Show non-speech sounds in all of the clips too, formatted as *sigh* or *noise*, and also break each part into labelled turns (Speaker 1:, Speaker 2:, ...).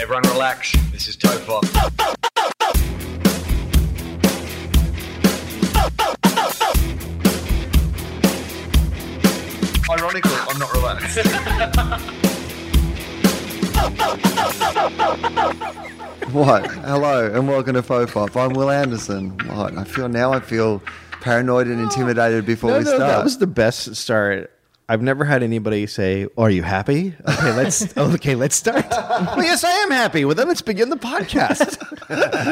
Speaker 1: Everyone relax. This is Topher. Ironically, I'm not relaxed.
Speaker 2: What? Hello and welcome to Fofop. I'm Will Anderson. What? I feel now I feel paranoid and intimidated before
Speaker 3: No,
Speaker 2: we
Speaker 3: no,
Speaker 2: start.
Speaker 3: that was the best start. I've never had anybody say, "Are you happy?" Okay,
Speaker 4: *laughs*
Speaker 3: let's oh, okay, let's start. well, yes, I am happy. Well, then let's begin the
Speaker 4: *laughs*
Speaker 3: podcast.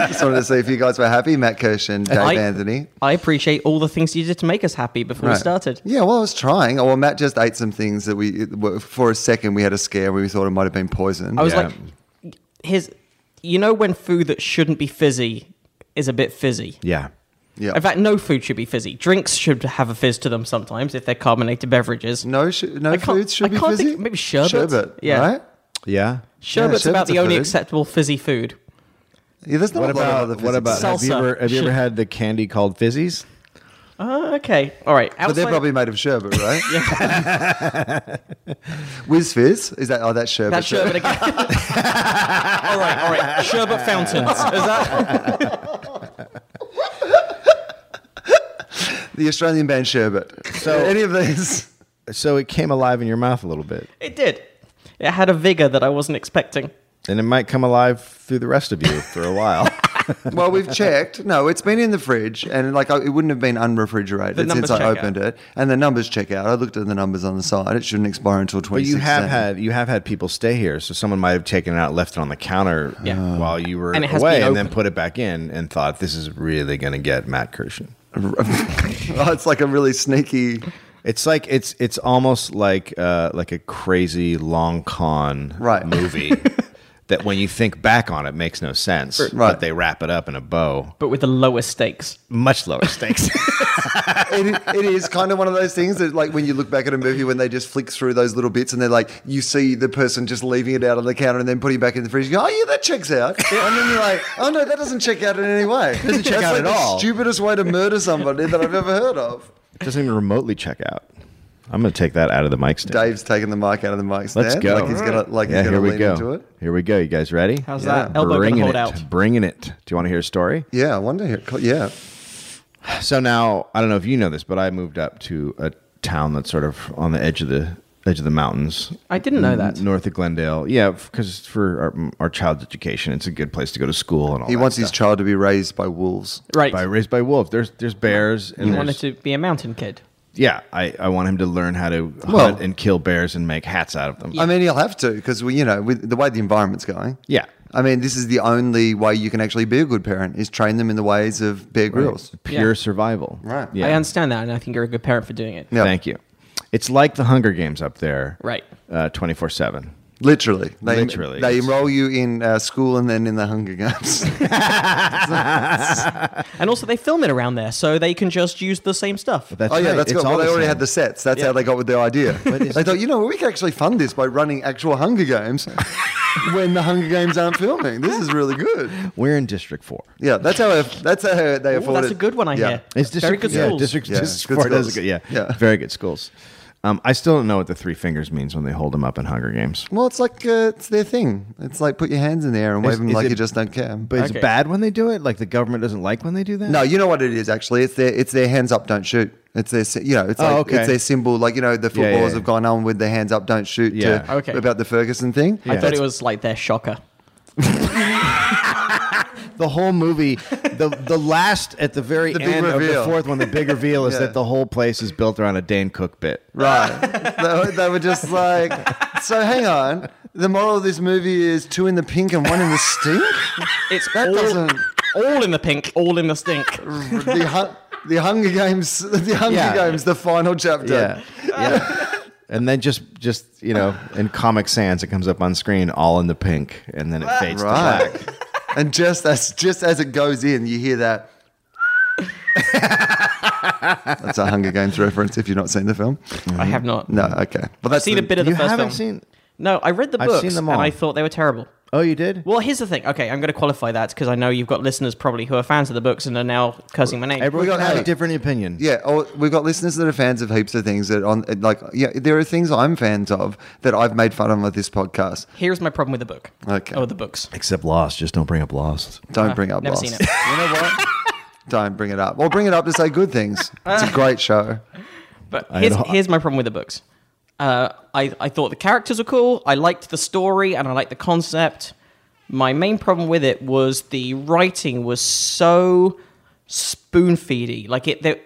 Speaker 2: Just wanted to see if you guys were happy, Matt Kirsch and Dave
Speaker 4: I,
Speaker 2: Anthony.
Speaker 4: I appreciate all the things you did to make us happy before we
Speaker 2: Right.
Speaker 4: started.
Speaker 2: Yeah, well, I was trying. Oh, well, Matt just ate some things that we, for a second, we had a scare where we thought it might have been poison.
Speaker 4: I was
Speaker 3: Yeah.
Speaker 4: like, "Here's, you know, when food that shouldn't be fizzy is a bit fizzy.
Speaker 3: yeah,
Speaker 2: yeah.
Speaker 4: In fact, no food should be fizzy. Drinks should have a fizz to them sometimes if they're carbonated beverages.
Speaker 2: no, sh- no
Speaker 4: I can't-
Speaker 2: foods should
Speaker 4: I
Speaker 2: be
Speaker 4: can't
Speaker 2: fizzy.
Speaker 4: think- maybe sherbet?
Speaker 2: Sherbet,
Speaker 4: Yeah.
Speaker 2: right?
Speaker 3: yeah.
Speaker 4: Sherbet's
Speaker 2: yeah,
Speaker 4: about
Speaker 2: sherbet's
Speaker 4: the
Speaker 2: a
Speaker 4: only
Speaker 2: food.
Speaker 4: acceptable fizzy food.
Speaker 2: Yeah, there's not
Speaker 3: What
Speaker 2: a lot
Speaker 3: about
Speaker 2: of other
Speaker 3: what
Speaker 2: fizzy
Speaker 3: about?
Speaker 2: stuff.
Speaker 3: Have you
Speaker 4: Salsa.
Speaker 3: ever have you ever
Speaker 4: Sure.
Speaker 3: had the candy called fizzies?
Speaker 4: Uh, okay, all right.
Speaker 2: But they're
Speaker 4: outside-
Speaker 2: probably made of sherbet,
Speaker 4: *laughs*
Speaker 2: right? *laughs* Whiz fizz is that? Oh, that's sherbet.
Speaker 4: that sherbet again. all right, all right. Sherbet fountains. Is that? *laughs*
Speaker 2: The Australian band Sherbet. So *laughs* any of these?
Speaker 3: So it came alive in your mouth a little bit,
Speaker 4: It did. It had a vigor that I wasn't expecting.
Speaker 3: and it might come alive through the rest of you for a
Speaker 4: *laughs*
Speaker 3: while.
Speaker 2: well, we've checked. No, it's been in the fridge, and like I- it wouldn't have been
Speaker 4: The
Speaker 2: unrefrigerated since
Speaker 4: numbers
Speaker 2: I
Speaker 4: check out.
Speaker 2: opened it. And the numbers check out. I looked at the numbers on the side. It shouldn't expire until
Speaker 3: but
Speaker 2: twenty.
Speaker 3: you have had you have had people stay here, so someone might have taken it out, left it on the counter
Speaker 2: Uh,
Speaker 4: Yeah.
Speaker 3: while you were
Speaker 4: And it has
Speaker 3: away,
Speaker 4: been
Speaker 3: and then
Speaker 4: open.
Speaker 3: put it back in, and thought this is really going to get Matt Kirshen.
Speaker 2: *laughs* oh, it's like a really sneaky.
Speaker 3: It's like it's it's almost like uh, like a crazy long con
Speaker 2: Right. *laughs*
Speaker 3: movie that when you think back on it makes no sense.
Speaker 2: Right.
Speaker 3: But they wrap it up in a bow.
Speaker 4: But with the lowest stakes.
Speaker 3: Much lower
Speaker 2: *laughs*
Speaker 3: stakes.
Speaker 2: It, it is kind of one of those things that, like, when you look back at a movie, when they just flick through those little bits, and they're like, you see the person just leaving it out on the counter and then putting it back in the fridge. You go, oh yeah, that checks out. And then you're like, oh no, that doesn't check out in any way. Doesn't
Speaker 3: check out
Speaker 2: like
Speaker 3: at
Speaker 2: the
Speaker 3: all.
Speaker 2: Stupidest way to murder somebody that I've ever heard of.
Speaker 3: Doesn't even remotely check out. I'm gonna take that out of the mic stand.
Speaker 2: Dave's taking the mic out of the mic stand.
Speaker 3: Let's go.
Speaker 2: Like he's gonna, like
Speaker 3: yeah,
Speaker 2: he's
Speaker 3: here
Speaker 2: gonna
Speaker 3: we
Speaker 2: lean
Speaker 3: go.
Speaker 2: into it.
Speaker 3: Here we go. You guys ready?
Speaker 4: How's that? Elbow
Speaker 3: Bringing
Speaker 4: can hold
Speaker 3: it.
Speaker 4: out.
Speaker 3: Bringing it. Do you want to hear a story?
Speaker 2: Yeah, I wonder. Here. co-
Speaker 3: Oh,
Speaker 2: Yeah,
Speaker 3: So now I don't know if you know this, but I moved up to a town that's sort of on the edge of the edge of the mountains.
Speaker 4: I didn't know that.
Speaker 3: north of Glendale. Yeah, because for our, our child's education, it's a good place to go to school and all.
Speaker 2: he
Speaker 3: that
Speaker 2: wants
Speaker 3: stuff.
Speaker 2: his child to be raised by wolves.
Speaker 4: Right.
Speaker 3: by raised by wolves. There's there's bears. And
Speaker 4: You
Speaker 3: there's-
Speaker 4: wanted to be a mountain kid.
Speaker 3: Yeah, I, I want him to learn how to
Speaker 2: Well-
Speaker 3: hunt and kill bears and make hats out of them.
Speaker 2: I mean, he'll have to because we, you know, with the way the environment's going.
Speaker 3: Yeah.
Speaker 2: I mean, this is the only way you can actually be a good parent is train them in the ways of Bear Grylls.
Speaker 3: Pure
Speaker 4: Yeah.
Speaker 3: survival.
Speaker 2: Right.
Speaker 3: Yeah.
Speaker 4: I understand that, and I think you're a good parent for doing it.
Speaker 2: Yeah.
Speaker 3: Thank you. It's like the Hunger Games up there.
Speaker 4: Right.
Speaker 3: Twenty four seven.
Speaker 2: Literally, they,
Speaker 3: Literally.
Speaker 2: they enroll you in uh, school and then in the Hunger
Speaker 4: *laughs*
Speaker 2: Games.
Speaker 4: And also, they film it around there, so they can just use the same stuff.
Speaker 2: oh yeah, that's good. Well, they already had the sets. That's
Speaker 4: Yeah.
Speaker 2: how they got with their
Speaker 4: *laughs*
Speaker 2: idea. they thought, you know, we can actually fund this by running actual Hunger Games *laughs* when the Hunger Games aren't filming. This is really good.
Speaker 3: We're in District Four.
Speaker 2: Yeah, that's how that's how they afford
Speaker 4: Ooh, that's a good one, I
Speaker 2: yeah.
Speaker 4: hear.
Speaker 3: It's
Speaker 4: Very
Speaker 3: district,
Speaker 4: good
Speaker 3: yeah,
Speaker 4: schools.
Speaker 3: district,
Speaker 2: Yeah,
Speaker 3: district
Speaker 2: good
Speaker 3: four does
Speaker 2: schools.
Speaker 3: good- yeah,
Speaker 2: Yeah.
Speaker 3: very good schools. Um, I still don't know what the three fingers means when they hold them up in Hunger Games.
Speaker 2: Well, it's like uh, it's their thing. It's like put your hands in the air and wave
Speaker 3: Is-
Speaker 2: them
Speaker 3: is
Speaker 2: like
Speaker 3: it-
Speaker 2: you just don't care.
Speaker 3: But it's
Speaker 4: Okay.
Speaker 3: bad when they do it. Like the government doesn't like when they do that.
Speaker 2: no, you know what it is actually. It's their it's their hands up, don't shoot. It's their si- you know it's
Speaker 3: Oh,
Speaker 2: like
Speaker 3: okay.
Speaker 2: it's their symbol. Like you know the
Speaker 3: Yeah, yeah,
Speaker 2: footballers
Speaker 3: yeah.
Speaker 2: have gone on with their hands up, don't shoot.
Speaker 3: Yeah.
Speaker 2: To,
Speaker 4: Okay.
Speaker 2: About the Ferguson thing.
Speaker 4: I thought it was like their shocker.
Speaker 3: the whole
Speaker 4: *laughs*
Speaker 3: movie, the the last at the very
Speaker 2: The big
Speaker 3: end of
Speaker 2: reveal.
Speaker 3: the fourth one, the big reveal is
Speaker 2: *laughs* Yeah.
Speaker 3: that the whole place is built around a Dane Cook bit.
Speaker 2: Right. *laughs* they, were- they were just like, so hang on. The moral of this movie is two in the pink and one in the stink.
Speaker 4: It's
Speaker 2: That
Speaker 4: all,
Speaker 2: doesn't-
Speaker 4: all in the pink, all in the stink.
Speaker 3: Mm-hmm.
Speaker 2: the, hu- the Hunger Games, the Hunger
Speaker 3: Yeah.
Speaker 2: Games, the final chapter.
Speaker 3: Yeah,
Speaker 4: *laughs*
Speaker 3: yeah. and then just just you know, in Comic Sans, it comes up on screen all in the pink, and then it fades
Speaker 2: Ah, Right.
Speaker 3: to black.
Speaker 2: and just as just as it goes in, you hear that. *laughs* that's a Hunger Games reference. If you've not seen the film,
Speaker 4: I have not.
Speaker 2: no, okay. Well, that's
Speaker 4: I've seen a bit of the
Speaker 3: you
Speaker 4: first
Speaker 3: haven't
Speaker 4: film.
Speaker 3: seen?
Speaker 4: No, I read the
Speaker 3: I've
Speaker 4: books
Speaker 3: seen them
Speaker 4: and I
Speaker 3: all.
Speaker 4: thought they were terrible.
Speaker 3: Oh, you did.
Speaker 4: Well, here's the thing. Okay, I'm going to qualify that because I know you've got listeners probably who are fans of the books and are now cursing my name.
Speaker 3: Everyone
Speaker 2: We
Speaker 3: can
Speaker 2: got
Speaker 3: have a
Speaker 2: eight.
Speaker 3: different opinion.
Speaker 2: Yeah, oh, we've got listeners that are fans of heaps of things that on like yeah, there are things I'm fans of that I've made fun of on this podcast.
Speaker 4: here's my problem with the book.
Speaker 2: Okay.
Speaker 4: Oh, the books.
Speaker 3: Except Lost. Just don't bring up Lost.
Speaker 2: Don't bring up
Speaker 4: Ah, Never
Speaker 2: Lost.
Speaker 4: seen it.
Speaker 2: *laughs* You know what? Don't bring it up. Or bring it up to say good
Speaker 4: *laughs*
Speaker 2: things.
Speaker 4: Ah.
Speaker 2: It's a great show.
Speaker 4: But here's,
Speaker 3: know.
Speaker 4: here's my problem with the books. Uh, I, I thought the characters were cool. I liked the story and I liked the concept. My main problem with it was the writing was so spoon feedy. Like it, there,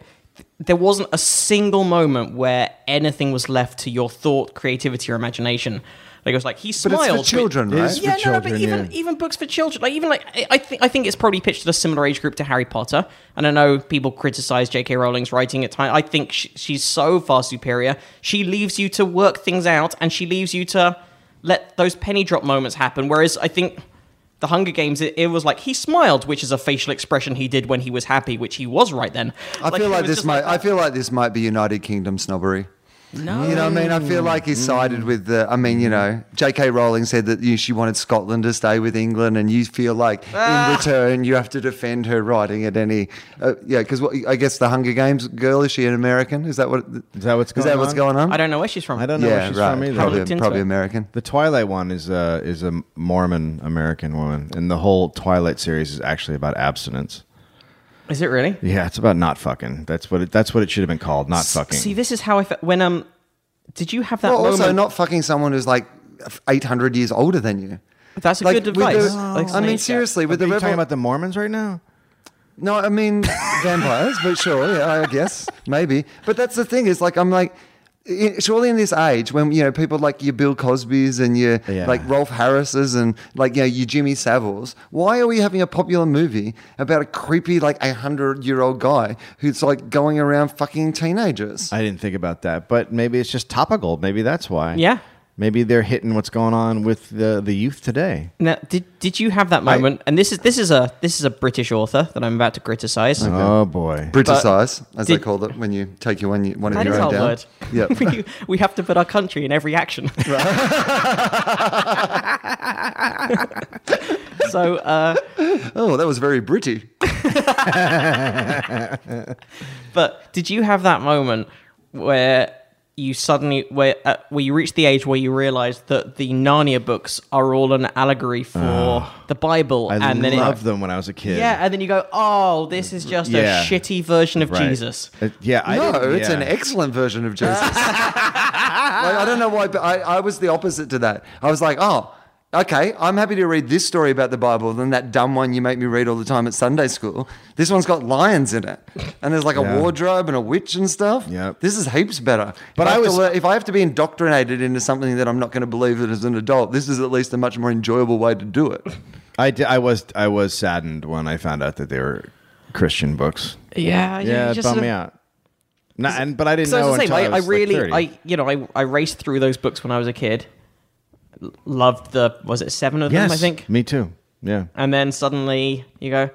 Speaker 4: there wasn't a single moment where anything was left to your thought, creativity, or imagination. Like it was like he
Speaker 2: But
Speaker 4: smiled.
Speaker 2: it's for children, right?
Speaker 3: is-
Speaker 4: yeah,
Speaker 3: for
Speaker 4: no,
Speaker 3: children,
Speaker 4: no, but even
Speaker 3: yeah.
Speaker 4: even books for children, like even like I- I think I think it's probably pitched at a similar age group to Harry Potter. And I know people criticize J.K. Rowling's writing at times. I think she, she's so far superior. She leaves you to work things out, and she leaves you to let those penny drop moments happen. Whereas I think the Hunger Games, it, it was like he smiled, which is a facial expression he did when he was happy, which he was right then.
Speaker 2: I feel
Speaker 4: it
Speaker 2: like
Speaker 4: was
Speaker 2: this
Speaker 4: just
Speaker 2: might I feel like this might be United Kingdom snobbery.
Speaker 4: no,
Speaker 2: You know what I mean? I feel like he
Speaker 3: Mm.
Speaker 2: sided with the. I mean, you know, J.K. Rowling said that you, she wanted Scotland to stay with England, and you feel like
Speaker 3: Ah.
Speaker 2: in return you have to defend her writing at any. Uh, yeah, because I guess the Hunger Games girl is she an American? Is that what?
Speaker 3: Is that what's
Speaker 2: is that
Speaker 3: going
Speaker 2: what's
Speaker 3: on?
Speaker 2: going on?
Speaker 4: I don't know where she's from.
Speaker 3: I don't know
Speaker 2: Yeah,
Speaker 3: where she's
Speaker 2: right.
Speaker 3: from either.
Speaker 4: Haven't
Speaker 2: Probably,
Speaker 4: looked into
Speaker 2: probably
Speaker 4: it.
Speaker 2: American.
Speaker 3: The Twilight one is uh, is a Mormon American woman, and the whole Twilight series is actually about abstinence.
Speaker 4: Is it really?
Speaker 3: Yeah, it's about not fucking. That's what it, that's what it should have been called. Not fucking.
Speaker 4: See, this is how I felt when um. Did you have that
Speaker 2: Well,
Speaker 4: moment?
Speaker 2: also not fucking someone who's like 800 years older than you.
Speaker 4: That's a
Speaker 2: Like,
Speaker 4: good
Speaker 2: with the-
Speaker 4: advice.
Speaker 2: I mean, Oh. seriously, with the
Speaker 3: Are you talking
Speaker 2: revel-
Speaker 3: about the Mormons right now?
Speaker 2: No, I mean vampires, but sure, yeah, I guess maybe. But that's the thing is like I'm like. i- Surely in this age, when you know people like your Bill Cosby's and your
Speaker 3: Yeah.
Speaker 2: like Rolf Harris's and like you know your Jimmy Saviles, why are we having a popular movie about a creepy like a hundred year old guy who's like going around fucking teenagers?
Speaker 3: I didn't think about that, but maybe it's just topical. Maybe that's why.
Speaker 4: Yeah.
Speaker 3: Maybe they're hitting what's going on with the the youth today.
Speaker 4: Now, did did you have that moment? and this is this is a this is a British author that I'm about to criticize.
Speaker 3: Oh boy.
Speaker 2: Briticize, as they
Speaker 4: did-
Speaker 2: called it, when you take your one, one of
Speaker 4: That
Speaker 2: your
Speaker 4: is
Speaker 2: own
Speaker 4: our
Speaker 2: down.
Speaker 4: word.
Speaker 2: Yep.
Speaker 4: *laughs* we, we have to put our country in
Speaker 2: *laughs*
Speaker 4: every action. so uh,
Speaker 2: Oh, that was very Britty.
Speaker 4: But did you have that moment where you suddenly where uh, where you reach the age where you realize that the Narnia books are all an allegory for
Speaker 2: Ah.
Speaker 4: the Bible,
Speaker 3: I
Speaker 4: and then
Speaker 3: loved
Speaker 4: it,
Speaker 3: them when I was a kid.
Speaker 4: yeah, and then you go, oh, this is just
Speaker 3: Yeah.
Speaker 4: a shitty version of
Speaker 3: Right.
Speaker 4: Jesus.
Speaker 3: Uh, yeah. I
Speaker 2: No,
Speaker 3: didn't-
Speaker 2: Oh, it's
Speaker 3: yeah.
Speaker 2: an excellent version of *laughs* Jesus. like, I don't know why, but I, I was the opposite to that. I was like, oh, okay, I'm happy to read this story about the Bible than that dumb one you make me read all the time at Sunday school. This one's got lions in it, and there's like
Speaker 3: Yeah.
Speaker 2: a wardrobe and a witch and stuff.
Speaker 3: Yep.
Speaker 2: This is heaps better.
Speaker 3: But
Speaker 2: But if I,
Speaker 3: I
Speaker 2: have to
Speaker 3: was-
Speaker 2: lear- if I have to be indoctrinated into something that I'm not going to believe it as an adult, this is at least a much more enjoyable way to do it.
Speaker 3: I di- I was I was saddened when I found out that they were Christian books.
Speaker 4: Yeah,
Speaker 3: Yeah,
Speaker 4: you
Speaker 3: it
Speaker 4: just
Speaker 3: bummed
Speaker 4: sort of-
Speaker 3: me out. No, and but I didn't
Speaker 4: So
Speaker 3: know
Speaker 4: as I say,
Speaker 3: until
Speaker 4: I,
Speaker 3: I,
Speaker 4: I
Speaker 3: was, like,
Speaker 4: really,
Speaker 3: 30.
Speaker 4: I you know, I, I raced through those books when I was a kid. L- Loved the was it seven of
Speaker 3: yes,
Speaker 4: them? I think
Speaker 3: me too. Yeah,
Speaker 4: and then suddenly you go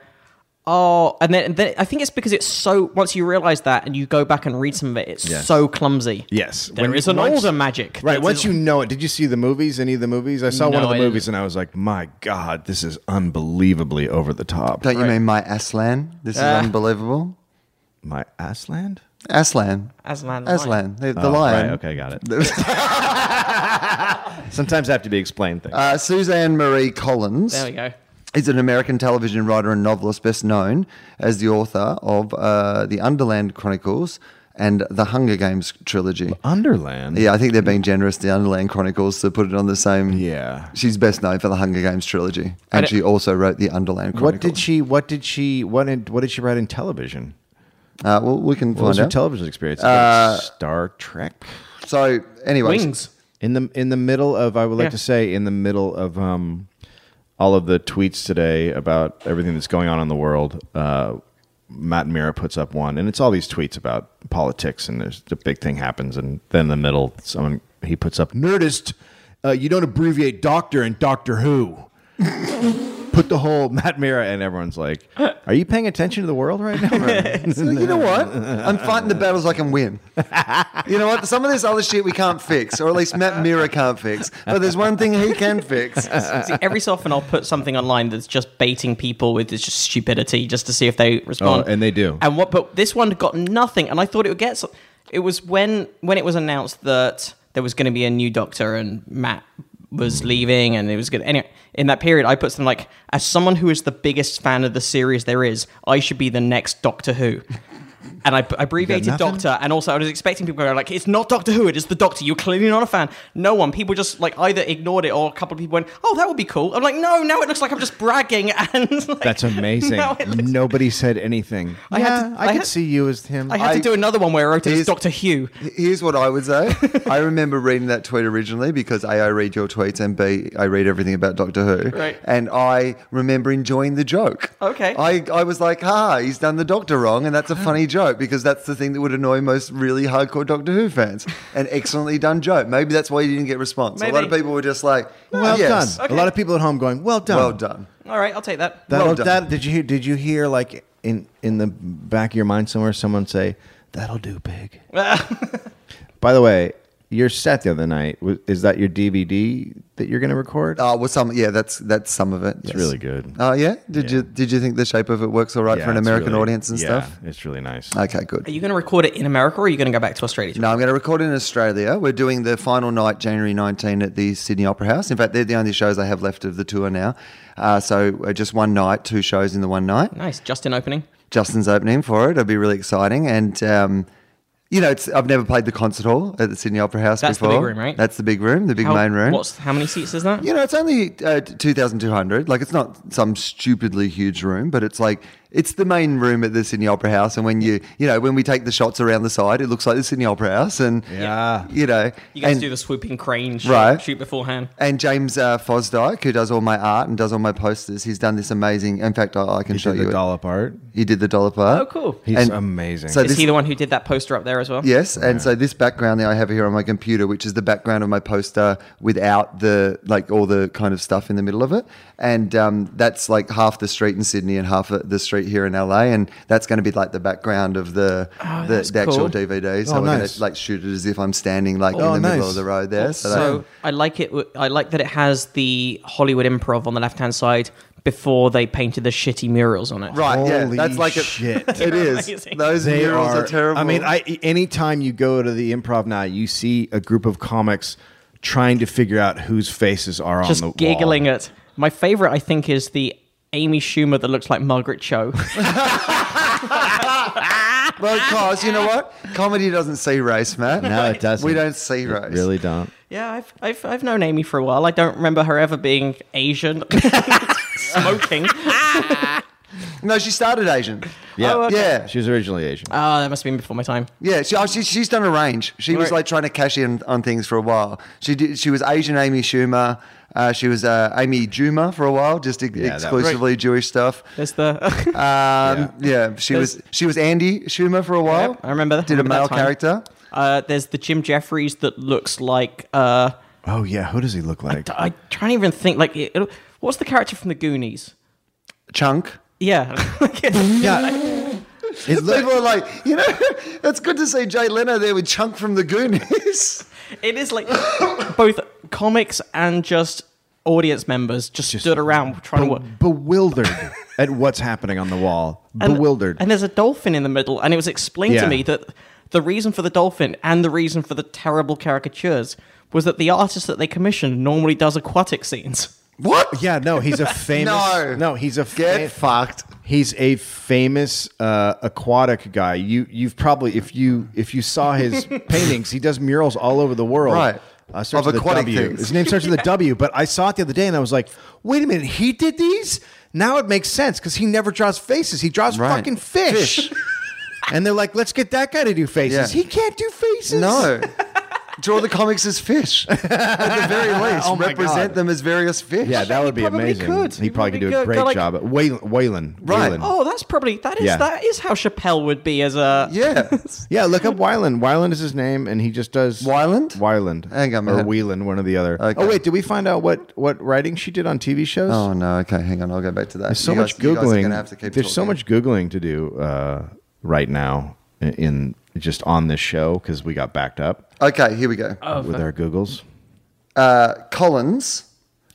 Speaker 4: oh and then, then i think it's because it's so once you realize that and you go back and read some of it it's
Speaker 3: Yeah.
Speaker 4: so clumsy
Speaker 3: yes.
Speaker 4: there is
Speaker 3: When-
Speaker 4: an
Speaker 3: once-
Speaker 4: older magic
Speaker 3: Right.
Speaker 4: There's-
Speaker 3: Once you know it, did you see the movies? Any of the movies? I saw one of
Speaker 4: No,
Speaker 3: the
Speaker 4: I
Speaker 3: movies and I was like, my God, this is unbelievably over the top.
Speaker 2: Don't you mean my Aslan? This
Speaker 4: Ah.
Speaker 2: is unbelievable.
Speaker 3: my Asland?
Speaker 2: Aslan.
Speaker 4: Aslan,
Speaker 2: Aslan, the, the
Speaker 3: Oh,
Speaker 2: lion.
Speaker 3: Right, okay, got *laughs* it. Sometimes I have to be explained things.
Speaker 2: Uh, Suzanne Marie Collins.
Speaker 4: there we go
Speaker 2: He's an American television writer and novelist, best known as the author of uh, the Underland Chronicles and the Hunger Games trilogy.
Speaker 3: Underland.
Speaker 2: Yeah, I think they're being generous. The Underland Chronicles to put it on the same.
Speaker 3: Yeah.
Speaker 2: she's best known for the Hunger Games trilogy,
Speaker 4: I
Speaker 2: and
Speaker 4: don't-
Speaker 2: she also wrote the Underland
Speaker 3: What
Speaker 2: Chronicles.
Speaker 3: did she? What did she? What? Did, what did she write in television?
Speaker 2: Uh, well, we can
Speaker 3: What
Speaker 2: find
Speaker 3: was her
Speaker 2: out. Uh,
Speaker 3: television experience? Star Trek.
Speaker 2: so, anyway,
Speaker 4: wings
Speaker 3: In the in the middle of I would like
Speaker 4: Yeah.
Speaker 3: to say in the middle of um, all of the tweets today about everything that's going on in the world, uh, Matt Mira puts up one, and it's all these tweets about politics, and there's the big thing happens, and then in the middle, someone he puts up Nerdist. Uh, you don't abbreviate Doctor and Doctor Who. *laughs* put the whole Matt Mira, and everyone's like, "Are you paying attention to the world right now?"
Speaker 2: So *laughs* you know what? I'm fighting the battles I can win. You know what? Some of this other shit we can't fix, or at least Matt Mira can't fix. But there's one thing he can fix.
Speaker 4: See, every so often I'll put something online that's just baiting people with this just stupidity just to see if they respond.
Speaker 3: *laughs* Oh, and they do.
Speaker 4: And what? But this one got nothing, and I thought it would get. Some, it was when when it was announced that there was going to be a new doctor and Matt was leaving, and it was going. Anyway, in that period, I put something like, as someone who is the biggest fan of the series there is, I should be the next Doctor Who. And I, I abbreviated
Speaker 3: nothing?
Speaker 4: Doctor, and also I was expecting people to go like, "It's not Doctor Who, it is the Doctor." You're clearly not a fan. No one. People just like either ignored it, or a couple of people went, "Oh, that would be cool." I'm like, "No, now it looks like I'm just bragging." *laughs* And like,
Speaker 3: That's amazing.
Speaker 4: now it looks-
Speaker 3: Nobody said anything.
Speaker 4: I had to- I
Speaker 3: could
Speaker 4: had-
Speaker 3: see you as him.
Speaker 4: I had to
Speaker 2: I-
Speaker 4: do another one where I wrote it as
Speaker 2: Here's-
Speaker 4: Doctor Hugh.
Speaker 2: Here's what I would
Speaker 4: *laughs*
Speaker 2: say. I remember reading that tweet originally because A, I read your tweets, and B, I read everything about Doctor Who.
Speaker 4: Right.
Speaker 2: And I remember enjoying the joke.
Speaker 4: Okay.
Speaker 2: I, I was like, ha, he's done the Doctor wrong, and that's
Speaker 4: *laughs*
Speaker 2: a funny joke because that's the thing that would annoy most really hardcore Doctor Who fans. An excellently done joke. Maybe that's why you didn't get response. A lot of
Speaker 4: Maybe.
Speaker 2: people were just like,
Speaker 3: well
Speaker 2: yes,
Speaker 3: done.
Speaker 4: Okay.
Speaker 3: A lot of people at home going, "Well done,
Speaker 2: Well done.
Speaker 4: All right, I'll take that.
Speaker 3: That,
Speaker 2: Well
Speaker 3: well
Speaker 2: done.
Speaker 3: that did you hear? Did you hear like in in the back of your mind somewhere someone say that'll do, big? By the way, your set the other night was, is that your DVD that you're going to record?
Speaker 2: Oh, well, some yeah, that's that's some of it. It's
Speaker 3: really good.
Speaker 2: Oh yeah, did
Speaker 3: Yeah.
Speaker 2: you did you think the shape of it works all right
Speaker 3: Yeah,
Speaker 2: for an
Speaker 3: it's
Speaker 2: American
Speaker 3: really-
Speaker 2: audience and
Speaker 3: yeah,
Speaker 2: stuff? Uh,
Speaker 3: It's really nice.
Speaker 2: Okay, good.
Speaker 4: *laughs* Are you going to record it in America, or are you going to go back to Australia?
Speaker 2: No, I'm going to record in Australia. We're doing the final night, January 19, at the Sydney Opera House. In fact, they're the only shows I have left of the tour now. Uh, so uh, just one night, two shows in the one night.
Speaker 4: Nice, just in opening.
Speaker 2: Justin's opening for it. It'll be really exciting. And, um, you know, it's, I've never played the concert hall at the Sydney Opera House
Speaker 4: That's the
Speaker 2: before.
Speaker 4: big room, right?
Speaker 2: That's the big room, the big
Speaker 4: How-
Speaker 2: main room.
Speaker 4: What's how many seats is that?
Speaker 2: You know, it's only uh, t- 2,200. Like, it's not some stupidly huge room, but it's like, it's the main room at the Sydney Opera House. And when you, you know, when we take the shots around the side, it looks like the Sydney Opera House. And,
Speaker 3: Yeah.
Speaker 2: you know,
Speaker 4: You guys
Speaker 2: and,
Speaker 4: do the swooping crane shoot,
Speaker 2: Right.
Speaker 4: shoot beforehand.
Speaker 2: and James uh, Fosdyke, who does all my art and does all my posters, he's done this amazing. In fact, I, I can
Speaker 3: You
Speaker 2: show
Speaker 3: did the
Speaker 2: you. it.
Speaker 3: dollop art.
Speaker 2: He did the dollop art.
Speaker 4: Oh, cool.
Speaker 3: He's
Speaker 2: And
Speaker 3: amazing.
Speaker 2: so
Speaker 4: Is
Speaker 2: this-
Speaker 4: he the one who did that poster up there as well?
Speaker 2: Yes, and so this background that I have here on my computer, which is the background of my poster without the like all the kind of stuff in the middle of it, and um, that's like half the street in Sydney and half the street here in LA, and that's going to be like the background of the the,
Speaker 4: Oh, that's
Speaker 2: the actual
Speaker 4: cool.
Speaker 2: DVD. So
Speaker 3: Oh,
Speaker 2: we're going
Speaker 3: nice.
Speaker 2: to like shoot it as if I'm standing like
Speaker 3: Oh,
Speaker 2: in the middle
Speaker 3: nice.
Speaker 2: of the road there. So, that-
Speaker 4: So I like it. w- I like that it has the Hollywood Improv on the left hand side before they painted the shitty murals on it.
Speaker 2: right, yeah,
Speaker 3: Holy
Speaker 2: that's like a- *laughs*
Speaker 3: shit.
Speaker 2: it is.
Speaker 4: Amazing.
Speaker 2: Those murals are, terrible.
Speaker 3: I mean, I anytime you go to the improv now, you see a group of comics trying to figure out whose faces are
Speaker 4: Just
Speaker 3: on the
Speaker 4: giggling
Speaker 3: wall.
Speaker 4: at. My favorite, I think, is the Amy Schumer that looks like Margaret Cho. *laughs*
Speaker 2: Well, cause you know what? Comedy doesn't see race, Matt.
Speaker 3: No, it doesn't.
Speaker 2: We don't see race.
Speaker 3: Really don't.
Speaker 4: yeah, I've, I've I've known Amy for a while. I don't remember her ever being Asian. *laughs* Smoking.
Speaker 2: No, she started Asian.
Speaker 3: Yeah.
Speaker 4: Oh, okay.
Speaker 2: Yeah.
Speaker 3: She was originally Asian.
Speaker 4: Ah, that must have been before my time.
Speaker 2: Yeah, she, oh, she, she's done a range. She was
Speaker 4: Right.
Speaker 2: like trying to cash in on things for a while. She did. She was Asian Amy Schumer. Uh, she was uh, Amy Juma for a while, just ex-
Speaker 3: that was-
Speaker 2: exclusively Jewish stuff.
Speaker 4: There's the. *laughs*
Speaker 2: Um, yeah. she was she was Andy Schumer for a while.
Speaker 4: Yep, I remember that-
Speaker 2: Did
Speaker 4: remember
Speaker 2: a male
Speaker 4: that time.
Speaker 2: character.
Speaker 4: Uh, there's the Jim Jeffries that looks like uh,
Speaker 3: oh yeah, who does he look like?
Speaker 4: I trying to even think like it, it- what's the character from the Goonies?
Speaker 2: Chunk.
Speaker 4: Yeah, *laughs*
Speaker 3: yeah. His
Speaker 2: People
Speaker 3: look,
Speaker 2: are like, you know, *laughs* it's good to see Jay Leno there with Chunk from the Goonies.
Speaker 3: *laughs*
Speaker 4: it is like *coughs* both comics and just audience members just, stood around trying to
Speaker 3: be-
Speaker 4: work.
Speaker 3: bewildered at what's happening on the wall.
Speaker 4: And-
Speaker 3: bewildered.
Speaker 4: and there's a dolphin in the middle, and it was explained
Speaker 3: Yeah.
Speaker 4: to me that the reason for the dolphin and the reason for the terrible caricatures was that the artist that they commissioned normally does aquatic scenes.
Speaker 2: What?
Speaker 3: yeah, no, he's a
Speaker 2: *laughs*
Speaker 3: famous.
Speaker 2: No.
Speaker 3: he's a
Speaker 2: Get
Speaker 3: fa-
Speaker 2: fucked.
Speaker 3: He's a famous uh, aquatic guy. You you've probably if you if you saw
Speaker 2: *laughs*
Speaker 3: his paintings, he does murals all over the world.
Speaker 2: Right.
Speaker 3: Uh, starts
Speaker 2: Of
Speaker 3: with a
Speaker 2: aquatic
Speaker 3: W.
Speaker 2: things.
Speaker 3: His name starts
Speaker 2: *laughs*
Speaker 3: with a W. But I saw it the other day, and I was like, "Wait a minute, he did these? Now it makes sense because he never draws faces. He draws
Speaker 2: Right.
Speaker 3: fucking *laughs* fish." and they're like, "Let's get that guy to do faces.
Speaker 2: Yeah.
Speaker 3: He can't do faces."
Speaker 2: No. Draw the comics as fish, *laughs* at the very least.
Speaker 3: *laughs* Oh my
Speaker 2: Represent
Speaker 3: God.
Speaker 2: them as various fish.
Speaker 3: Yeah, that would
Speaker 4: He
Speaker 3: be
Speaker 4: probably
Speaker 3: amazing.
Speaker 4: could.
Speaker 3: He probably could do
Speaker 4: Go-
Speaker 3: a
Speaker 4: go
Speaker 3: great
Speaker 4: like-
Speaker 3: job. Waylon, Waylon,
Speaker 2: Right.
Speaker 3: Waylon.
Speaker 4: Oh, that's probably that is
Speaker 3: Yeah.
Speaker 4: that is how Chappelle would be as a
Speaker 2: *laughs* yeah.
Speaker 3: Yeah, look up Wyland. Wyland is his name, and he just does
Speaker 2: Weiland?
Speaker 3: Wyland.
Speaker 2: Hang on a
Speaker 3: or
Speaker 2: minute.
Speaker 3: Wheeland, one or the other.
Speaker 2: Okay.
Speaker 3: Oh wait, did we find out what what writing she did on TV shows?
Speaker 2: Oh no. Okay, hang on. I'll go back to that.
Speaker 3: There's so
Speaker 2: You
Speaker 3: much
Speaker 2: guys- you guys are
Speaker 3: googling.
Speaker 2: gonna have to keep
Speaker 3: There's so
Speaker 2: talking.
Speaker 3: much googling to do uh, right now in, in just on this show because we got backed up
Speaker 2: Okay, here we go.
Speaker 4: Oh,
Speaker 3: with our googles.
Speaker 2: Collins.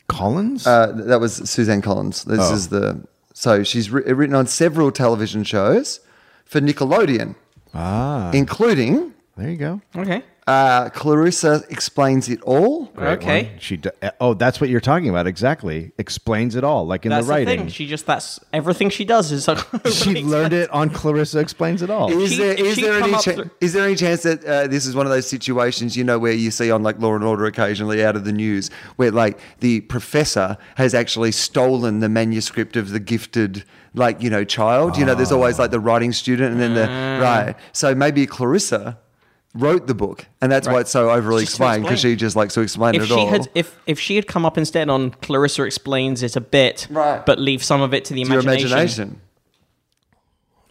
Speaker 3: Collins.
Speaker 2: Uh, th- that was Suzanne Collins. This
Speaker 3: Oh.
Speaker 2: is the so she's wri- written on several television shows for Nickelodeon, ah. including
Speaker 3: there you go.
Speaker 4: okay.
Speaker 2: uh, Clarissa explains it all.
Speaker 4: okay.
Speaker 3: One. She. d- Oh, that's what you're talking about. Exactly. Explains it all, like in
Speaker 4: That's
Speaker 3: the
Speaker 4: the,
Speaker 3: writing.
Speaker 4: thing. She just that's everything she
Speaker 3: *laughs*
Speaker 4: does *laughs* is like
Speaker 3: she learned it on Clarissa Explains It All.
Speaker 2: Is
Speaker 4: She-
Speaker 2: there is
Speaker 4: she
Speaker 2: there
Speaker 4: come
Speaker 2: any
Speaker 4: up
Speaker 2: cha-
Speaker 4: through-
Speaker 2: is there any chance that uh, this is one of those situations you know where you see on like Law and Order occasionally out of the news where like the professor has actually stolen the manuscript of the gifted like you know child you know there's always like the writing student and then the
Speaker 4: Mm.
Speaker 2: right so maybe Clarissa wrote the book and that's why it's so overly
Speaker 4: Just to
Speaker 2: explained because
Speaker 4: explain.
Speaker 2: she just likes to explain
Speaker 4: If
Speaker 2: it
Speaker 4: she
Speaker 2: all.
Speaker 4: had if if she had come up instead on Clarissa explains it a bit,
Speaker 2: Right.
Speaker 4: but leave some of it to the
Speaker 2: your
Speaker 4: imagination,
Speaker 2: imagination.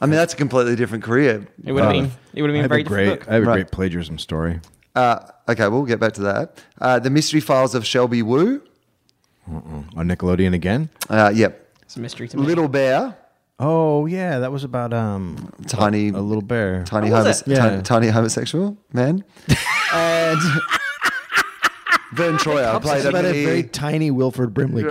Speaker 2: I mean that's a completely different career.
Speaker 4: it would have been it would
Speaker 3: Oh. I have
Speaker 4: have been very
Speaker 3: a great.
Speaker 4: difficult.
Speaker 3: I have a
Speaker 2: Right.
Speaker 3: great plagiarism story.
Speaker 2: Okay, we'll get back to that. Uh, the Mystery Files of Shelby Woo.
Speaker 3: on Nickelodeon again.
Speaker 2: Uh, yep.
Speaker 4: It's a mystery to me.
Speaker 2: Little Bear,
Speaker 3: Oh yeah, that was about um
Speaker 2: tiny,
Speaker 3: a little bear.
Speaker 2: tiny,
Speaker 4: What
Speaker 2: homo-
Speaker 4: was
Speaker 2: ti-
Speaker 3: it? Yeah.
Speaker 2: tiny, homosexual *laughs* man, and Vern Troyer played
Speaker 3: about a
Speaker 2: a
Speaker 3: very
Speaker 2: very
Speaker 3: tiny Wilford Brimley.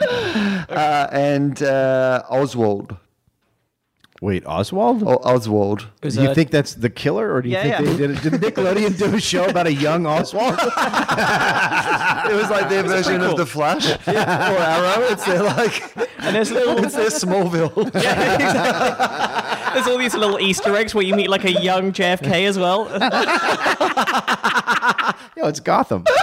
Speaker 2: uh, and uh, Oswald,
Speaker 3: *laughs* Wait, Oswald?
Speaker 2: o- Oswald.
Speaker 4: was
Speaker 3: you
Speaker 4: a-
Speaker 3: think that's the killer, or do you
Speaker 4: Yeah,
Speaker 3: think
Speaker 4: yeah.
Speaker 3: they *laughs* did? Did Nickelodeon do a show about a young *laughs* Oswald?
Speaker 2: It was like *laughs* their version
Speaker 4: pretty
Speaker 2: of the Flash or Arrow. It's their *laughs* like,
Speaker 4: and
Speaker 3: *laughs*
Speaker 4: there's little
Speaker 2: it's their Smallville.
Speaker 4: Yeah, *laughs* exactly. There's all these little Easter eggs where you meet like a young JFK
Speaker 2: *laughs*
Speaker 4: as well.
Speaker 3: Yo, it's Gotham.
Speaker 2: *laughs*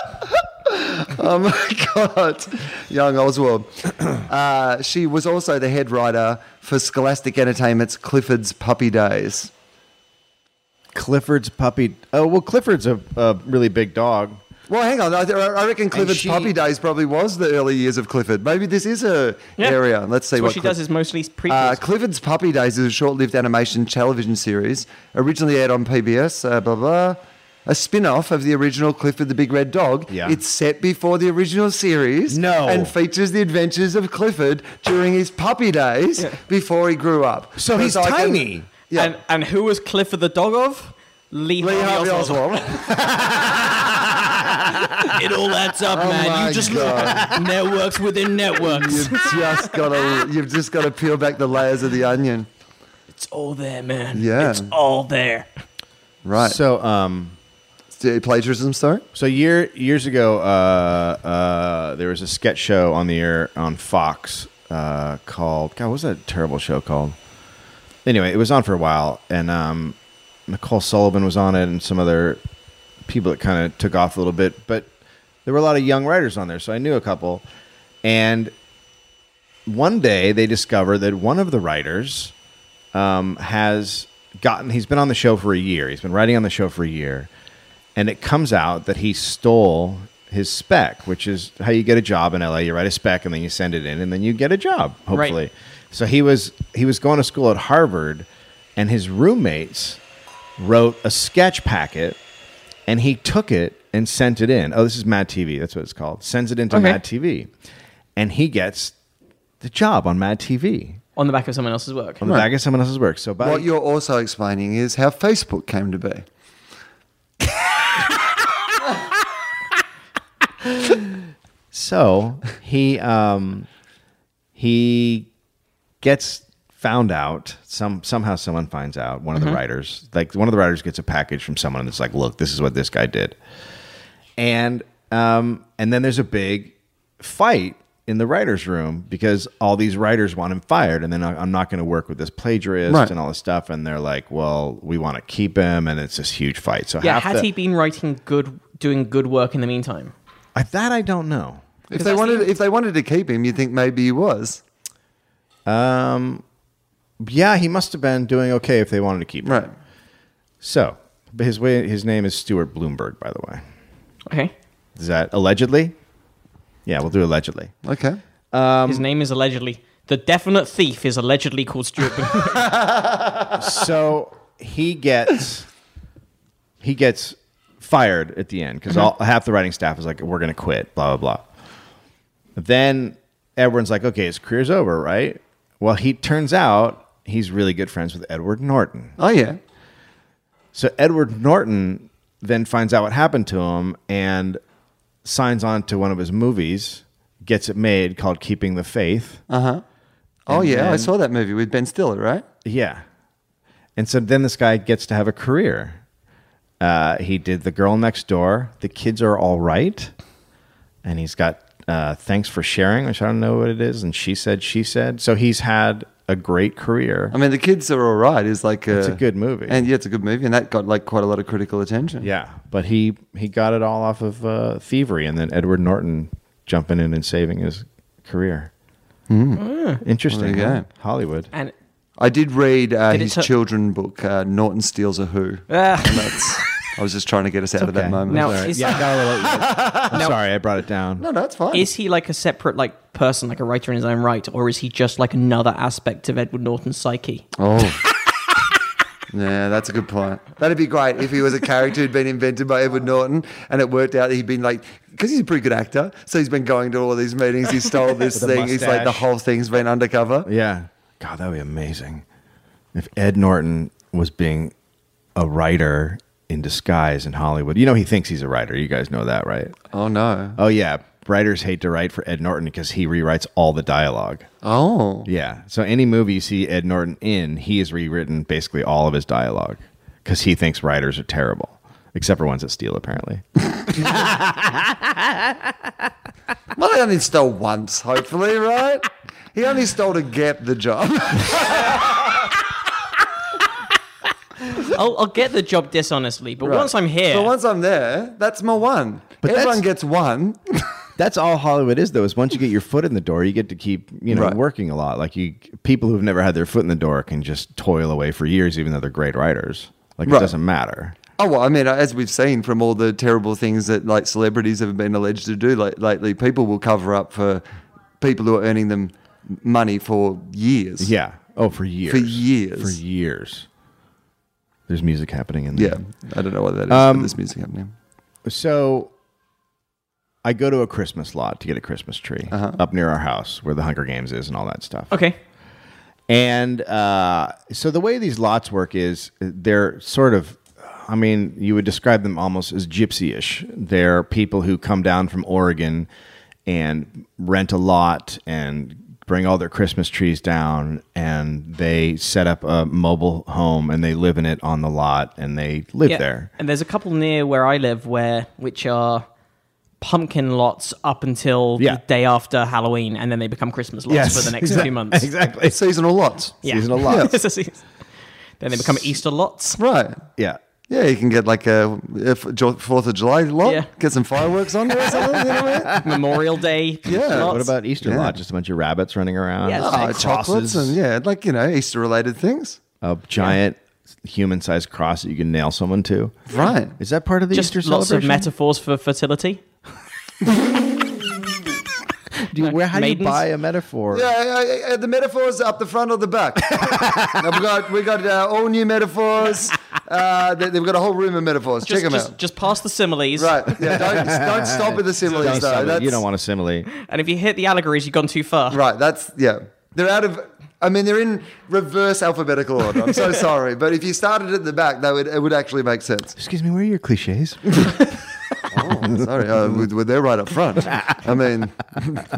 Speaker 2: Oh my god, young Oswald. *clears throat* Uh, she was also the head writer for Scholastic Entertainment's Clifford's Puppy Days.
Speaker 3: Clifford's puppy. Oh well, Clifford's a, a really big dog.
Speaker 2: Well, hang on. I, I reckon Clifford's
Speaker 4: she-
Speaker 2: puppy days probably was the early years of Clifford. Maybe this is a
Speaker 4: Yeah.
Speaker 2: area. Let's see
Speaker 4: what
Speaker 2: what
Speaker 4: she
Speaker 2: Cliff-
Speaker 4: does is mostly prequels.
Speaker 2: Uh, Clifford's Puppy Days is a short-lived animation television series originally aired on PBS. Uh, blah blah. A spin-off of the original Clifford the Big Red Dog.
Speaker 3: Yeah.
Speaker 2: It's set before the original series.
Speaker 3: No.
Speaker 2: And features the adventures of Clifford during his puppy days before he grew up.
Speaker 3: So he's
Speaker 2: Because I can-
Speaker 3: tiny.
Speaker 2: yeah.
Speaker 4: and, and who was Clifford the dog of? Lee,
Speaker 2: Lee Harvey
Speaker 4: Oswald.
Speaker 2: Oswald.
Speaker 4: It all adds up,
Speaker 2: Oh
Speaker 4: man.
Speaker 2: my
Speaker 4: You just
Speaker 2: God.
Speaker 4: look *laughs*
Speaker 2: *laughs*
Speaker 4: networks within networks.
Speaker 2: *laughs* You've just got to. You've just got to peel back the layers of the onion.
Speaker 4: it's all there, man.
Speaker 2: Yeah.
Speaker 4: It's all there.
Speaker 2: Right.
Speaker 3: So um,
Speaker 2: Did plagiarism start?
Speaker 3: So year years ago, uh, uh, there was a sketch show on the air on Fox uh, called God. What was that terrible show called? Anyway, it was on for a while, and um, Nicole Sullivan was on it, and some other people that kind of took off a little bit. But there were a lot of young writers on there, so I knew a couple. And one day, they discovered that one of the writers um, has gotten he's been on the show for a year he's been writing on the show for a year and it comes out that he stole his spec which is how you get a job in la you write a spec and then you send it in and then you get a job hopefully
Speaker 4: Right.
Speaker 3: so he was he was going to school at harvard and his roommates wrote a sketch packet and he took it and sent it in oh this is mad tv that's what it's called sends it into
Speaker 4: Okay.
Speaker 3: mad tv and he gets the job on mad tv
Speaker 4: On the back of someone else's work.
Speaker 3: on the back of someone else's work so by
Speaker 2: What you're also explaining is how Facebook came to be.
Speaker 3: So he um, he gets found out. Some somehow someone finds out. One of the writers, like one of the writers, gets a package from someone that's like, "Look, this is what this guy did," and um, and then there's a big fight in the writers' room because all these writers want him fired, and then I- I'm not going to work with this plagiarist
Speaker 2: Right.
Speaker 3: and all this stuff. And they're like, "Well, we want to keep him," and it's this huge fight. So
Speaker 4: Yeah,
Speaker 3: half
Speaker 4: had
Speaker 3: the-
Speaker 4: he been writing good, doing good work in the meantime?
Speaker 3: I, that I don't know.
Speaker 2: If they wanted, if they wanted to keep him, you would think maybe he was.
Speaker 3: yeah, he must have been doing okay if they wanted to keep him.
Speaker 2: Right.
Speaker 3: So, but his way, his name is Stuart Bloomberg, by the way.
Speaker 4: Okay.
Speaker 3: Is that allegedly? Yeah, we'll do allegedly.
Speaker 2: Okay. Um,
Speaker 4: His name is allegedly. The definite thief is allegedly called Stuart.
Speaker 2: *laughs*
Speaker 4: Bloomberg.
Speaker 3: so he gets he gets fired at the end because all half the writing staff is like, "We're going to quit," blah blah blah. Then everyone's like, "Okay, his career's over, right?" Well, he turns out he's really good friends with Edward Norton.
Speaker 2: Oh yeah.
Speaker 3: So Edward Norton then finds out what happened to him and signs on to one of his movies, gets it made called Keeping the Faith.
Speaker 2: Oh yeah. I
Speaker 3: then-
Speaker 2: saw that movie with Ben Stiller, right?
Speaker 3: Yeah. And so then this guy gets to have a career. Uh, he did The Girl Next Door, The Kids Are All Right, and he's got uh, Thanks for Sharing, which I don't know what it is, and She Said, She Said. So he's had a great career.
Speaker 2: I mean, the kids are all right. Is like a,
Speaker 3: It's a good movie.
Speaker 2: and yeah, it's a good movie, and that got like quite a lot of critical attention.
Speaker 3: Yeah, but he he got it all off of uh, thievery, and then Edward Norton jumping in and saving his career. Oh, Interesting,
Speaker 2: There you
Speaker 3: huh?
Speaker 2: go.
Speaker 3: Hollywood.
Speaker 4: and
Speaker 2: I did read uh,
Speaker 4: Did it
Speaker 2: his
Speaker 4: ta-
Speaker 2: children book, uh, Norton Steals a Who.
Speaker 4: Ah.
Speaker 2: And that's, I was just trying to get us out of that
Speaker 3: okay.
Speaker 2: moment.
Speaker 4: now
Speaker 3: All right.
Speaker 4: is,
Speaker 3: Yeah, I got a little- I'm sorry, I brought it down.
Speaker 2: no, no, it's fine.
Speaker 4: is he like a separate like person, like a writer in his own right, or is he just like another aspect of Edward Norton's psyche?
Speaker 2: Oh. Yeah, that's a good point. That'd be great if he was a character who'd been invented by Edward Norton and it worked out that he'd been like, because he's a pretty good actor. So he's been going to all these meetings. He stole this
Speaker 3: With a
Speaker 2: thing. He's like, the
Speaker 3: mustache.
Speaker 2: whole thing's been undercover.
Speaker 3: Yeah. God, that would be amazing. If Ed Norton was being a writer in disguise in Hollywood. You know he thinks he's a writer. You guys know that, right?
Speaker 2: Oh, no.
Speaker 3: Oh yeah. Writers hate to write for Ed Norton because he rewrites all the dialogue.
Speaker 2: Oh.
Speaker 3: Yeah. So any movie you see Ed Norton in, he has rewritten basically all of his dialogue because he thinks writers are terrible. Except for ones that steal, apparently.
Speaker 2: Well, he only stole once, hopefully, right? He only stole to get the job.
Speaker 4: I'll, I'll get the job dishonestly, but once I'm here,
Speaker 2: But once I'm there, that's my one.
Speaker 3: But
Speaker 2: Everyone
Speaker 3: that's-
Speaker 2: gets one.
Speaker 3: *laughs* That's all Hollywood is, though. Is once you get your foot in the door, you get to keep you know
Speaker 2: Right.
Speaker 3: working a lot. Like you, people who've never had their foot in the door can just toil away for years, even though they're great writers. Like
Speaker 2: Right.
Speaker 3: it doesn't matter.
Speaker 2: Oh well, I mean, as we've seen from all the terrible things that like celebrities have been alleged to do like, lately, people will cover up for people who are earning them money for years.
Speaker 3: Yeah. Oh, for years.
Speaker 2: For years.
Speaker 3: For years. There's music happening in there.
Speaker 2: yeah. I don't know what that is. but this music happening.
Speaker 3: So I go to a Christmas lot to get a Christmas tree up near our house where the Hunger Games is and all that stuff.
Speaker 4: okay,
Speaker 3: And uh, so the way these lots work is they're sort of, I mean, you would describe them almost as gypsy-ish. They're people who come down from Oregon and rent a lot and bring all their Christmas trees down and they set up a mobile home and they live in it on the lot and they live there.
Speaker 4: And there's a couple near where I live where which are pumpkin lots up until
Speaker 3: Yeah.
Speaker 4: the day after Halloween, and then they become Christmas lots for the next
Speaker 3: *laughs* exac-
Speaker 4: few months.
Speaker 3: Exactly.
Speaker 2: Seasonal lots. *laughs*
Speaker 4: Yeah. *laughs*
Speaker 3: Seasonal lots.
Speaker 4: It's a season. then they become
Speaker 3: *laughs*
Speaker 4: Easter lots.
Speaker 2: Right.
Speaker 3: Yeah.
Speaker 2: Yeah, you can get like a, a f- Jo- Fourth of July lot.
Speaker 4: Yeah.
Speaker 2: Get some fireworks on there or something. You know what
Speaker 4: *laughs*
Speaker 2: I mean?
Speaker 4: Memorial Day.
Speaker 2: Yeah.
Speaker 4: lots.
Speaker 3: What about Easter lot? Just a bunch of rabbits running around.
Speaker 4: Yeah,
Speaker 2: Oh,
Speaker 4: Like
Speaker 2: chocolates
Speaker 3: crosses.
Speaker 2: and yeah, like you know, Easter related things.
Speaker 3: a giant human-sized cross that you can nail someone to.
Speaker 2: Right.
Speaker 3: Is that part of the
Speaker 4: just
Speaker 3: Easter
Speaker 4: lots of
Speaker 3: celebration?
Speaker 4: metaphors for fertility?
Speaker 3: Do you, where, how do
Speaker 4: Maidens?
Speaker 3: you buy a metaphor?
Speaker 2: Yeah, I- I- I- the metaphors up the front or the
Speaker 3: *laughs*
Speaker 2: back. we got we got uh, all new
Speaker 3: *laughs*
Speaker 2: metaphors. Uh, they, they've got a whole room of metaphors.
Speaker 4: Just,
Speaker 2: Check them
Speaker 4: just,
Speaker 2: out.
Speaker 4: just pass the similes.
Speaker 2: Right.
Speaker 3: *laughs*
Speaker 2: Yeah. Don't, don't stop with the similes
Speaker 3: Don't
Speaker 2: though.
Speaker 3: stop it.
Speaker 2: uh, That's,
Speaker 3: you don't want a simile.
Speaker 4: And if you hit the allegories, you've gone too far.
Speaker 2: Right. That's yeah. They're out of. I mean, they're in reverse alphabetical order. I'm
Speaker 3: *laughs*
Speaker 2: so sorry, but if you started at the back, that would it would actually make
Speaker 3: *laughs*
Speaker 2: sense.
Speaker 3: Excuse me, where are your cliches?
Speaker 2: Oh, sorry, uh, we- we- they're right up front. I mean,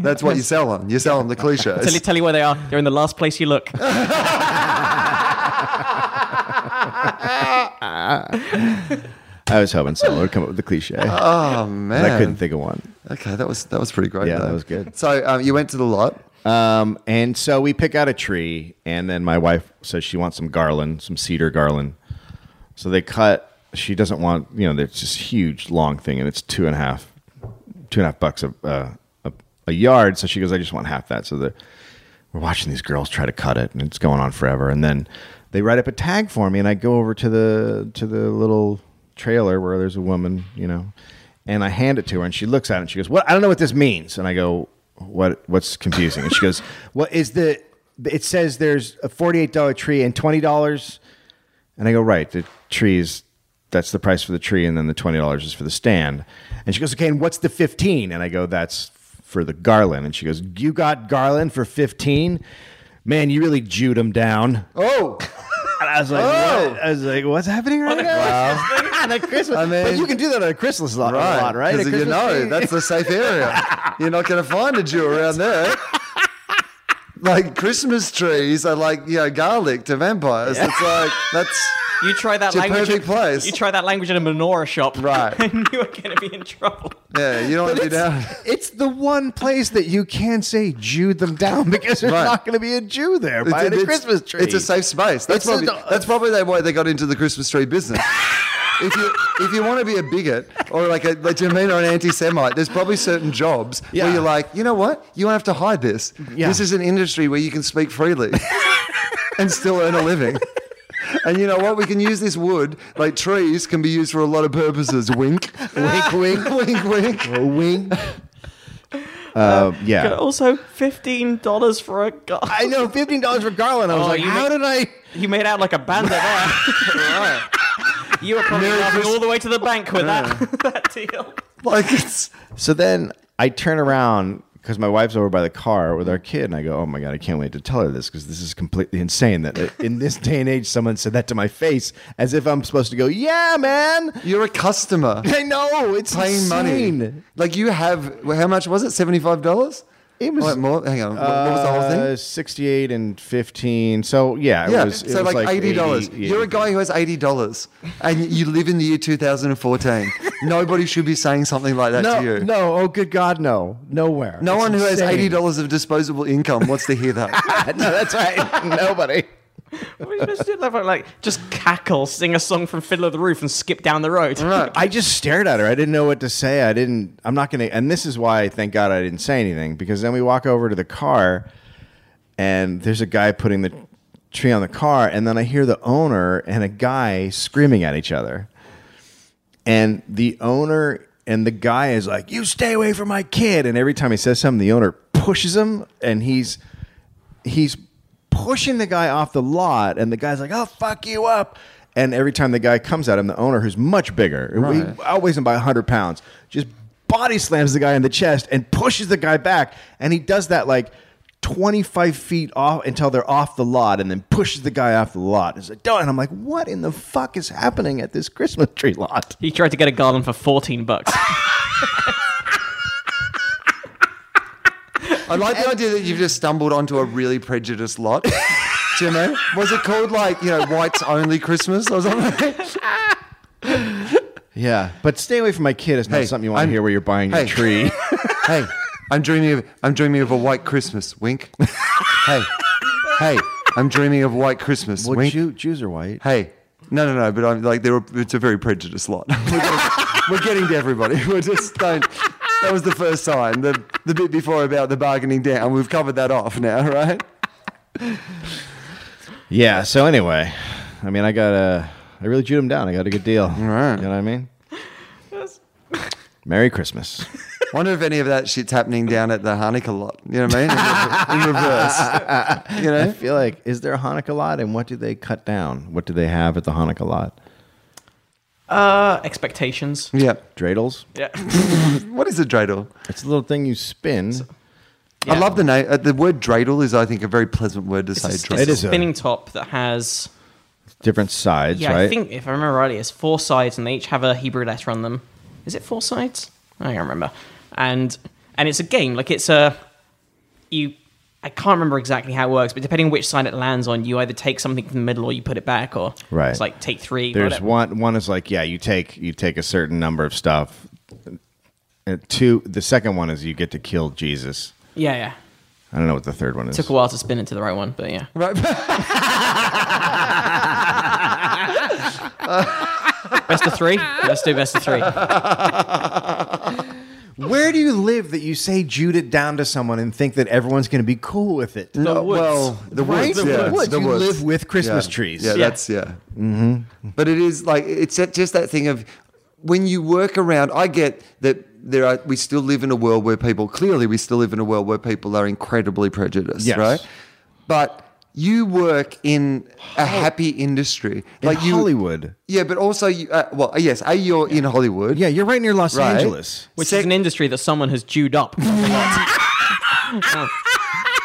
Speaker 2: that's
Speaker 3: *laughs*
Speaker 2: what you sell on. You sell on the
Speaker 4: Tell you,
Speaker 2: cliches.
Speaker 4: tell you where they are. They're in the last place
Speaker 2: *laughs*
Speaker 4: you look.
Speaker 3: I was hoping someone would come up with a cliche. *laughs*
Speaker 2: *laughs*
Speaker 3: but
Speaker 2: Oh man,
Speaker 3: I couldn't think of one.
Speaker 2: Okay, that was that was pretty great.
Speaker 3: Yeah,
Speaker 2: though.
Speaker 3: that was good.
Speaker 2: So um, you went to the lot.
Speaker 3: Um, and so we pick out a tree, and then my wife says she wants some garland, some cedar garland. So they cut. She doesn't want, you know, there's this huge long thing, and it's two and a half, two and a half bucks a uh, a, a yard. So she goes, I just want half that. So the we're watching these girls try to cut it and it's going on forever and then they write up a tag for me and i go over to the to the little trailer where there's a woman you know and i hand it to her and she looks at it and she goes what i don't know what this means and i go what what's confusing and she goes what is the it says there's a $48 tree and $20 and I go, right, the trees, that's the price for the tree, and then the $20 is for the stand. And she goes, okay, and what's the 15? And I go, that's for the garland. And she goes, you got garland for 15? Man, you really jewed him down.
Speaker 2: Oh,
Speaker 3: And I was like,
Speaker 2: Oh.
Speaker 3: what? I was like, what's happening right now? *laughs* on a Christmas,
Speaker 2: I mean-
Speaker 3: but you can do that on a Christmas lot, right? Lot, right? A
Speaker 2: Because you
Speaker 3: Christmas
Speaker 2: know
Speaker 3: tree. *laughs*
Speaker 2: that's the safe area. You're not going to find a Jew around there. Like Christmas trees are like you know garlic to vampires. It's like that's
Speaker 4: You try that
Speaker 2: a
Speaker 4: language.
Speaker 2: perfect place.
Speaker 4: You try that language in a menorah shop,
Speaker 2: Right.
Speaker 4: *laughs* and you are going to be in trouble.
Speaker 2: yeah. You don't want to be down.
Speaker 3: it's, it's the one place that you can say Jew them down *laughs* because there's
Speaker 2: Right.
Speaker 3: not going to be a Jew there by the Christmas tree.
Speaker 2: It's a safe space. That's
Speaker 3: It's a
Speaker 2: probably
Speaker 3: do-
Speaker 2: that's probably the why they got into the Christmas tree
Speaker 3: *laughs*
Speaker 2: business. if you if you want to be a bigot or like a like you mean or an anti-Semite, there's probably certain jobs
Speaker 3: Yeah.
Speaker 2: where you're like, you know what, you won't have to hide this.
Speaker 3: Yeah.
Speaker 2: This is an industry where you can speak
Speaker 3: *laughs*
Speaker 2: freely and still earn a living. And you know what? We can use this wood. Like trees can be used for a lot of purposes.
Speaker 3: *laughs*
Speaker 2: Wink, wink, wink, *laughs* wink, wink.
Speaker 3: a wing. Uh, yeah.
Speaker 4: Also, fifteen dollars for a guy.
Speaker 3: I know fifteen dollars for Garland. I was
Speaker 4: Oh,
Speaker 3: like,
Speaker 4: you
Speaker 3: how
Speaker 4: make-
Speaker 3: did I?
Speaker 4: You made out like a bandit there. *laughs* You were probably laughing all the way to the bank with that, *laughs* that deal.
Speaker 2: Like it's
Speaker 3: So then I turn around because my wife's over by the car with our kid, and I go, "Oh my god, I can't wait to tell her this because this is completely insane that in this day and age someone said that to my face as if I'm supposed to go, yeah, man,
Speaker 2: you're a customer
Speaker 3: I know it's
Speaker 2: paying money.
Speaker 3: insane.
Speaker 2: Like you have how much was it? Seventy five dollars.
Speaker 3: It was
Speaker 2: Wait, more? Hang on. What, what was the whole thing?
Speaker 3: Uh, Sixty-eight and fifteen. So yeah, it
Speaker 2: yeah,
Speaker 3: was, it
Speaker 2: so
Speaker 3: was
Speaker 2: like eighty dollars.
Speaker 3: 80,
Speaker 2: You're a guy who has eighty dollars, and you live in the year 2014. Nobody should be saying something like that
Speaker 3: No,
Speaker 2: to you.
Speaker 3: no. Oh, good God, no, nowhere.
Speaker 2: No
Speaker 3: It's
Speaker 2: one who has
Speaker 3: insane.
Speaker 2: eighty dollars of disposable income wants to hear that.
Speaker 3: *laughs* no, that's right. *laughs* Nobody.
Speaker 4: What are you supposed to do? Like, like, just cackle, sing a song from Fiddler of the Roof, and skip down the road.
Speaker 2: right.
Speaker 3: I just stared at her. I didn't know what to say. I didn't. I'm not gonna. And this is why, thank God, I didn't say anything because then we walk over to the car, and there's a guy putting the tree on the car, and then I hear the owner and a guy screaming at each other, and the owner and the guy is like, "You stay away from my kid!" And every time he says something, the owner pushes him, and he's he's pushing the guy off the lot, and the guy's like, "I'll fuck you up." And every time the guy comes at him, the owner, who's much bigger, we outweighs him by 100 pounds, just body slams the guy in the chest and pushes the guy back. And he does that like 25 feet off until they're off the lot and then pushes the guy off the lot. It's like, "Don't-" and I'm like, what in the fuck is happening at this Christmas tree lot?
Speaker 4: He tried to get a garland for
Speaker 2: *laughs*
Speaker 4: fourteen bucks.
Speaker 2: I like the idea that you've just stumbled onto a really prejudiced lot. Do you know? Was it called like you know whites only Christmas or something?
Speaker 3: Yeah. But stay away from my kid is not
Speaker 2: Hey,
Speaker 3: something you want
Speaker 2: I'm-
Speaker 3: to hear where you're buying
Speaker 2: Hey.
Speaker 3: your tree.
Speaker 2: hey, I'm dreaming of I'm dreaming of a white Christmas. Wink. hey, hey, I'm dreaming of white Christmas.
Speaker 3: *laughs* well,
Speaker 2: wink.
Speaker 3: Jew- Jews are white.
Speaker 2: Hey, no, no, no. But I'm like, there. It's a very prejudiced lot. we're, getting, we're getting to everybody. We're just don't. That was the first sign. The the bit before about the bargaining down. We've covered that off now, right?
Speaker 3: Yeah. So anyway, I mean, I got a, I really chewed him down. I got a good deal.
Speaker 2: right.
Speaker 3: You know what I mean? Merry Christmas.
Speaker 2: Wonder if any of that shit's happening down at the Hanukkah lot. You know what I mean? In, reverse. You
Speaker 3: I
Speaker 2: know.
Speaker 3: feel like is there a Hanukkah lot, and what do they cut down? What do they have at the Hanukkah lot?
Speaker 4: Uh, expectations.
Speaker 2: Yeah.
Speaker 3: Dreidels.
Speaker 4: Yeah.
Speaker 2: What is a dreidel?
Speaker 3: It's a little thing you spin.
Speaker 2: I love the name. Uh, the word dreidel is, I think, a very pleasant word to say.
Speaker 4: It's a,
Speaker 2: dreidel.
Speaker 4: it's
Speaker 3: It
Speaker 4: a
Speaker 3: is a-
Speaker 4: spinning top that has.
Speaker 3: Different sides,
Speaker 4: Yeah,
Speaker 3: right?
Speaker 4: I think if I remember rightly, it's four sides, and they each have a Hebrew letter on them. Is it four sides? I can't remember. And and it's a game. Like it's a you. I can't remember exactly how it works, but depending on which side it lands on, you either take something from the middle or you put it back, or
Speaker 3: Right.
Speaker 4: it's like take three.
Speaker 3: There's
Speaker 4: whatever.
Speaker 3: one. One is like, yeah, you take you take a certain number of stuff. And two. The second one is you get to kill Jesus.
Speaker 4: Yeah, yeah.
Speaker 3: I don't know what the third one is.
Speaker 4: Took a while to spin into the right one, but yeah. best of three. Let's do best of three.
Speaker 3: Where do you live that you say Jude it down to someone and think that everyone's going to be cool with it?
Speaker 2: No,
Speaker 4: woods.
Speaker 2: Uh, Well, the
Speaker 3: Right?
Speaker 2: woods.
Speaker 3: The
Speaker 2: yeah,
Speaker 3: woods.
Speaker 2: The
Speaker 3: You
Speaker 2: woods.
Speaker 3: live with Christmas
Speaker 2: Yeah.
Speaker 3: trees.
Speaker 2: Yeah,
Speaker 3: Yeah.
Speaker 2: that's yeah. Mm-hmm. But it is like it's that- just that thing of when you work around. I get that there are. We still live in a world where people clearly we still live in a world where people are incredibly prejudiced,
Speaker 3: Yes.
Speaker 2: right? But you work in a happy industry, like you,
Speaker 3: Hollywood.
Speaker 2: Yeah, but also you. Uh, well, yes, a you're in Hollywood.
Speaker 3: Yeah, you're right near Los
Speaker 2: Right.
Speaker 3: Angeles.
Speaker 4: Which is an industry that someone has chewed *laughs* up. Oh,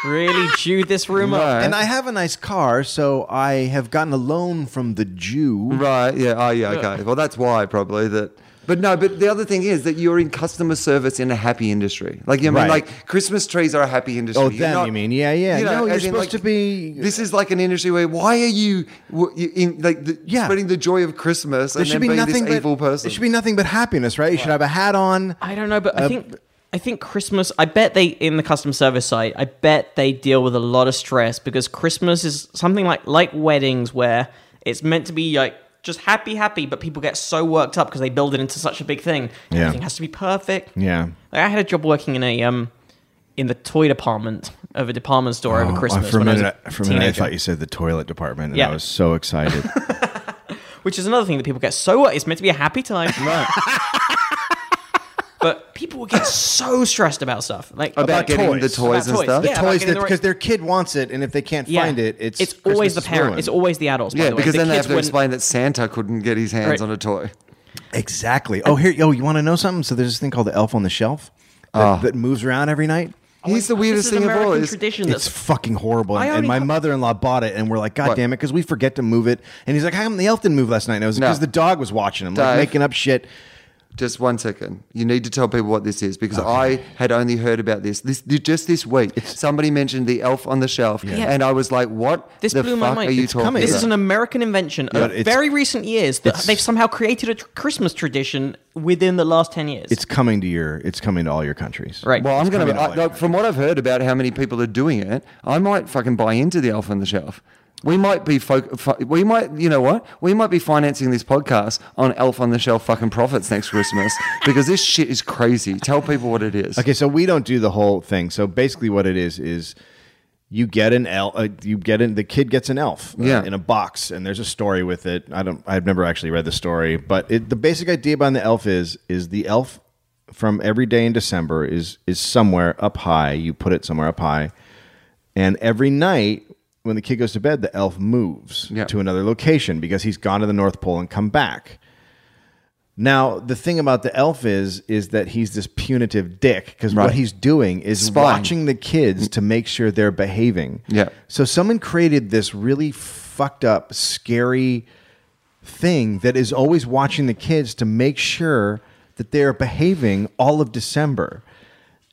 Speaker 4: really chewed this room up.
Speaker 3: And I have a nice car, so I have gotten a loan from the Jew.
Speaker 2: Right. Yeah. Oh, yeah. Okay. Well, that's why probably that. But no. But the other thing is that you're in customer service in a happy industry. Like you know, I mean,
Speaker 3: Right.
Speaker 2: like Christmas trees are a happy industry.
Speaker 3: Oh,
Speaker 2: You're
Speaker 3: them,
Speaker 2: not-
Speaker 3: you mean. Yeah, yeah. No, you're
Speaker 2: as in,
Speaker 3: supposed to be-
Speaker 2: This is like an industry where why are you w- you- in like the,
Speaker 3: Yeah.
Speaker 2: spreading the joy of Christmas
Speaker 3: There
Speaker 2: and then
Speaker 3: should be
Speaker 2: being this
Speaker 3: nothing but
Speaker 2: evil person?
Speaker 3: There should be nothing but happiness, right? You should have a hat on.
Speaker 4: I don't know, but I think I think Christmas. I bet they in the customer service side. I bet they deal with a lot of stress because Christmas is something like like weddings where it's meant to be like just happy, happy, but people get so worked up because they build it into such a big thing.
Speaker 3: Yeah.
Speaker 4: Everything has to be perfect.
Speaker 3: Yeah.
Speaker 4: Like, I had a job working in a um in the toy department of a department store over Christmas
Speaker 3: Oh, for a
Speaker 4: when
Speaker 3: minute,
Speaker 4: Oh, I was a
Speaker 3: for a minute I
Speaker 4: teenager.
Speaker 3: thought you said the toilet department, and
Speaker 4: Yeah.
Speaker 3: I was so excited. *laughs*
Speaker 4: which is another thing that people get so it's meant to be a happy time but people will get so stressed about stuff like
Speaker 2: about,
Speaker 3: About
Speaker 2: getting
Speaker 3: toys.
Speaker 2: the toys
Speaker 4: About
Speaker 2: and
Speaker 4: toys,
Speaker 2: stuff.
Speaker 4: yeah. about
Speaker 3: toys
Speaker 4: getting the
Speaker 3: because
Speaker 4: right-
Speaker 3: their kid wants it, and if they can't
Speaker 4: yeah.
Speaker 3: find it, it's
Speaker 4: always
Speaker 3: Christmas
Speaker 4: the
Speaker 3: is
Speaker 4: parent
Speaker 3: ruined.
Speaker 4: it's always the adults by
Speaker 2: Yeah,
Speaker 4: the way.
Speaker 2: because
Speaker 4: The
Speaker 2: then they
Speaker 4: kids
Speaker 2: have to
Speaker 4: wouldn't-
Speaker 2: explain that Santa couldn't get his hands
Speaker 4: Right.
Speaker 2: on a toy.
Speaker 3: exactly. Oh, here, yo, you want to know something? So there's this thing called the Elf on the Shelf that, that moves around every night.
Speaker 2: He's the
Speaker 4: This
Speaker 2: weirdest
Speaker 4: is an
Speaker 2: thing of all.
Speaker 4: American
Speaker 2: It's-
Speaker 4: tradition
Speaker 3: It's
Speaker 4: that's
Speaker 3: fucking horrible.
Speaker 4: I
Speaker 3: And,
Speaker 4: already
Speaker 3: my
Speaker 4: have-
Speaker 3: mother-in-law bought it, and we're like, God
Speaker 2: What?
Speaker 3: damn it, because we forget to move it. And he's like, How come the elf didn't move last night? And I was
Speaker 2: No.
Speaker 3: because the dog was watching him, like
Speaker 2: Dave.
Speaker 3: making up shit.
Speaker 2: Just one second. You need to tell people what this is because I had only heard about this. This just this week. somebody mentioned the Elf on the Shelf, and I was like, "What?
Speaker 4: this
Speaker 2: the
Speaker 4: blew
Speaker 2: fuck
Speaker 4: my mind
Speaker 2: Are you
Speaker 4: It's
Speaker 2: talking
Speaker 3: coming.
Speaker 4: this
Speaker 2: about?
Speaker 4: is an american invention
Speaker 3: Yeah,
Speaker 4: of
Speaker 3: it's-
Speaker 4: very recent years that
Speaker 3: it's-
Speaker 4: they've somehow created a tr- christmas tradition within the last 10 years
Speaker 3: It's coming to your. It's coming to all your countries.
Speaker 4: right
Speaker 2: Well, I'm gonna.
Speaker 3: coming
Speaker 2: I,
Speaker 3: out
Speaker 2: like,
Speaker 3: later.
Speaker 2: from what I've heard about how many people are doing it, I might fucking buy into the Elf on the Shelf. We might be folk. Fo- we might. You know what? We might be financing this podcast on Elf on the Shelf fucking profits next Christmas because this shit is crazy. Tell people what it is.
Speaker 3: Okay, so we don't do the whole thing. So basically, what it is is you get an elf. Uh, you get in the kid gets an elf uh,
Speaker 2: Yeah.
Speaker 3: in a box, and there's a story with it. I don't. I've never actually read the story, but it, the basic idea behind the elf is is the elf from every day in December is is somewhere up high. You put it somewhere up high, and every night. When the kid goes to bed, the elf moves
Speaker 2: Yeah.
Speaker 3: to another location because he's gone to the North Pole and come back. Now, the thing about the elf is is that he's this punitive dick because what
Speaker 2: Right.
Speaker 3: he's doing is
Speaker 2: Spying.
Speaker 3: watching the kids to make sure they're behaving.
Speaker 2: Yeah.
Speaker 3: So someone created this really fucked up, scary thing that is always watching the kids to make sure that they're behaving all of December.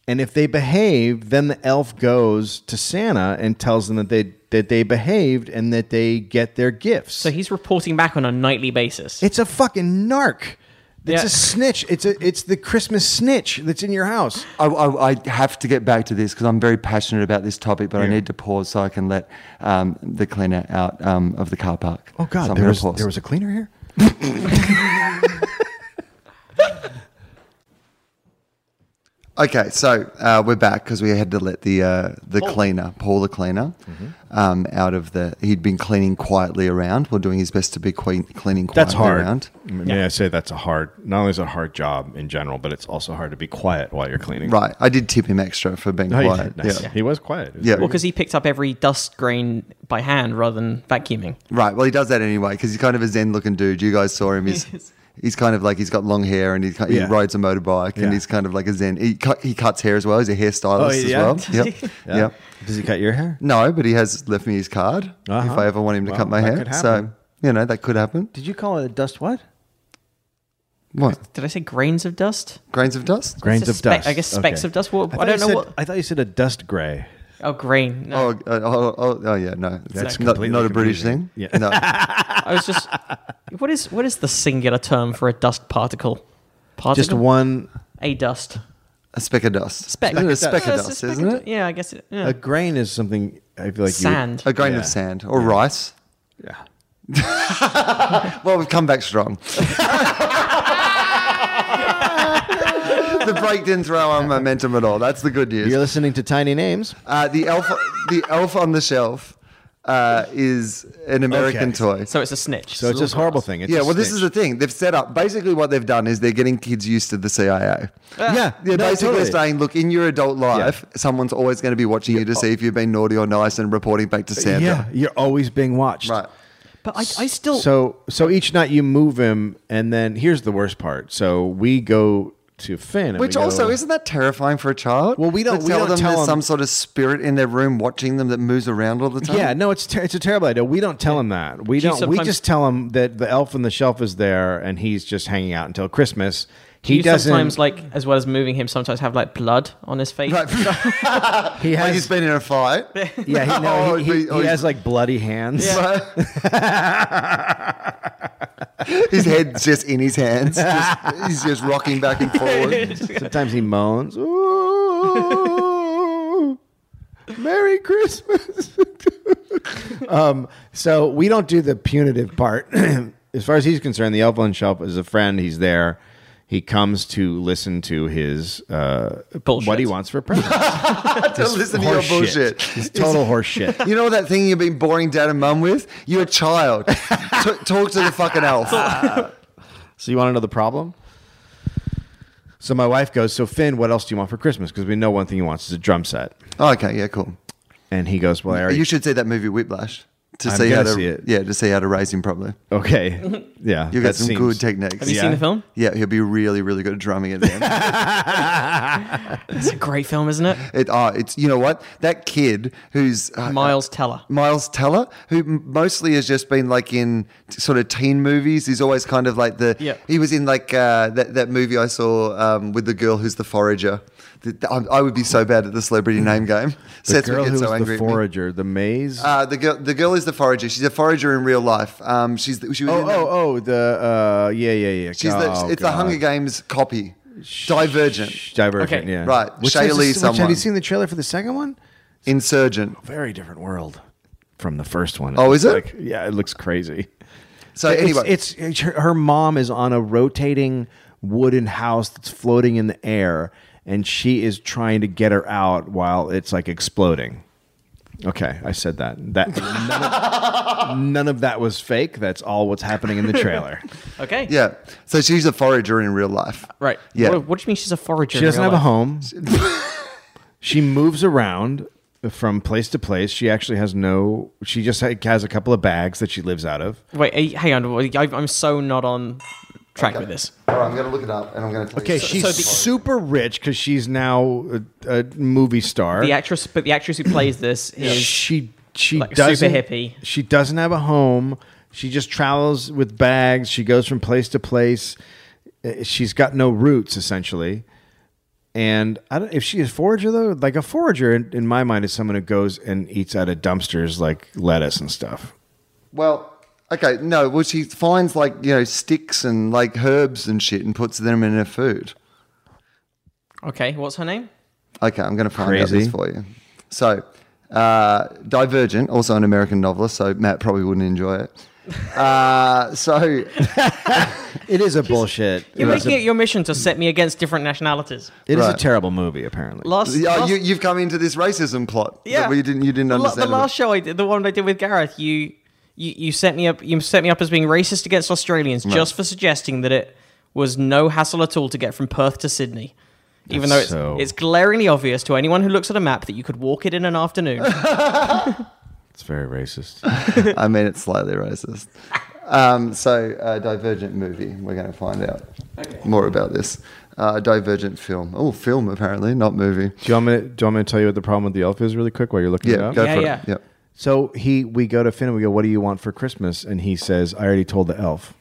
Speaker 3: And if they behave, then the elf goes to Santa and tells them that they that they behaved and that they get their gifts.
Speaker 4: so he's reporting back on a nightly basis
Speaker 3: It's a fucking narc. It's
Speaker 4: Yeah.
Speaker 3: a snitch. It's a it's the Christmas snitch that's in your house.
Speaker 2: I, I, I have to get back to this because I'm very passionate about this topic, but I need to pause so I can let um, the cleaner out um, of the car park.
Speaker 3: Oh
Speaker 2: So
Speaker 3: god,
Speaker 2: I'm
Speaker 3: there
Speaker 2: gonna
Speaker 3: was
Speaker 2: pause.
Speaker 3: there was a cleaner here.
Speaker 2: Okay, so uh, we're back because we had to let the uh, the cleaner, Paul the cleaner,
Speaker 3: Mm-hmm.
Speaker 2: um, out of the. He'd been cleaning quietly around, or doing his best to be clean, cleaning quietly
Speaker 3: That's hard.
Speaker 2: around.
Speaker 3: May I say that's a hard? Not only is it a hard job in general, but it's also hard to be quiet while you're cleaning.
Speaker 2: Right, I did tip him extra for being quiet. yeah.
Speaker 3: He was quiet.
Speaker 2: Yeah.
Speaker 4: well, because he picked up every dust grain by hand rather than vacuuming.
Speaker 2: Right. Well, he does that anyway because he's kind of a zen looking dude. You guys saw him. He's
Speaker 4: Yes.
Speaker 2: he's kind of like he's got long hair and he's, ki-
Speaker 3: Yeah.
Speaker 2: he rides a motorbike
Speaker 3: Yeah.
Speaker 2: and he's kind of like a zen. He, cut, he cuts hair as well. He's a hairstylist
Speaker 3: Oh,
Speaker 2: as
Speaker 3: yeah? *laughs*
Speaker 2: well.
Speaker 3: Does
Speaker 2: Yep.
Speaker 3: Yeah.
Speaker 2: Yep.
Speaker 3: Does he cut your hair?
Speaker 2: No, but he has left me his card
Speaker 3: Uh-huh.
Speaker 2: if I ever want him to
Speaker 3: Well,
Speaker 2: cut my
Speaker 3: that
Speaker 2: hair.
Speaker 3: could
Speaker 2: So
Speaker 3: happen.
Speaker 2: you know that could happen.
Speaker 5: Did you call it a dust what?
Speaker 2: What
Speaker 4: Did I say grains of dust?
Speaker 2: grains of dust?
Speaker 3: Grains
Speaker 4: It's a
Speaker 3: of
Speaker 4: speck-
Speaker 3: dust.
Speaker 4: I guess specks of dust. Well, I
Speaker 3: thought
Speaker 4: don't
Speaker 3: you
Speaker 4: know
Speaker 3: said-
Speaker 4: what-
Speaker 3: I thought you said a dust gray.
Speaker 4: Oh, grain. No,
Speaker 2: Oh, uh, oh, oh, oh, yeah, no,
Speaker 3: That's
Speaker 2: not,
Speaker 3: completely
Speaker 2: not a British
Speaker 3: confusing.
Speaker 2: thing.
Speaker 3: Yeah.
Speaker 2: No,
Speaker 4: I was
Speaker 3: *laughs*
Speaker 4: just. What is what is the singular term for a dust particle? Particle.
Speaker 3: Just one.
Speaker 4: A dust.
Speaker 2: a speck of dust.
Speaker 4: Speck.
Speaker 2: Isn't it a speck of
Speaker 4: Yeah, it's a
Speaker 2: dust,
Speaker 4: speck
Speaker 2: isn't
Speaker 4: of
Speaker 2: it?
Speaker 4: du- Yeah, I guess it. Yeah.
Speaker 3: A grain is something I feel like you would-
Speaker 4: Sand.
Speaker 2: A grain
Speaker 3: Yeah.
Speaker 2: of sand or rice.
Speaker 3: yeah. *laughs*
Speaker 2: Well, we've come back strong. the break didn't throw on momentum at all. That's the good news.
Speaker 3: You're listening to Tiny Names.
Speaker 2: Uh, the elf, the elf on the shelf, uh, is an American
Speaker 3: Okay.
Speaker 2: toy.
Speaker 4: So it's a snitch.
Speaker 3: So it's this horrible thing. It's
Speaker 2: yeah,
Speaker 3: a
Speaker 2: well, this is
Speaker 3: snitch.
Speaker 2: the thing. They've set up basically what they've done is they're getting kids used to the CIA.
Speaker 3: yeah.
Speaker 2: They're
Speaker 3: Ah, no,
Speaker 2: basically
Speaker 3: totally.
Speaker 2: saying, look, in your adult life, someone's always going to be watching you to see if you've been naughty or nice and reporting back to Santa.
Speaker 3: Yeah, you're always being watched.
Speaker 2: Right.
Speaker 4: but I, I still.
Speaker 3: So so each night you move him, and then here's the worst part. So we go to Finn, and
Speaker 2: Which
Speaker 3: we go-
Speaker 2: also isn't that terrifying for a child?
Speaker 3: Well, we don't-
Speaker 2: To
Speaker 3: we
Speaker 2: tell
Speaker 3: don't
Speaker 2: them
Speaker 3: tell
Speaker 2: there's
Speaker 3: them-
Speaker 2: some sort of spirit in their room watching them that moves around all the time. *laughs*
Speaker 3: Yeah, no, it's ter- it's a terrible idea. We don't tell him that. We
Speaker 4: Do you
Speaker 3: don't. We
Speaker 4: sometimes-
Speaker 3: just tell him that the elf on the shelf is there, and he's just hanging out until Christmas.
Speaker 4: he
Speaker 3: He doesn't.
Speaker 4: sometimes like as well as moving him sometimes have like blood on his face
Speaker 2: Right.
Speaker 3: he
Speaker 2: like
Speaker 3: has.
Speaker 2: he's been in a
Speaker 3: *laughs*
Speaker 2: fight.
Speaker 3: yeah, he,
Speaker 2: *laughs*
Speaker 3: no,
Speaker 2: Oh,
Speaker 3: he, he,
Speaker 2: but- oh,
Speaker 3: he
Speaker 2: he's-
Speaker 3: has like bloody hands.
Speaker 2: His head's just in his hands. Just, he's just rocking back and forward.
Speaker 3: *laughs* Sometimes he moans. Ooh, Merry Christmas. *laughs* um, so we don't do the punitive part. *clears throat* as far as he's concerned, the elf on the shelf is a friend. He's there. He comes to listen to his uh,
Speaker 4: Bullshit.
Speaker 3: what he wants
Speaker 2: *laughs*
Speaker 3: for presents.
Speaker 2: Don't listen to your
Speaker 3: Horse shit.
Speaker 2: bullshit.
Speaker 3: It's total horseshit.
Speaker 2: You know that thing you've been boring dad and mum with? You're a
Speaker 3: *laughs*
Speaker 2: child. T- talk to the fucking elf.
Speaker 3: So you want to know the problem? So my wife goes, so Finn, what else do you want for Christmas? Because we know one thing he wants is a drum set.
Speaker 2: Oh, okay, yeah, cool.
Speaker 3: And he goes, well, I already
Speaker 2: You should see that movie Whiplash to
Speaker 3: I'm
Speaker 2: see how
Speaker 3: gonna
Speaker 2: to
Speaker 3: see it.
Speaker 2: yeah to see how to raise him properly. *laughs*
Speaker 3: okay, yeah,
Speaker 2: You'll get
Speaker 3: that
Speaker 2: some
Speaker 3: seems-
Speaker 2: good techniques.
Speaker 4: have you
Speaker 2: yeah.
Speaker 4: seen
Speaker 3: Yeah.
Speaker 4: the film
Speaker 2: he'll be really, really good at drumming at the end.
Speaker 3: *laughs*
Speaker 4: it's a great film isn't it
Speaker 2: It, oh, it's you know what that kid who's uh,
Speaker 4: miles teller
Speaker 2: Miles Teller, who m- mostly has just been like in t- sort of teen movies. He's always kind of like the.
Speaker 4: Yeah.
Speaker 2: He was in like uh, that, that movie I saw um, with the girl who's the forager. The- the- I, I would be so bad at the celebrity
Speaker 3: *laughs*
Speaker 2: name game.
Speaker 3: The
Speaker 2: Seth would
Speaker 3: girl
Speaker 2: get
Speaker 3: who
Speaker 2: so
Speaker 3: was
Speaker 2: angry
Speaker 3: the
Speaker 2: at me.
Speaker 3: forager, the maze.
Speaker 2: Uh, the girl, the girl is the forager. She's a forager in real life. Um, she's the, she was in
Speaker 3: oh,
Speaker 2: that-
Speaker 3: oh, oh, the uh, yeah, yeah, yeah.
Speaker 2: she's the,
Speaker 3: Oh,
Speaker 2: it's the
Speaker 3: God.
Speaker 2: Hunger Games copy, Divergent,
Speaker 3: Shh, Divergent,
Speaker 4: Okay.
Speaker 3: yeah,
Speaker 2: Right,
Speaker 3: one's
Speaker 2: Shaylee
Speaker 3: this- have you
Speaker 2: someone.
Speaker 3: seen the trailer for the second one?
Speaker 2: Insurgent.
Speaker 3: Very different world from the first one.
Speaker 2: Oh, is
Speaker 3: looks
Speaker 2: it?
Speaker 3: Like, yeah, it looks crazy.
Speaker 2: So
Speaker 3: It's-
Speaker 2: anyway,
Speaker 3: it's, it's her, her mom is on a rotating wooden house that's floating in the air, and she is trying to get her out while it's like exploding. Okay, I said that. That none *laughs* of, none of that was fake. That's all what's happening in the *laughs* trailer.
Speaker 4: okay
Speaker 2: yeah. So she's a forager in real life.
Speaker 4: right
Speaker 2: Yeah.
Speaker 4: what, what do you mean she's a forager
Speaker 3: She
Speaker 4: in
Speaker 3: doesn't
Speaker 4: real
Speaker 3: have a
Speaker 4: life?
Speaker 3: home. *laughs* she moves around from place to place. She actually has no. She just ha- has a couple of bags that she lives out of.
Speaker 4: wait eh, hang on wait, I, i'm so not on track with this
Speaker 2: All right, I'm gonna look it up and I'm gonna. Tell
Speaker 3: Okay,
Speaker 2: you
Speaker 3: she's
Speaker 4: so the-
Speaker 3: super rich because she's now a, a movie star.
Speaker 4: the actress but the actress who plays this is
Speaker 3: she she
Speaker 4: Like a super
Speaker 3: doesn't
Speaker 4: hippie.
Speaker 3: She doesn't have a home. She just travels with bags. She goes from place to place. Uh, She's got no roots essentially. And I don't if she is forager though. Like a forager in, in my mind is someone who goes and eats out of dumpsters like lettuce and stuff.
Speaker 2: Well, okay, no. Well, she finds like you know sticks and like herbs and shit and puts them in her food.
Speaker 4: okay what's her name
Speaker 2: Okay, I'm going to find
Speaker 3: Crazy.
Speaker 2: out this for you. So, uh, Divergent, also an American novelist, so Matt probably wouldn't enjoy it. Uh, *laughs* so,
Speaker 3: It is a bullshit.
Speaker 4: you're
Speaker 3: it is
Speaker 4: making
Speaker 3: a,
Speaker 4: it your mission to set me against different nationalities
Speaker 3: it is a
Speaker 2: Right.
Speaker 3: terrible movie apparently.
Speaker 4: last,
Speaker 2: yeah,
Speaker 4: last-
Speaker 2: you, you've come into this racism plot.
Speaker 4: Yeah,
Speaker 2: that we didn't. You didn't
Speaker 4: The la-
Speaker 2: understand.
Speaker 4: The
Speaker 2: about-
Speaker 4: last show I did, the one I did with Gareth, you you, you set me up. You set me up as being racist against Australians just for suggesting that it was no hassle at all to get from Perth to Sydney. Even though it's,
Speaker 3: That's so-
Speaker 4: it's glaringly obvious to anyone who looks at a map that you could walk it in
Speaker 2: *laughs*
Speaker 4: an afternoon.
Speaker 3: It's very racist.
Speaker 2: I mean, it's slightly racist. Um, so, uh, Divergent movie. We're going to find out more about this. Uh, Divergent film. Oh, film apparently, not movie.
Speaker 3: do you want me? To, do you want me to tell you what the problem with the elf is really quick while you're looking
Speaker 2: Yeah,
Speaker 3: it up?
Speaker 2: go
Speaker 4: Yeah,
Speaker 2: for
Speaker 4: yeah.
Speaker 2: it. Yep.
Speaker 3: So he, we go to Finn and we go, "What do you want for Christmas?" And he says, "I already told the elf."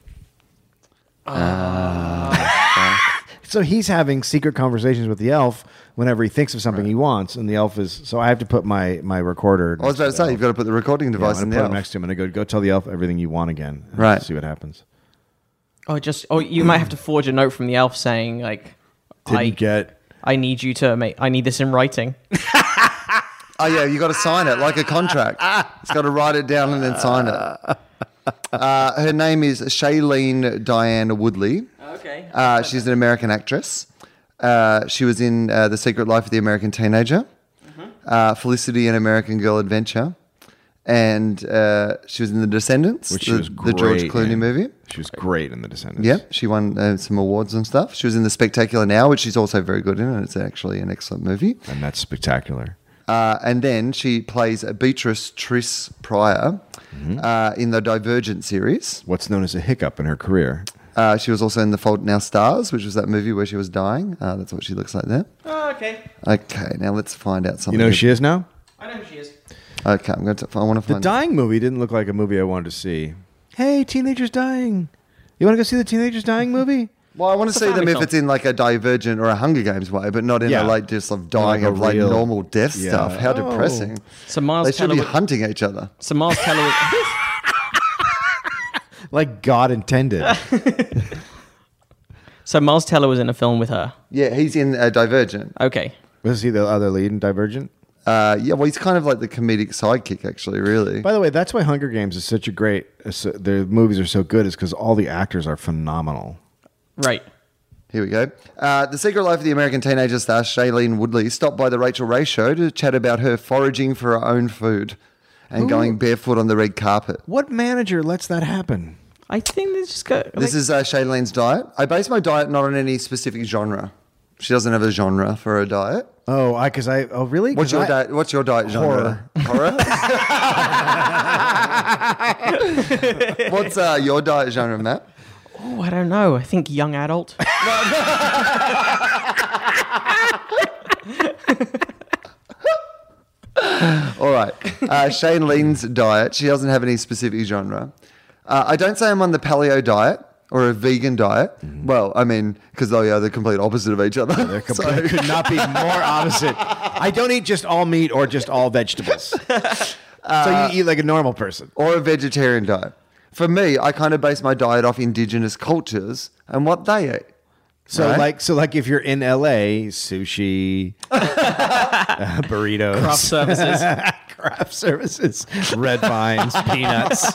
Speaker 2: Ah.
Speaker 3: *laughs* so he's having secret conversations with the elf whenever he thinks of something he wants, and the elf is. So I have to put my my recorder.
Speaker 2: I was about to say you've got to put the recording
Speaker 3: yeah, I'm
Speaker 2: device
Speaker 3: gonna
Speaker 2: in
Speaker 3: put
Speaker 2: there.
Speaker 3: it next to him, and I go, "Go tell the elf everything you want again." and
Speaker 2: Right.
Speaker 3: See what happens.
Speaker 4: oh, just oh, you might have to forge a note from the elf saying like,
Speaker 3: Didn't
Speaker 4: I
Speaker 3: get.
Speaker 4: I need you to make. I need this in writing.
Speaker 2: Oh yeah, you got to sign it like a contract.
Speaker 3: *laughs*
Speaker 2: It's got to write it down and then sign it. Uh, her name is Shailene Diane Woodley.
Speaker 4: Okay.
Speaker 2: Uh, she's an American actress. Uh, she was in uh, The Secret Life of the American Teenager, uh, Felicity and American Girl Adventure, and uh, she was in The Descendants,
Speaker 3: Which
Speaker 2: the,
Speaker 3: she was great
Speaker 2: the George Clooney
Speaker 3: in.
Speaker 2: movie.
Speaker 3: She was great in The Descendants.
Speaker 2: Yeah, she won uh, some awards and stuff. She was in The Spectacular Now, which she's also very good in, and it's actually an excellent movie.
Speaker 3: And that's spectacular.
Speaker 2: Uh, and then she plays a Beatrice Triss Pryor
Speaker 3: Mm-hmm.
Speaker 2: uh, in the Divergent series.
Speaker 3: What's known as a hiccup in her career.
Speaker 2: Uh, she was also in The Fault in Our Stars, which was that movie where she was dying. Uh, that's what she looks like there.
Speaker 4: Oh, okay.
Speaker 2: Okay, now let's find out
Speaker 3: You
Speaker 2: something.
Speaker 3: know who she is now?
Speaker 4: I know who she is.
Speaker 2: Okay, I'm going to. I want to
Speaker 3: The
Speaker 2: find.
Speaker 3: dying movie didn't look like a movie I wanted to see. Hey, teenagers dying. You want to go see the teenagers dying movie?
Speaker 2: well, I want to
Speaker 4: It's
Speaker 2: see
Speaker 4: a
Speaker 2: them
Speaker 4: family
Speaker 2: if
Speaker 4: film.
Speaker 2: it's in like a Divergent or a Hunger Games way, but not in
Speaker 3: Yeah.
Speaker 2: a like just of dying
Speaker 3: Like a
Speaker 2: of like
Speaker 3: real-
Speaker 2: normal death
Speaker 3: Yeah.
Speaker 2: stuff. How
Speaker 3: Oh.
Speaker 2: depressing!
Speaker 4: So Mars
Speaker 2: They should be
Speaker 4: Teller-
Speaker 2: hunting each other.
Speaker 4: So Mars Teller.
Speaker 3: *laughs* Like God *laughs* intended.
Speaker 4: *laughs* so Mars Teller was in a film with her.
Speaker 2: Yeah, he's in uh, Divergent.
Speaker 4: Okay.
Speaker 3: Was he the other lead in Divergent?
Speaker 2: Uh, yeah, well, he's kind of like the comedic sidekick, actually. Really.
Speaker 3: By the way, that's why Hunger Games is such a great. is so- The movies are so good is because all the actors are phenomenal.
Speaker 4: Right.
Speaker 2: Here we go. Uh, the Secret Life of the American Teenager star Shailene Woodley stopped by the Rachel Ray show to chat about her foraging for her own food and going barefoot on the red carpet.
Speaker 3: What manager lets that happen?
Speaker 4: I think they just go.
Speaker 2: This is uh, Shailene's diet. I base my diet not on any specific genre. She doesn't have a genre for her diet.
Speaker 3: Oh, I because I oh really?
Speaker 2: What's
Speaker 3: 'Cause
Speaker 2: your
Speaker 3: I- *laughs*
Speaker 2: diet? What's your diet genre? Horror. what's uh, your diet genre, Matt?
Speaker 4: Oh, I don't know. I think young *laughs* adult.
Speaker 2: All right. Uh, Shane Lean's diet. She doesn't have any specific genre. Uh, I don't say I'm on the paleo diet or a vegan diet. Well, I mean, because they are the complete opposite of each other.
Speaker 3: They're
Speaker 2: *laughs* So-
Speaker 3: complete- could not be more opposite. I don't eat just all meat or just all *laughs* vegetables. so you eat like a normal person.
Speaker 2: or a vegetarian diet. For me, I kind of base my diet off indigenous cultures and what they eat.
Speaker 3: So
Speaker 2: Right.
Speaker 3: like so like if you're in LA, sushi, uh,
Speaker 2: *laughs*
Speaker 3: burritos,
Speaker 4: Craft services.
Speaker 3: *laughs* craft services, red vines, peanuts.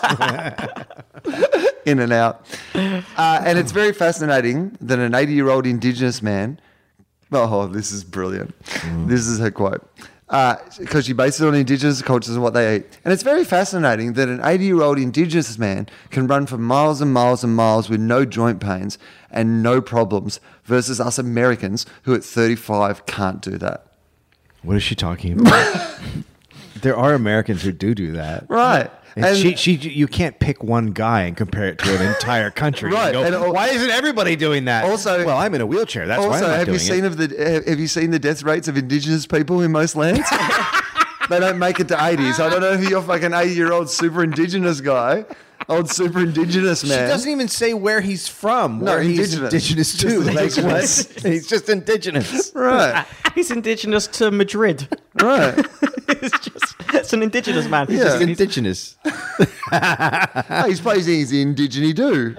Speaker 2: in and out. Uh, and it's very fascinating that an 80 year old Indigenous man, oh, this is brilliant.
Speaker 3: Mm.
Speaker 2: This is her quote. Because she based it on Indigenous cultures and what they eat. And it's very fascinating that an 80 year old Indigenous man can run for miles and miles and miles with no joint pains and no problems versus us Americans who at 35 can't do that.
Speaker 3: *laughs* What is she talking about? *laughs* there are Americans who do do that.
Speaker 2: Right.
Speaker 3: And, she, she, you can't pick one guy and compare it to an entire country.
Speaker 2: Right,
Speaker 3: And go,
Speaker 2: and al-
Speaker 3: why isn't everybody doing that?
Speaker 2: Also-
Speaker 3: well, I'm in a wheelchair. That's why I'm
Speaker 2: also,
Speaker 3: not
Speaker 2: have you
Speaker 3: doing
Speaker 2: seen
Speaker 3: it.
Speaker 2: of the have you seen the death rates of indigenous people in most
Speaker 3: *laughs*
Speaker 2: lands? they don't make it to eighty. So I don't know who your fucking eighty year old super indigenous guy, old super indigenous
Speaker 3: She
Speaker 2: man.
Speaker 3: doesn't even say where he's from.
Speaker 2: No,
Speaker 3: where he's
Speaker 2: indigenous.
Speaker 3: indigenous
Speaker 2: Just
Speaker 3: too. Like,
Speaker 2: indigenous.
Speaker 3: what? he's just indigenous.
Speaker 2: right,
Speaker 3: *laughs*
Speaker 4: He's indigenous to Madrid. *laughs*
Speaker 2: right.
Speaker 4: it's just it's an indigenous man. He's
Speaker 2: Yeah.
Speaker 4: just-
Speaker 3: He's indigenous.
Speaker 2: Hey, he's playing his indigeny do.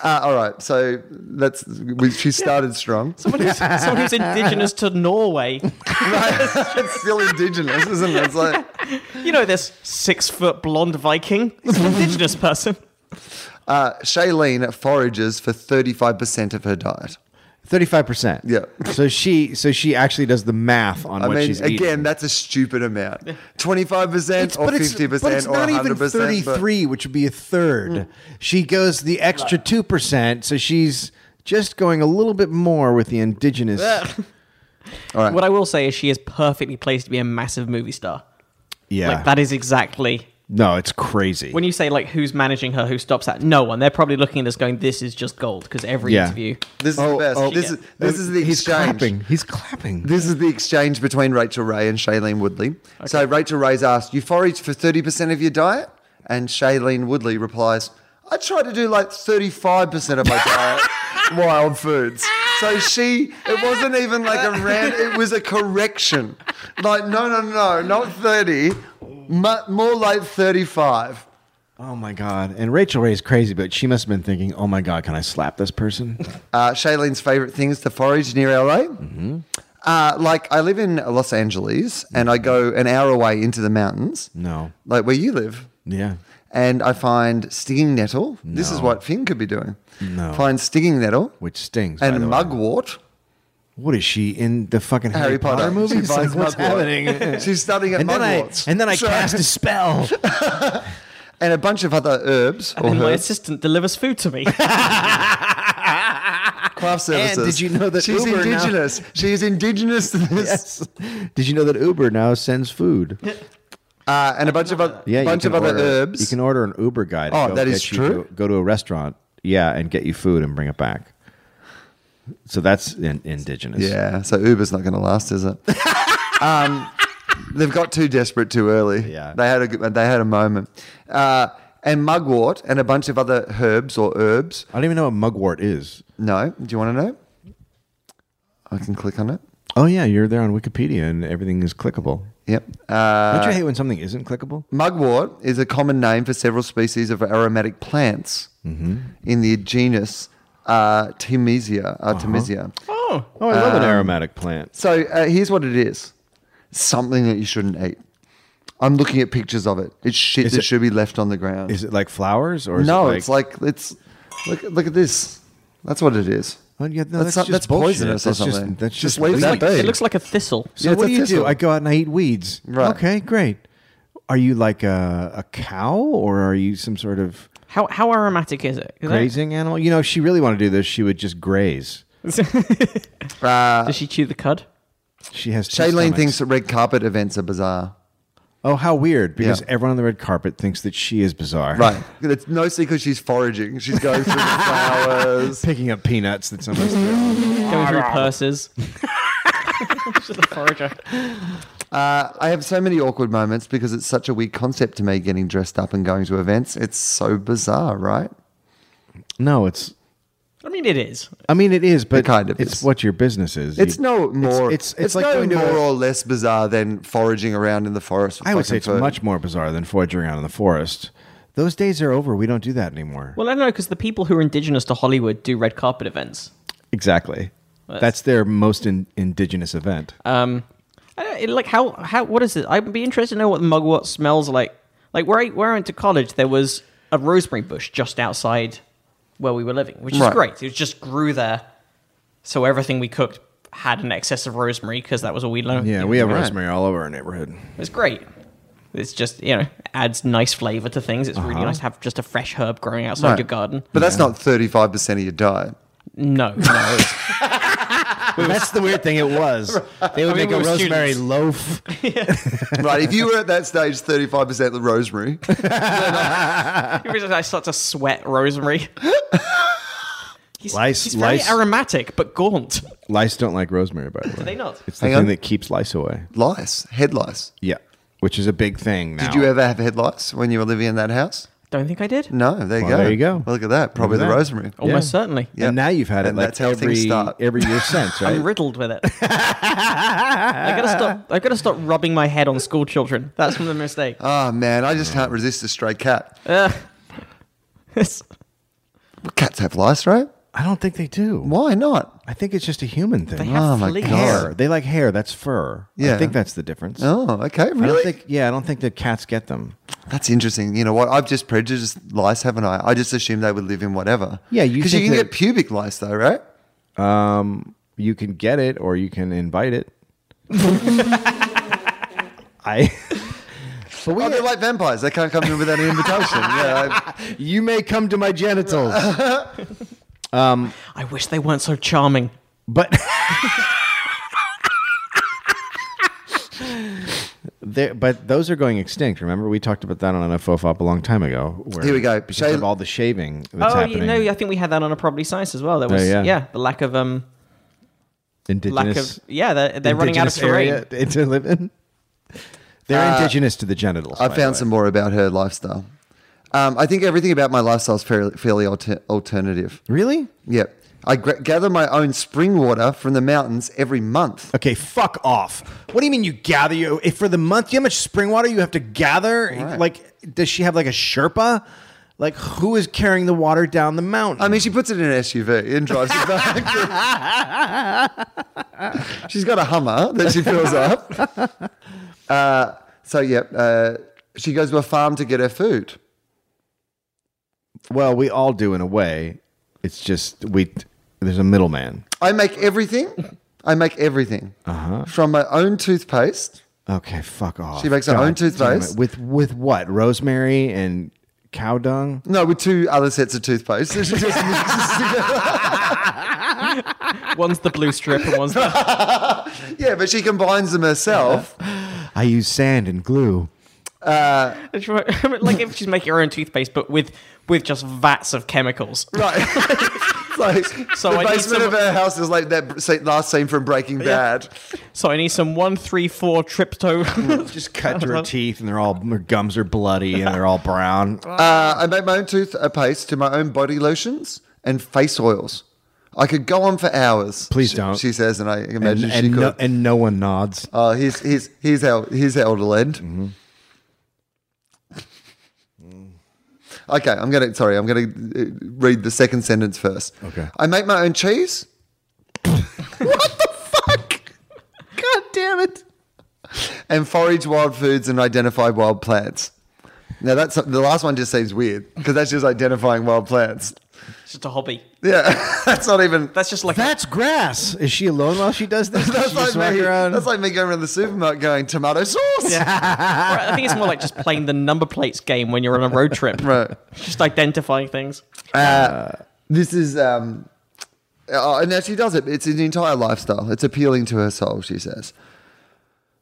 Speaker 2: Uh, all right, so that's we, she started strong.
Speaker 4: *laughs* someone, who's, someone who's indigenous to Norway.
Speaker 2: It's still indigenous, isn't it? It's like.
Speaker 4: You know this six foot blonde Viking. He's an indigenous person.
Speaker 2: Uh, Shailene forages for 35% of her diet.
Speaker 3: Thirty-five percent.
Speaker 2: Yeah.
Speaker 3: So she, so she actually does the math on
Speaker 2: I
Speaker 3: what
Speaker 2: mean,
Speaker 3: she's
Speaker 2: again,
Speaker 3: eating.
Speaker 2: that's a stupid amount. 25%
Speaker 3: It's-
Speaker 2: or
Speaker 3: but it's-
Speaker 2: 50%
Speaker 3: but it's
Speaker 2: or
Speaker 3: not
Speaker 2: 100%.
Speaker 3: even
Speaker 2: but-
Speaker 3: 33 which would be a third Mm. she goes the extra 2% so she's just going a little bit more with the indigenous
Speaker 2: All right.
Speaker 4: *laughs* What I will say is she is perfectly placed to be a massive movie star.
Speaker 3: yeah
Speaker 4: Like that is exactly
Speaker 3: no it's crazy
Speaker 4: when you say like who's managing her, who stops at no one. They're probably looking at this going, This is just gold, because every
Speaker 3: Yeah.
Speaker 4: interview
Speaker 2: This is the best.
Speaker 3: oh,
Speaker 2: this,
Speaker 4: yeah.
Speaker 2: is, this is the
Speaker 3: he's
Speaker 2: exchange.
Speaker 3: clapping he's clapping
Speaker 2: This is the exchange between Rachel Ray and Shailene Woodley. So Rachel Ray's asked, You forage for 30% of your diet? And Shailene Woodley replies, I try to do like 35% of my
Speaker 4: *laughs*
Speaker 2: diet wild foods. So she, it wasn't even like a rant, it was a correction. Like, no, no, no, not 30, mu- more like 35.
Speaker 3: oh my god and rachel ray is crazy but she must have been thinking oh my god can i slap this *laughs* person
Speaker 2: uh, Shailene's favorite things to forage near LA.
Speaker 3: Mm-hmm.
Speaker 2: Uh, like I live in Los Angeles, and I go an hour away into the mountains,
Speaker 3: no
Speaker 2: like where you live,
Speaker 3: yeah
Speaker 2: and I find stinging nettle. This is what Finn could be doing.
Speaker 3: No.
Speaker 2: Find stinging nettle
Speaker 3: which stings by
Speaker 2: and
Speaker 3: the way.
Speaker 2: mugwort
Speaker 3: what is she in the fucking Harry,
Speaker 2: Harry Potter.
Speaker 3: Potter, movie?
Speaker 2: She
Speaker 3: It's like,
Speaker 2: buys
Speaker 3: what's
Speaker 2: Mugwort. *laughs*
Speaker 3: happening?
Speaker 2: She's studying at
Speaker 3: and then I
Speaker 2: Mugwarts.
Speaker 3: and then I
Speaker 2: So-
Speaker 3: cast
Speaker 2: *laughs*
Speaker 3: a spell.
Speaker 2: and a bunch of other herbs or
Speaker 4: and my
Speaker 2: herbs,
Speaker 4: assistant delivers food to me. *laughs*
Speaker 2: craft
Speaker 3: And
Speaker 2: services.
Speaker 3: did you know that
Speaker 2: she's
Speaker 3: Uber now-
Speaker 2: indigenous? She is indigenous to this.
Speaker 3: yes. Did you know that Uber now sends food?
Speaker 2: Uh, and a bunch of other
Speaker 3: Yeah, you
Speaker 2: bunch
Speaker 3: can
Speaker 2: of other
Speaker 3: order-
Speaker 2: herbs.
Speaker 3: You can order an Uber guide.
Speaker 2: Oh, that is true?
Speaker 3: go to a restaurant, yeah, and get you food and bring it back. So that's in, indigenous.
Speaker 2: yeah, so Uber's not going to last, is it? um, they've got too desperate too early.
Speaker 3: Yeah.
Speaker 2: they had a good- they had a moment. Uh, and mugwort and a bunch of other herbs or herbs.
Speaker 3: I don't even know what mugwort is.
Speaker 2: No, do you want to know? I can click on it.
Speaker 3: Oh yeah, you're there on Wikipedia and everything is clickable.
Speaker 2: Yep. Uh,
Speaker 3: don't you hate when something isn't clickable?
Speaker 2: Mugwort is a common name for several species of aromatic plants in the genus uh, Artemisia. Artemisia.
Speaker 4: oh,
Speaker 3: Oh, I love
Speaker 2: Um,
Speaker 3: an aromatic plant.
Speaker 2: So uh, here's what it is: something that you shouldn't eat. I'm looking at pictures of it. It's shit
Speaker 3: Is
Speaker 2: that
Speaker 3: it-
Speaker 2: should be left on the ground.
Speaker 3: Is it like flowers or is
Speaker 2: no,
Speaker 3: it like,
Speaker 2: it's like it's look look at this. That's what it is.
Speaker 3: Oh, yeah,
Speaker 2: that's
Speaker 3: no, that's
Speaker 2: not-
Speaker 3: just
Speaker 2: that's
Speaker 3: bullshit.
Speaker 2: poisonous or
Speaker 3: That's just-
Speaker 2: something.
Speaker 3: that's
Speaker 2: Just
Speaker 3: just
Speaker 2: leave
Speaker 4: it
Speaker 3: weed.
Speaker 2: that
Speaker 4: looks, like,
Speaker 2: be.
Speaker 4: it looks like a thistle.
Speaker 3: So
Speaker 2: Yeah, it's
Speaker 3: what
Speaker 2: a
Speaker 3: do you do?
Speaker 2: thistle.
Speaker 3: I go out and I eat weeds.
Speaker 2: Right.
Speaker 3: Okay, great. Are you like a, a cow or are you some sort of
Speaker 4: How how aromatic is it? Is that-
Speaker 3: grazing animal? You know, if she really wanted to do this, she would just graze.
Speaker 4: Does she chew the cud?
Speaker 3: She has two
Speaker 2: Shailene
Speaker 3: stomachs.
Speaker 2: thinks that red carpet events are bizarre.
Speaker 3: Oh, how weird! Because
Speaker 2: Yeah.
Speaker 3: everyone on the red carpet thinks that she is bizarre.
Speaker 2: Right. It's mostly because she's foraging. She's going through the
Speaker 3: *laughs*
Speaker 2: flowers.
Speaker 3: *laughs* Picking up peanuts that someone's
Speaker 2: *laughs*
Speaker 4: Going through purses. She's a forager.
Speaker 2: Uh, I have so many awkward moments because it's such a weird concept to me getting dressed up and going to events. It's so bizarre, right?
Speaker 3: *laughs* No, it's.
Speaker 4: I mean, it is.
Speaker 3: I mean, it is, but
Speaker 2: It kind of
Speaker 3: it's
Speaker 2: is.
Speaker 3: what your business is.
Speaker 2: It's
Speaker 3: You-
Speaker 2: no more.
Speaker 3: It's it's, it's,
Speaker 2: it's,
Speaker 3: like
Speaker 2: no
Speaker 3: going to
Speaker 2: more
Speaker 3: a-
Speaker 2: or less bizarre than foraging around in the forest. for
Speaker 3: I would say
Speaker 2: fucking
Speaker 3: it's
Speaker 2: food.
Speaker 3: much more bizarre than foraging out in the forest. Those days are over. We don't do that anymore.
Speaker 4: Well, I don't know because the people who are indigenous to Hollywood do red carpet events.
Speaker 3: exactly. That's, their most in, indigenous event.
Speaker 4: Um, I don't, it, like how how what is it? I'd be interested to know what mugwort smells like. Like where I, where I went to college, there was a rosemary bush just outside where we were living, which is
Speaker 2: Right.
Speaker 4: great. It just grew there, so everything we cooked had an excess of rosemary because that was all we learned.
Speaker 3: yeah, we have
Speaker 2: right.
Speaker 3: rosemary all over our *laughs* neighborhood.
Speaker 4: It's great. It's just you know adds nice flavor to things. It's
Speaker 3: Uh-huh.
Speaker 4: really nice to have just a fresh herb growing outside
Speaker 2: Right.
Speaker 4: your garden.
Speaker 2: But that's not 35% of your
Speaker 3: *laughs*
Speaker 2: diet.
Speaker 4: No, no, it's-
Speaker 3: That's the weird thing. It *laughs* was they would
Speaker 4: I mean,
Speaker 3: make
Speaker 4: we
Speaker 3: a
Speaker 4: were
Speaker 3: rosemary
Speaker 4: students.
Speaker 3: loaf.
Speaker 2: right. If you were at that stage, 35% the
Speaker 3: *laughs*
Speaker 2: rosemary.
Speaker 4: You realize I start to sweat
Speaker 3: *laughs*
Speaker 4: rosemary. He's,
Speaker 3: Lice-
Speaker 4: he's very
Speaker 3: lice-
Speaker 4: aromatic but gaunt.
Speaker 3: Lice don't like rosemary, by the way. Do
Speaker 4: they not?
Speaker 3: It's the
Speaker 2: Hang
Speaker 3: thing
Speaker 2: on.
Speaker 3: that keeps lice away.
Speaker 2: Lice, head lice.
Speaker 3: Yeah, which is a big thing now.
Speaker 2: Did you ever have head lice when you were living in that house?
Speaker 4: Don't think I did.
Speaker 2: No, there you
Speaker 3: Well,
Speaker 2: go.
Speaker 3: there you go.
Speaker 2: Well, look at that. Probably
Speaker 3: Look
Speaker 2: the
Speaker 3: at that. Oh.
Speaker 2: rosemary.
Speaker 3: Mm, Yeah.
Speaker 4: Almost certainly.
Speaker 2: Yeah.
Speaker 3: And now you've had it
Speaker 2: And
Speaker 3: like
Speaker 2: that's how
Speaker 3: every
Speaker 2: things start.
Speaker 3: every
Speaker 2: *laughs*
Speaker 3: year since, right?
Speaker 4: I'm riddled
Speaker 3: *laughs*
Speaker 4: with it. I gotta stop. I gotta stop rubbing my head on school children. That's from
Speaker 3: *laughs*
Speaker 4: the mistake.
Speaker 2: Oh, man. I just can't resist a stray cat.
Speaker 4: It's-
Speaker 2: Well, cats have lice, right?
Speaker 3: I don't think they do.
Speaker 2: Why not?
Speaker 3: I think it's just a human thing.
Speaker 4: they have
Speaker 2: Oh my
Speaker 4: fleas.
Speaker 2: God.
Speaker 3: hair. They like hair. That's fur.
Speaker 2: Yeah.
Speaker 3: I think that's the difference.
Speaker 2: Oh, okay.
Speaker 3: I
Speaker 2: Really?
Speaker 3: don't think. Yeah, I don't think that cats get them.
Speaker 2: That's interesting. You know what? I've just prejudiced lice, haven't I? I just assumed they would live in whatever.
Speaker 3: Yeah, you
Speaker 2: Because you
Speaker 3: think
Speaker 2: can
Speaker 3: that-
Speaker 2: get pubic lice, though, right?
Speaker 3: You can get it, or you can invite
Speaker 2: *laughs*
Speaker 3: it. *laughs* I. But we,
Speaker 2: Oh, they're like vampires. They can't come in without an
Speaker 3: *laughs*
Speaker 2: invitation. Yeah, I-
Speaker 3: you may come to my genitals, *laughs*
Speaker 4: I wish they weren't so charming.
Speaker 3: but. There, but those are going extinct. Remember, we talked about that on a faux fop a long time ago. Where
Speaker 2: Here we go.
Speaker 3: Because
Speaker 2: Shave-
Speaker 3: of all the shaving that's
Speaker 4: oh,
Speaker 3: happening. Oh,
Speaker 4: you know, I think we had that on a property science as well. There was
Speaker 3: yeah.
Speaker 4: yeah. the lack of um, lack
Speaker 3: indigenous
Speaker 4: of yeah, they're, they're running out of
Speaker 3: indigenous
Speaker 4: terrain.
Speaker 3: area *laughs* to- to live in. They're indigenous to the genitals.
Speaker 2: I
Speaker 3: by the
Speaker 2: found
Speaker 3: way.
Speaker 2: some more about her lifestyle. Um, I think everything about my lifestyle is fairly, fairly alter- alternative.
Speaker 3: Really?
Speaker 2: Yep. I gra- gather my own spring water from the mountains every month.
Speaker 3: Okay, fuck off. What do you mean you gather your if for the month? You know how much spring water you have to gather?
Speaker 2: Right.
Speaker 3: Like, does she have like a Sherpa? Like, who is carrying the water down the mountain?
Speaker 2: I mean, she puts it in an SUV and drives it back. *laughs* She's got a Hummer that she fills up. Uh,
Speaker 3: *laughs*
Speaker 2: so, yep. Uh, she goes to a farm to get her food.
Speaker 3: well, we all do in a way. It's just we. There's a middleman.
Speaker 2: I make everything I make everything uh-huh. from my own toothpaste.
Speaker 3: Okay, fuck off.
Speaker 2: She makes her own
Speaker 3: damn
Speaker 2: toothpaste?
Speaker 3: it. with with what? Rosemary and cow dung.
Speaker 2: No, with two other sets of toothpaste. She just
Speaker 3: *laughs*
Speaker 2: mixes together.
Speaker 4: One's the blue strip and one's *laughs* the.
Speaker 2: yeah, but she combines them herself.
Speaker 3: I use sand and glue.
Speaker 4: *laughs* like if she's making her own toothpaste, but with with just vats of chemicals.
Speaker 2: Right. It's
Speaker 3: *laughs*
Speaker 2: like,
Speaker 4: So
Speaker 2: the
Speaker 4: I need
Speaker 2: basement
Speaker 4: some-
Speaker 2: of her house is like that br- scene- last scene from Breaking Bad.
Speaker 4: So I need some one three four trypto.
Speaker 3: Just cut through her teeth, and they're all her gums are bloody, and they're all brown.
Speaker 2: Uh, I make my own toothpaste to my own body lotions and face oils. I could go on for hours.
Speaker 3: Please
Speaker 2: she-
Speaker 3: don't.
Speaker 2: She says, *laughs* and I imagine
Speaker 3: and,
Speaker 2: she
Speaker 3: and,
Speaker 2: could.
Speaker 3: no, and no one nods.
Speaker 2: Oh, here's here's here's how here's how it'll end. Okay, I'm gonna sorry, I'm gonna uh, read the second sentence first.
Speaker 3: Okay.
Speaker 2: I make my own
Speaker 3: *laughs*
Speaker 2: cheese.
Speaker 3: God damn it!
Speaker 2: and forage wild foods and identify wild plants. Now that's the last one just seems weird because that's just identifying wild plants.
Speaker 4: *laughs* it's just a hobby.
Speaker 2: Yeah, that's not even
Speaker 4: That's just like a-
Speaker 3: That's grass. Is she alone while she does
Speaker 2: *laughs*
Speaker 3: this?
Speaker 2: that's
Speaker 3: She
Speaker 2: like
Speaker 3: just walk
Speaker 2: me.
Speaker 3: around?
Speaker 2: That's like me going around the supermarket going tomato sauce.
Speaker 4: I think it's more like just playing the number plates game when you're on a road trip.
Speaker 2: Right.
Speaker 4: Just identifying things.
Speaker 2: This is um, oh, and now she does it. It's an entire lifestyle. It's appealing to her soul. She says.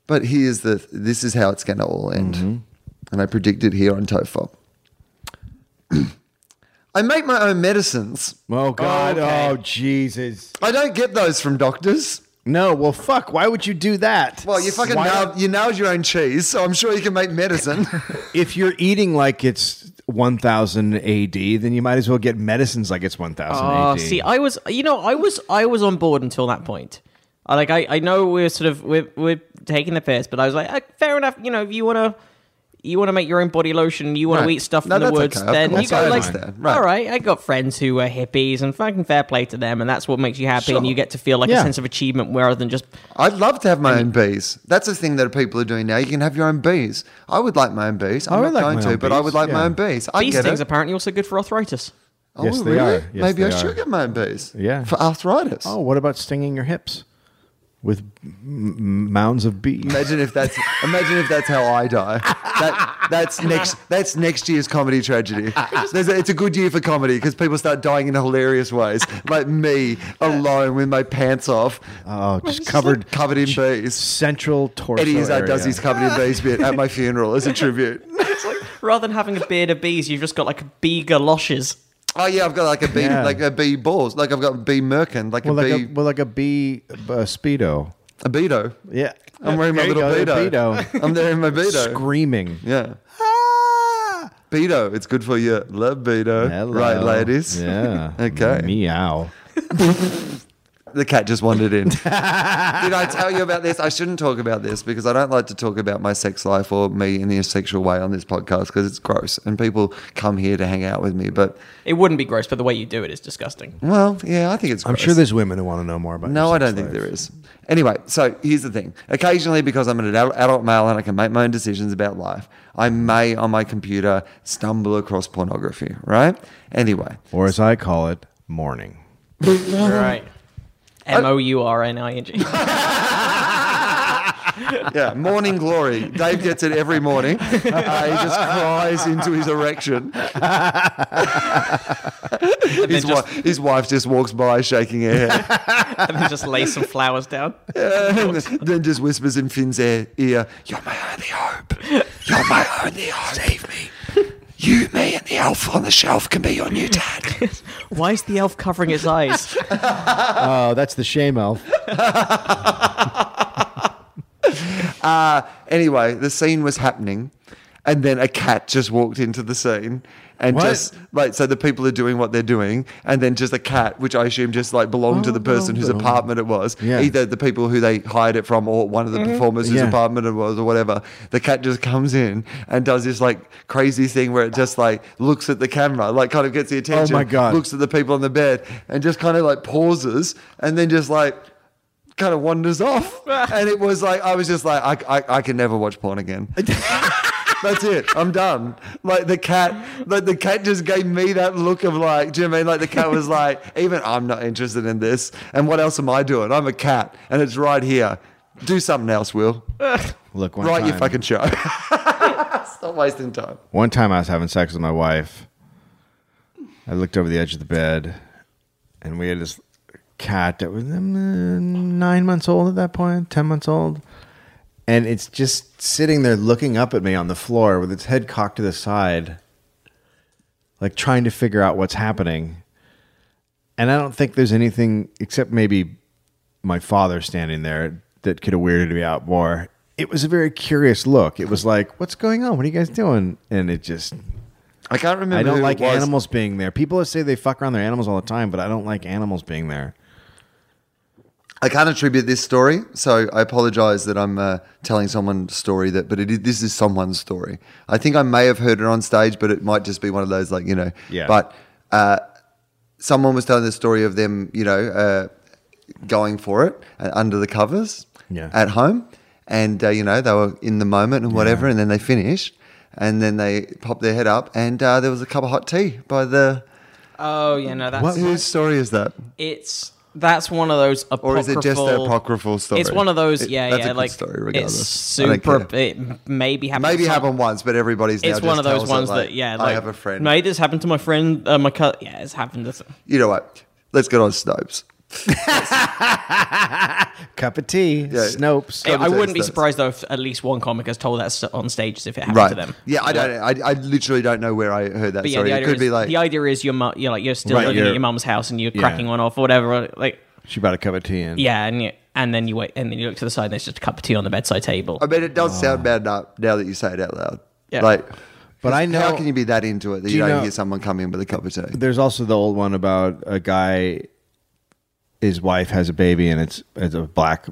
Speaker 2: But here's the. This is how it's going to all end,
Speaker 3: Mm-hmm.
Speaker 2: and I predict it here on Tofop. *clears throat* I make my own medicines.
Speaker 3: oh God!
Speaker 4: Okay.
Speaker 3: Oh Jesus!
Speaker 2: I don't get those from doctors.
Speaker 3: No. Well, fuck. Why would you do that?
Speaker 2: Well, you fucking
Speaker 3: Why-
Speaker 2: nailed, you nailed your own cheese, so I'm sure you can make
Speaker 3: *laughs*
Speaker 2: medicine.
Speaker 3: If you're eating like it's 1000 AD, then you might as well get medicines like it's 1000
Speaker 4: Ah,
Speaker 2: Oh,
Speaker 3: AD.
Speaker 4: see, I was, you know, I was, I was on board until that point. I, like, I, I know we're sort of we're, we're taking the piss, but I was like, "Ah, fair enough. You know, if you wanna, you wanna make your own body lotion, you wanna
Speaker 2: Right.
Speaker 4: eat stuff
Speaker 2: No,
Speaker 4: in the
Speaker 2: that's
Speaker 4: woods,
Speaker 2: okay. Of
Speaker 4: then you
Speaker 2: course,
Speaker 4: go
Speaker 2: I
Speaker 4: like,
Speaker 2: understand. Right.
Speaker 4: all right. I got friends who are hippies, and fucking fair play to them, and that's what makes you happy, and you get to feel like a
Speaker 3: Yeah.
Speaker 4: sense of achievement rather than just
Speaker 2: I'd love to have my own bees. That's the thing that people are doing now. You can have your own bees. I would like my own bees. I'm
Speaker 3: I would
Speaker 2: not
Speaker 3: like
Speaker 2: going
Speaker 3: my
Speaker 2: to,
Speaker 3: own
Speaker 2: but I
Speaker 3: bees,
Speaker 2: would like my
Speaker 3: yeah.
Speaker 2: own bees. I
Speaker 4: these
Speaker 2: get
Speaker 4: things.
Speaker 2: it.
Speaker 4: Apparently, also good for arthritis.
Speaker 2: oh,
Speaker 3: Yes, they
Speaker 2: really?
Speaker 3: are. Yes,
Speaker 2: Maybe I
Speaker 3: they
Speaker 2: should
Speaker 3: are.
Speaker 2: get my own bees.
Speaker 3: Yeah.
Speaker 2: For arthritis.
Speaker 3: Oh, what about stinging your hips with m- m- mounds of bees?
Speaker 2: Imagine if that's imagine if that's how I die. That, that's next that's next year's comedy tragedy. There's a, it's a good year for comedy because people start dying in hilarious ways, like me alone with my pants off, *laughs*
Speaker 3: Oh, just covered
Speaker 2: covered in bees.
Speaker 3: central torso.
Speaker 2: Eddie Izzard
Speaker 3: area.
Speaker 2: does his covered in bees bit at my funeral as a tribute.
Speaker 4: It's like rather than having a beard of bees, you've just got like a bee galoshes.
Speaker 2: Oh yeah, I've got like a bee,
Speaker 3: Yeah.
Speaker 2: like a bee balls, like I've got a bee merkin, like
Speaker 3: Well,
Speaker 2: a
Speaker 3: like
Speaker 2: bee,
Speaker 3: a, well, like a bee uh, speedo.
Speaker 2: a beto.
Speaker 3: Yeah,
Speaker 2: I'm wearing my
Speaker 3: There you
Speaker 2: little
Speaker 3: go,
Speaker 2: beto. *laughs*
Speaker 3: the beto.
Speaker 2: I'm there in my beto.
Speaker 3: Screaming.
Speaker 2: yeah, beto. It's good for you. Love beto,
Speaker 3: Hello.
Speaker 2: Ah! right, ladies?
Speaker 3: Yeah.
Speaker 2: *laughs* Okay.
Speaker 3: Meow.
Speaker 2: The cat just wandered
Speaker 3: *laughs*
Speaker 2: in. Did I tell you about this? I shouldn't talk about this because I don't like to talk about my sex life or me in a sexual way on this podcast because it's gross and people come here to hang out with me. But
Speaker 4: It wouldn't be gross, but the way you do it is disgusting.
Speaker 2: well, yeah, I think it's. Gross.
Speaker 3: I'm sure there's women who want to know more about.
Speaker 2: No,
Speaker 3: your
Speaker 2: I don't
Speaker 3: sex
Speaker 2: think
Speaker 3: life.
Speaker 2: there is. Anyway, so here's the thing. Occasionally, because I'm an adult, adult male and I can make my own decisions about life, I may on my computer stumble across pornography, right? Anyway,
Speaker 3: Or as I call it, morning.
Speaker 4: right. M O U R N I N G.
Speaker 2: yeah, *laughs* morning glory. Dave gets it every morning. Uh, he just cries into his erection. his, wi- his wife just walks by shaking her head. *laughs*
Speaker 4: And then just lay some flowers *laughs* down.
Speaker 2: And then just whispers in Finn's ear, ear, You're my only hope. You're my only hope. Save me. You, me, and the elf on the shelf can be your new dad.
Speaker 4: Why is the elf covering his eyes?
Speaker 3: Oh, that's the shame elf.
Speaker 2: Uh, anyway, the scene was happening. And then a cat just walked into the scene and
Speaker 3: What?
Speaker 2: just like, so the people are doing what they're doing. And then just a cat, which I assume just like belonged to the person whose apartment it was,
Speaker 3: Oh, Yeah.
Speaker 2: either the people who they hired it from or one of the performers whose
Speaker 3: Yeah.
Speaker 2: apartment it was or whatever. The cat just comes in and does this like crazy thing where it just like looks at the camera, like kind of gets the attention.
Speaker 3: Oh my God.
Speaker 2: Looks at the people on the bed and just kind of like pauses and then just like kind
Speaker 3: *laughs* *laughs*
Speaker 2: of wanders off. and it was like I was just like I I, I can never watch porn again. That's it. I'm done. Like the cat, like the cat just gave me that look of like, do you know what I mean? Like the cat was like, *laughs* even I'm not interested in this. And what else am I doing? I'm a cat, and it's right here. Do something else, Will.
Speaker 3: Look, one
Speaker 2: Write
Speaker 3: time,
Speaker 2: your fucking show. *laughs* Stop wasting time.
Speaker 3: One time I was having sex with my wife. I looked over the edge of the bed, and we had this cat that was um, nine months old at that point, ten months old, and it's just sitting there looking up at me on the floor with its head cocked to the side, like trying to figure out what's happening. And I don't think there's anything except maybe my father standing there that could have weirded me out more. It was a very curious look. It was like, "What's going on? What are you guys doing?" And it just
Speaker 2: I can't remember.
Speaker 3: I
Speaker 2: who
Speaker 3: don't
Speaker 2: it
Speaker 3: like
Speaker 2: was.
Speaker 3: animals being there. People say they fuck around their animals all the time, but I don't like animals being there.
Speaker 2: I can't attribute this story, so I apologize that I'm uh, telling someone's story that, but it is, this is someone's story. I think I may have heard it on stage, but it might just be one of those like you know.
Speaker 3: Yeah.
Speaker 2: But uh, someone was telling the story of them, you know, uh, going for it uh, under the covers
Speaker 3: Yeah.
Speaker 2: at home, and uh, you know they were in the moment and whatever, and then they finished, and then they popped their head up, and uh, there was a cup of hot tea by the.
Speaker 4: *laughs* Oh yeah, no, that's
Speaker 2: What whose story is that?
Speaker 4: it's that's one of those apocryphal.
Speaker 2: Or is it just the apocryphal story?
Speaker 4: It's one of those.
Speaker 2: It-
Speaker 4: Yeah,
Speaker 2: that's
Speaker 4: yeah.
Speaker 2: a good
Speaker 4: like
Speaker 2: story regardless.
Speaker 4: it's
Speaker 2: I don't
Speaker 4: super.
Speaker 2: care.
Speaker 4: It maybe happened.
Speaker 2: Maybe
Speaker 4: to some-
Speaker 2: happened once, but everybody's now
Speaker 4: It's
Speaker 2: just
Speaker 4: one of those
Speaker 2: tells it,
Speaker 4: ones
Speaker 2: like,
Speaker 4: that yeah.
Speaker 2: I
Speaker 4: Like,
Speaker 2: have a friend.
Speaker 4: Mate, this happened to my friend. Uh, my cut. Yeah, it's happened. To,
Speaker 2: You know what? Let's get on Snopes.
Speaker 3: Cup of tea, Snopes.
Speaker 4: I, I wouldn't be
Speaker 2: that's-
Speaker 4: surprised though if at least one comic has told that st- on stage as if it happened to
Speaker 2: Right.
Speaker 4: them.
Speaker 2: Yeah, I don't. I, I literally don't know where I heard that.
Speaker 4: But yeah,
Speaker 2: story.
Speaker 4: the
Speaker 2: it
Speaker 4: idea
Speaker 2: could
Speaker 4: is
Speaker 2: be like
Speaker 4: the idea is you're mu- you're like you're still
Speaker 3: Right,
Speaker 4: living
Speaker 3: you're-
Speaker 4: at your mum's house and you're cracking one off or whatever. Like
Speaker 3: She brought a cup of tea in.
Speaker 4: yeah, and you, and then you wait and then you look to the side and there's just a cup of tea on the bedside table.
Speaker 2: I mean, it
Speaker 3: Oh.
Speaker 2: does sound bad now, now that you say it out loud.
Speaker 4: Yeah.
Speaker 2: Like,
Speaker 3: But I know.
Speaker 2: how can you be that into it that you
Speaker 3: you
Speaker 2: don't
Speaker 3: know-
Speaker 2: hear someone come in with a cup of tea?
Speaker 3: There's also the old one about a guy. His wife has a baby, and it's it's a black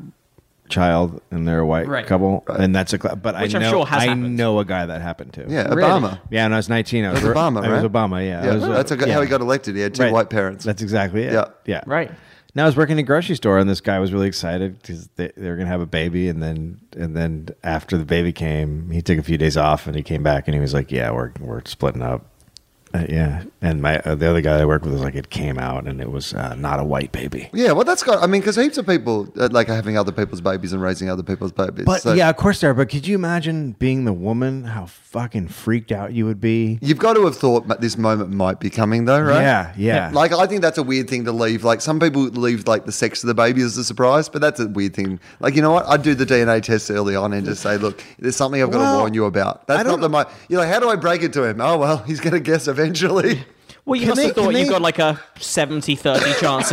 Speaker 3: child, and they're a white
Speaker 4: Right.
Speaker 3: couple, and that's a. cla- But
Speaker 4: Which
Speaker 3: I
Speaker 4: I'm
Speaker 3: know
Speaker 4: sure has
Speaker 3: I
Speaker 4: happened.
Speaker 3: know a guy that happened to.
Speaker 2: Yeah,
Speaker 4: Really?
Speaker 2: Obama.
Speaker 3: Yeah, when I was 19, I was,
Speaker 2: That's Obama,
Speaker 3: I was
Speaker 2: right?
Speaker 3: Obama, yeah. I
Speaker 2: Yeah,
Speaker 3: was, uh,
Speaker 2: that's okay, how
Speaker 3: yeah.
Speaker 2: he got elected. He had two
Speaker 3: Right.
Speaker 2: white parents.
Speaker 3: That's exactly it.
Speaker 2: Yeah.
Speaker 3: Yeah.
Speaker 4: Right.
Speaker 3: Now I was working at a grocery store, and this guy was really excited because they, they were going to have a baby, and then and then after the baby came, he took a few days off, and he came back, and he was like, "Yeah, we're we're splitting up." Uh, yeah, and my uh, the other guy I worked with was like, "It came out, and it was uh, not a white baby."
Speaker 2: yeah, well, that's got. I mean, because heaps of people uh, like are having other people's babies and raising other people's babies.
Speaker 3: But
Speaker 2: So
Speaker 3: yeah, of course there. are, But could you imagine being the woman? How fucking freaked out you would be.
Speaker 2: you've got to have thought that this moment might be coming, though, right?
Speaker 3: Yeah, yeah.
Speaker 2: Like, I think that's a weird thing to leave. Like, some people leave like the sex of the baby as a surprise, but that's a weird thing. Like, you know what? I'd do the DNA test early on and just say, look, there's something I've got
Speaker 3: Well,
Speaker 2: to warn you about.
Speaker 3: I
Speaker 2: That's not
Speaker 3: don't-
Speaker 2: the my. You're like, how do I break it to him? Oh well, he's going to guess eventually.
Speaker 4: Well, you
Speaker 3: Can
Speaker 4: must
Speaker 3: they-
Speaker 4: have thought
Speaker 3: can
Speaker 4: you
Speaker 3: they-
Speaker 4: got like a 70-30 chance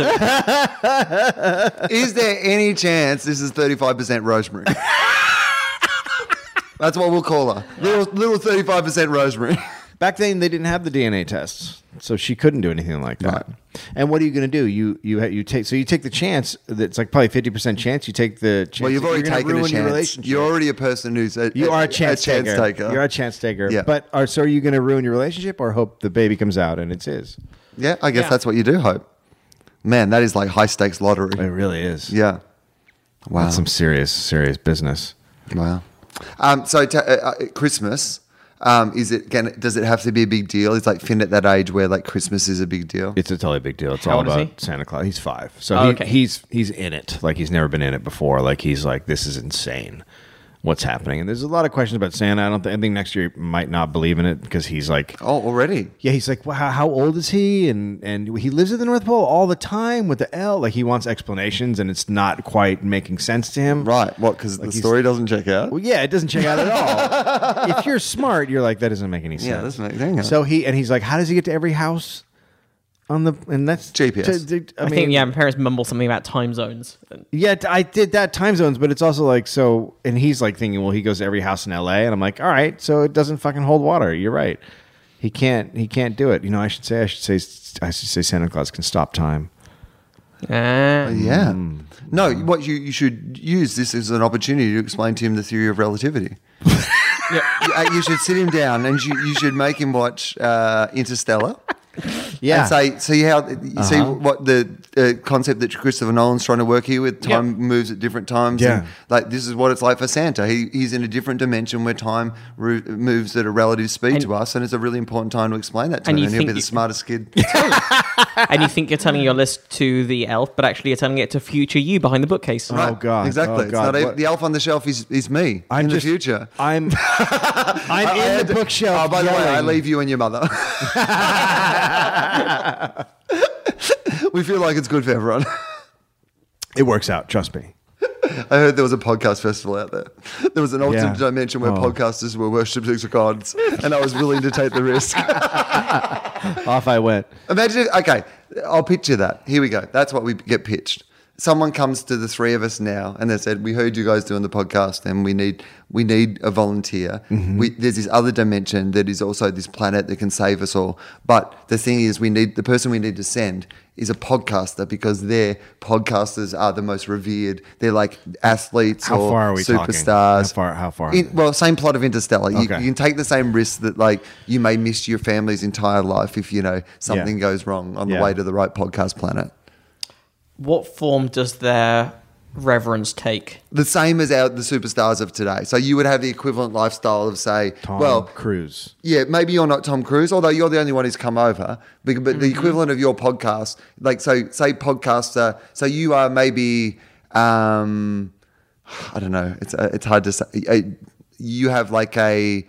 Speaker 2: *laughs*
Speaker 4: of
Speaker 2: Is there any chance this is 35% rosemary? *laughs* that's what we'll call her. Little, little 35% rosemary.
Speaker 3: Back then, they didn't have the DNA tests, so she couldn't do anything like that. And what are you going to do? You you ha- you take so you take the chance that it's like probably fifty percent chance. You take the chance.
Speaker 2: well, you've
Speaker 3: that
Speaker 2: already
Speaker 3: you're gonna
Speaker 2: taken a
Speaker 3: ruin Your
Speaker 2: chance.
Speaker 3: relationship.
Speaker 2: You're already a person who's a,
Speaker 3: You are a chance, taker. You're a chance taker.
Speaker 2: Yeah.
Speaker 3: But are so are you going to ruin your relationship or hope the baby comes out and it's his?
Speaker 2: Yeah, I guess
Speaker 4: Yeah.
Speaker 2: that's what you do hope. Man, that is like high stakes lottery.
Speaker 3: It really is.
Speaker 2: Yeah. Wow.
Speaker 3: That's some serious serious business.
Speaker 2: Wow. Um, so t- uh, uh, Christmas um, is it? Can, does it have to be a big deal? It's like Finn at that age where like Christmas is a big deal.
Speaker 3: It's a totally big deal. It's
Speaker 4: How
Speaker 3: all
Speaker 4: old is
Speaker 3: about
Speaker 4: he?
Speaker 3: Santa Claus. He's five, so
Speaker 4: Oh,
Speaker 3: he,
Speaker 4: okay.
Speaker 3: he's he's in it. Like he's never been in it before. Like he's like this is insane. What's happening? And there's a lot of questions about Santa. I don't. Th- I think next year he might not believe in it because he's like,
Speaker 2: oh, already.
Speaker 3: yeah, he's like, wow, how old is he? And and he lives at the North Pole all the time with the L. Like he wants explanations, and it's not quite making sense to him.
Speaker 2: Right. What? Because the
Speaker 3: he's-
Speaker 2: story doesn't check out.
Speaker 3: Well, yeah, it doesn't check out at all.
Speaker 4: *laughs*
Speaker 3: if you're smart, you're like that doesn't make any sense.
Speaker 2: Yeah, that's my thing.
Speaker 3: So he and he's like, how does he get to every house on the? And that's
Speaker 2: GPS.
Speaker 3: t- t-
Speaker 4: I, think yeah, my parents mumble something about time zones.
Speaker 3: Yeah, t- I did that time zones, but it's also like so. And he's like thinking, well, he goes to every house in L.A., and I'm like, all right, so it doesn't fucking hold water. You're right. He can't. He can't do it. You know, I should say. I should say. I should say Santa Claus can stop time.
Speaker 4: Uh,
Speaker 2: yeah.
Speaker 3: Mm.
Speaker 2: No. What you, you should use this as an opportunity to explain to him the theory of
Speaker 3: *laughs*
Speaker 2: relativity. You, uh, you should sit him down and you, you should make him watch uh, Interstellar.
Speaker 3: Yeah. Uh-huh.
Speaker 2: and *laughs* say, see how, you see what the uh, concept that Christopher Nolan's trying to work here with time moves at different times.
Speaker 3: Yeah.
Speaker 2: And, like this is what it's like for Santa. He, he's in a different dimension where time ro- moves at a relative speed to us, and it's a really important time to explain that to
Speaker 4: And
Speaker 2: him.
Speaker 4: you
Speaker 2: And he'll
Speaker 4: think
Speaker 2: be the
Speaker 4: you-
Speaker 2: smartest kid.
Speaker 4: Uh, and you think you're telling your list to the elf, but actually you're telling it to future you behind the bookcase.
Speaker 3: *laughs* Oh, God.
Speaker 2: Exactly.
Speaker 3: Oh,
Speaker 2: It's
Speaker 3: God.
Speaker 2: not a-
Speaker 3: What-
Speaker 2: the elf on the shelf is, is me in the future.
Speaker 3: I'm I'm
Speaker 2: I- I
Speaker 3: in
Speaker 2: had
Speaker 3: the
Speaker 2: to-
Speaker 3: bookshelf.
Speaker 2: Oh, by the way, I
Speaker 3: yelling.
Speaker 2: leave you and your
Speaker 3: *laughs*
Speaker 2: mother. *laughs* we feel like it's good for everyone. *laughs*
Speaker 3: It works out. Trust me.
Speaker 2: I heard there was a podcast festival out there. There was an alternate
Speaker 3: Yeah.
Speaker 2: dimension where
Speaker 3: Oh.
Speaker 2: podcasters were worshipped as gods, and I was willing to take the
Speaker 3: *laughs*
Speaker 2: risk.
Speaker 3: Off I went.
Speaker 2: Imagine if, okay, I'll picture that. Here we go. That's what we get pitched. Someone comes to the three of us now and they said, "We heard you guys doing the podcast, and we need we need a volunteer.
Speaker 3: Mm-hmm.
Speaker 2: We, there's this other dimension that is also this planet that can save us all. But the thing is, we need the person we need to send is a podcaster because their podcasters are the most revered. They're like athletes
Speaker 3: How
Speaker 2: or
Speaker 3: far are we talking?
Speaker 2: superstars.
Speaker 3: How far- how far?
Speaker 2: In- well, same plot of Interstellar. You,
Speaker 3: Okay.
Speaker 2: you can take the same risk that like you may miss your family's entire life if you know something
Speaker 3: Yeah.
Speaker 2: goes wrong on
Speaker 3: Yeah.
Speaker 2: the way to the right podcast planet.
Speaker 4: What form does their reverence take?
Speaker 2: The same as our the superstars of today. So you would have the equivalent lifestyle of say,
Speaker 3: Tom
Speaker 2: well,
Speaker 3: Cruise.
Speaker 2: yeah, maybe you're not Tom Cruise, although you're the only one who's come over. But, but the equivalent of your podcast, like so, say podcaster, so you are maybe, um, I don't know, it's uh, it's hard to say. Uh, You have like a,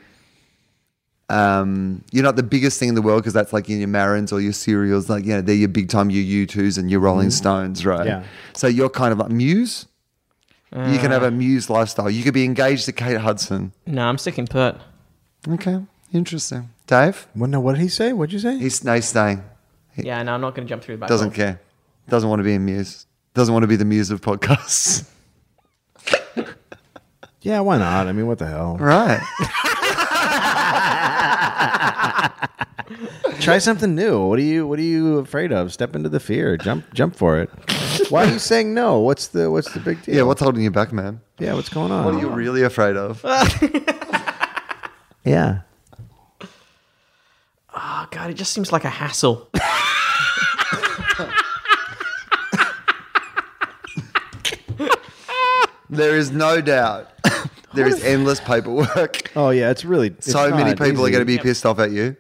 Speaker 2: um, you're not the biggest thing in the world because that's like in your Marins or your cereals, like you know they're your big time, your U twos and your Rolling Stones, right?
Speaker 3: Yeah.
Speaker 2: So you're kind of like muse. you can have a muse lifestyle. You could be engaged to Kate Hudson.
Speaker 4: No, I'm sticking put.
Speaker 2: Okay, interesting, Dave.
Speaker 3: Well, no, what did he say? What'd you say?
Speaker 2: He's no he's staying.
Speaker 4: Yeah, no, I'm not going to jump through the back.
Speaker 2: Doesn't
Speaker 4: door.
Speaker 2: care. Doesn't want to be a muse. Doesn't want to be the muse of
Speaker 3: *laughs*
Speaker 2: podcasts.
Speaker 3: yeah, why not? I mean, what the hell?
Speaker 2: Right.
Speaker 3: Try something new. What are you What are you afraid of? Step into the fear. Jump Jump for it. why are
Speaker 2: *laughs*
Speaker 3: you saying no? What's the What's the big deal?
Speaker 2: yeah. What's holding you back, man?
Speaker 3: yeah, what's going on?
Speaker 2: What are you really afraid
Speaker 3: *laughs*
Speaker 2: of?
Speaker 3: yeah.
Speaker 4: Oh, God, it just seems like a hassle.
Speaker 2: there is no
Speaker 3: *laughs*
Speaker 2: doubt. there is endless paperwork.
Speaker 3: Oh yeah, it's really *laughs* it's
Speaker 2: so many
Speaker 3: not
Speaker 2: people are
Speaker 3: easy.
Speaker 2: going to be pissed off at you.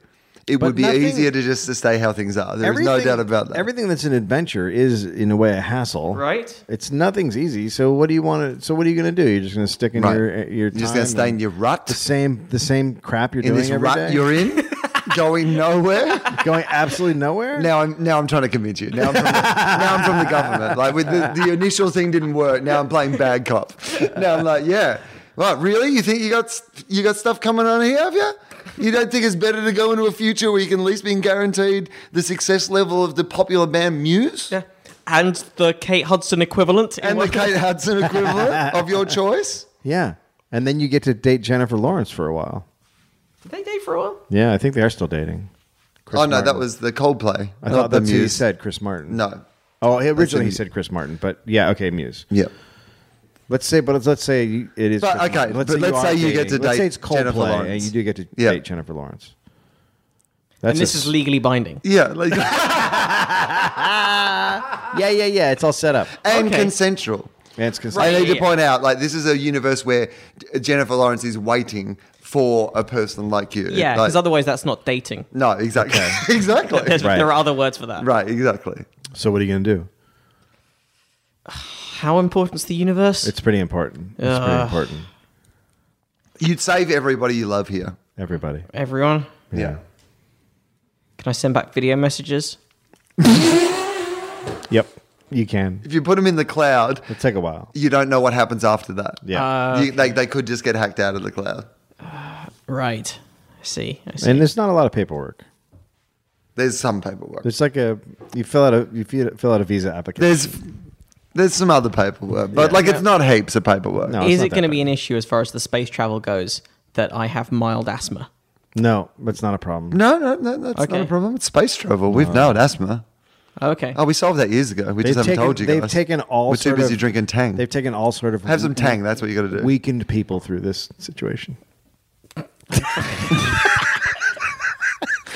Speaker 2: It would be
Speaker 3: nothing-
Speaker 2: easier to just to stay how things are. There is no doubt about that.
Speaker 3: Everything that's an adventure is in a way a hassle,
Speaker 4: Right.
Speaker 3: It's nothing's easy. So what do you want to? So what are you going to do? You're just going to stick in
Speaker 2: Right.
Speaker 3: your your.
Speaker 2: You're just going to
Speaker 3: time
Speaker 2: stay in
Speaker 3: and
Speaker 2: your
Speaker 3: the
Speaker 2: rut.
Speaker 3: same the same crap you're
Speaker 2: In
Speaker 3: doing
Speaker 2: this
Speaker 3: every
Speaker 2: rut
Speaker 3: day.
Speaker 2: you're in, going nowhere.
Speaker 3: *laughs* going absolutely nowhere.
Speaker 2: Now I'm now I'm trying to convince you. Now I'm from the, now I'm from the government. Like with the, the initial thing didn't work. Now I'm playing bad cop. Now I'm like, yeah. What really? You think you got s- you got stuff coming on here? Have you? You don't think it's better to go into a future where you can at least be guaranteed the success level of the popular band Muse
Speaker 4: Yeah. And the Kate Hudson equivalent. in
Speaker 2: and the
Speaker 4: one-
Speaker 2: Kate Hudson equivalent of your choice?
Speaker 3: Yeah, and then you get to date Jennifer Lawrence for a while.
Speaker 4: Did they date for a while?
Speaker 3: Yeah, I think they are still dating. Chris
Speaker 2: oh no,
Speaker 3: Martin.
Speaker 2: that was the Coldplay.
Speaker 3: I
Speaker 2: not
Speaker 3: thought
Speaker 2: the
Speaker 3: that's who he
Speaker 2: Muse.
Speaker 3: said Chris Martin.
Speaker 2: No.
Speaker 3: Oh, he- originally he
Speaker 2: who-
Speaker 3: said Chris Martin, but yeah, okay, Muse.
Speaker 2: Yeah.
Speaker 3: Let's say, but let's say you- it is.
Speaker 2: But,
Speaker 3: Chris
Speaker 2: okay,
Speaker 3: Martin.
Speaker 2: but let's
Speaker 3: are
Speaker 2: say you
Speaker 3: dating-
Speaker 2: get to
Speaker 3: let's say
Speaker 2: date
Speaker 3: it's
Speaker 2: Jennifer
Speaker 3: Coldplay, and
Speaker 2: Lawrence.
Speaker 3: you do get to
Speaker 2: Yeah.
Speaker 3: date Jennifer Lawrence. That's
Speaker 4: and this
Speaker 3: a-
Speaker 4: is legally binding.
Speaker 2: Yeah, like,
Speaker 3: yeah, yeah, yeah. It's all set up.
Speaker 2: *laughs* and
Speaker 4: Okay.
Speaker 2: consensual.
Speaker 3: And it's consistent.
Speaker 2: I need to
Speaker 4: Yeah.
Speaker 2: point out, like, this is a universe where Jennifer Lawrence is waiting for a person like you.
Speaker 4: Yeah,
Speaker 2: Like-
Speaker 4: because otherwise that's
Speaker 3: *laughs*
Speaker 4: not dating.
Speaker 2: no, exactly, *laughs* exactly,
Speaker 4: There's-
Speaker 3: Right.
Speaker 4: There are other words for that.
Speaker 2: right, exactly.
Speaker 3: So what are you gonna do?
Speaker 4: How important's the universe?
Speaker 3: It's pretty important. It's pretty
Speaker 4: Ugh.
Speaker 3: important.
Speaker 2: You'd save everybody you love here.
Speaker 3: Everybody.
Speaker 4: Everyone,
Speaker 3: Yeah.
Speaker 4: can I send back video messages?
Speaker 3: Yep. You can.
Speaker 2: If you put them in the cloud,
Speaker 3: It'll take a while.
Speaker 2: you don't know what happens after that.
Speaker 3: Yeah.
Speaker 4: Uh,
Speaker 2: you, they, they could just get hacked out of the cloud.
Speaker 4: Right. I see. I see.
Speaker 3: and there's not a lot of paperwork.
Speaker 2: There's some paperwork.
Speaker 3: There's like a you fill out a you fill fill out a visa application.
Speaker 2: There's there's some other paperwork, but
Speaker 3: Yeah.
Speaker 2: like it's not heaps of paperwork.
Speaker 3: No. it's
Speaker 4: Is
Speaker 3: not
Speaker 4: it
Speaker 3: that
Speaker 4: going to be
Speaker 3: bad.
Speaker 4: an issue as far as the space travel goes that I have mild asthma?
Speaker 3: no, that's not a problem.
Speaker 2: No, no, no, that's
Speaker 4: Okay.
Speaker 2: not a problem. It's space travel. We've known asthma.
Speaker 4: Okay.
Speaker 2: Oh, we solved that years ago. We just haven't
Speaker 3: taken,
Speaker 2: told you
Speaker 3: they've
Speaker 2: guys.
Speaker 3: taken all.
Speaker 2: We're too
Speaker 3: sort
Speaker 2: busy
Speaker 3: of-
Speaker 2: drinking Tang.
Speaker 3: They've taken all sort of
Speaker 2: Have some Tang. That's what you got to do.
Speaker 3: weakened people through this situation.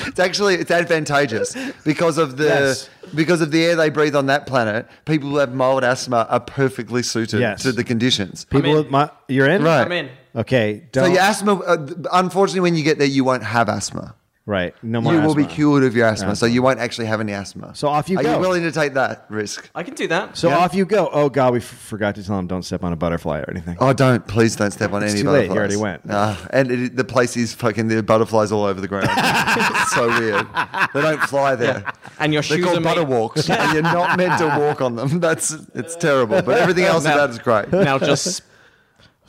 Speaker 2: It's actually it's
Speaker 3: *laughs*
Speaker 2: advantageous because of the
Speaker 3: Yes.
Speaker 2: because of the air they breathe on that planet. People who have mild asthma are perfectly suited
Speaker 3: Yes.
Speaker 2: to the conditions.
Speaker 3: People,
Speaker 4: in.
Speaker 3: with my, you're in.
Speaker 2: Right.
Speaker 4: I'm in.
Speaker 3: Okay.
Speaker 2: So
Speaker 3: Don't.
Speaker 2: your asthma, uh, unfortunately, when you get there, you won't have asthma.
Speaker 3: Right. No more.
Speaker 2: you will be
Speaker 3: asthma.
Speaker 2: cured of your asthma, so you won't actually have any asthma.
Speaker 3: So off you
Speaker 2: are
Speaker 3: go.
Speaker 2: you willing to take that risk?
Speaker 4: I can do that.
Speaker 3: So
Speaker 2: Yeah.
Speaker 3: off you go. Oh God, we f- forgot to tell him don't step on a butterfly or anything.
Speaker 2: Oh, don't please don't step on any
Speaker 3: too late.
Speaker 2: butterflies.
Speaker 3: You already went.
Speaker 2: Ah, and it, the place is fucking the butterflies all over the ground. it's so weird. They don't fly there.
Speaker 4: And your
Speaker 2: They're
Speaker 4: shoes are
Speaker 2: called
Speaker 4: made-
Speaker 2: butter walks, and you're not meant to walk on them. *laughs* That's it's terrible. But everything else
Speaker 4: Now-
Speaker 2: about it's great.
Speaker 4: *laughs* Now just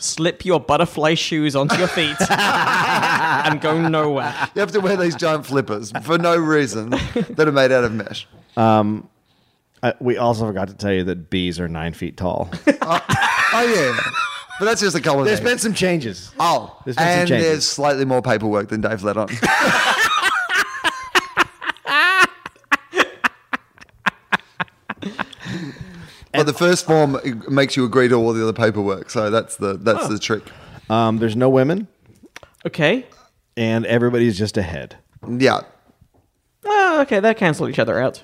Speaker 4: slip your butterfly shoes onto
Speaker 3: *laughs*
Speaker 4: your feet and go nowhere.
Speaker 2: You have to wear these giant flippers for no reason that are made out of mesh.
Speaker 3: Uh, we also forgot to tell you that bees are nine
Speaker 2: *laughs*
Speaker 3: feet tall.
Speaker 2: Oh yeah, but that's just a color.
Speaker 3: There's
Speaker 2: name.
Speaker 3: been some changes.
Speaker 2: Oh,
Speaker 3: There's been some
Speaker 2: and
Speaker 3: changes.
Speaker 2: there's slightly more paperwork than Dave
Speaker 3: *laughs*
Speaker 2: let on. but the first form makes you agree to all the other paperwork, so that's the that's
Speaker 3: Oh.
Speaker 2: the trick.
Speaker 3: Um, there's no women,
Speaker 4: Okay.
Speaker 3: and everybody's just ahead.
Speaker 2: Yeah,
Speaker 4: Well, Ah, okay, they'll cancel each other out.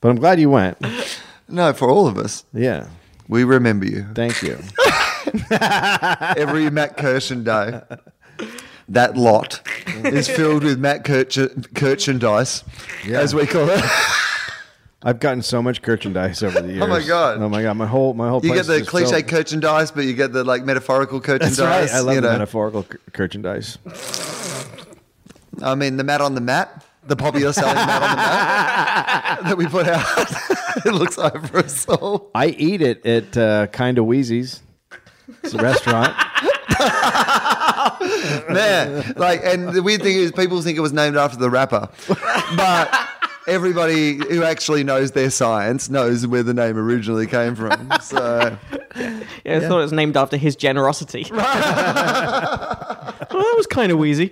Speaker 3: But I'm glad you went.
Speaker 2: no, for all of us,
Speaker 3: Yeah.
Speaker 2: we remember you
Speaker 3: Thank you.
Speaker 2: every Matt Kirshen day. That lot is filled with Matt Kirchen, Kirchendice, as we call it.
Speaker 3: *laughs* I've gotten so much merchandise over the
Speaker 2: *laughs*
Speaker 3: years.
Speaker 2: Oh, my God.
Speaker 3: Oh my god. My whole my whole.
Speaker 2: You get
Speaker 3: place
Speaker 2: the
Speaker 3: is
Speaker 2: cliche
Speaker 3: filled-
Speaker 2: Kirchendice, but you get the like metaphorical Kirchendice.
Speaker 3: That's right. I love
Speaker 2: you
Speaker 3: the
Speaker 2: know.
Speaker 3: metaphorical merchandise.
Speaker 2: I mean, the mat on the mat, the popular selling mat on the mat
Speaker 3: *laughs*
Speaker 2: that we put out. *laughs* it looks over us all.
Speaker 3: I eat it at uh, Kind of Wheezy's. It's a restaurant.
Speaker 2: Man, like, and the weird thing is, people think it was named after the rapper, but everybody who actually knows their science knows where the name originally came from. So,
Speaker 4: Yeah, I thought it was named after his generosity. *laughs* well, that was kind of wheezy.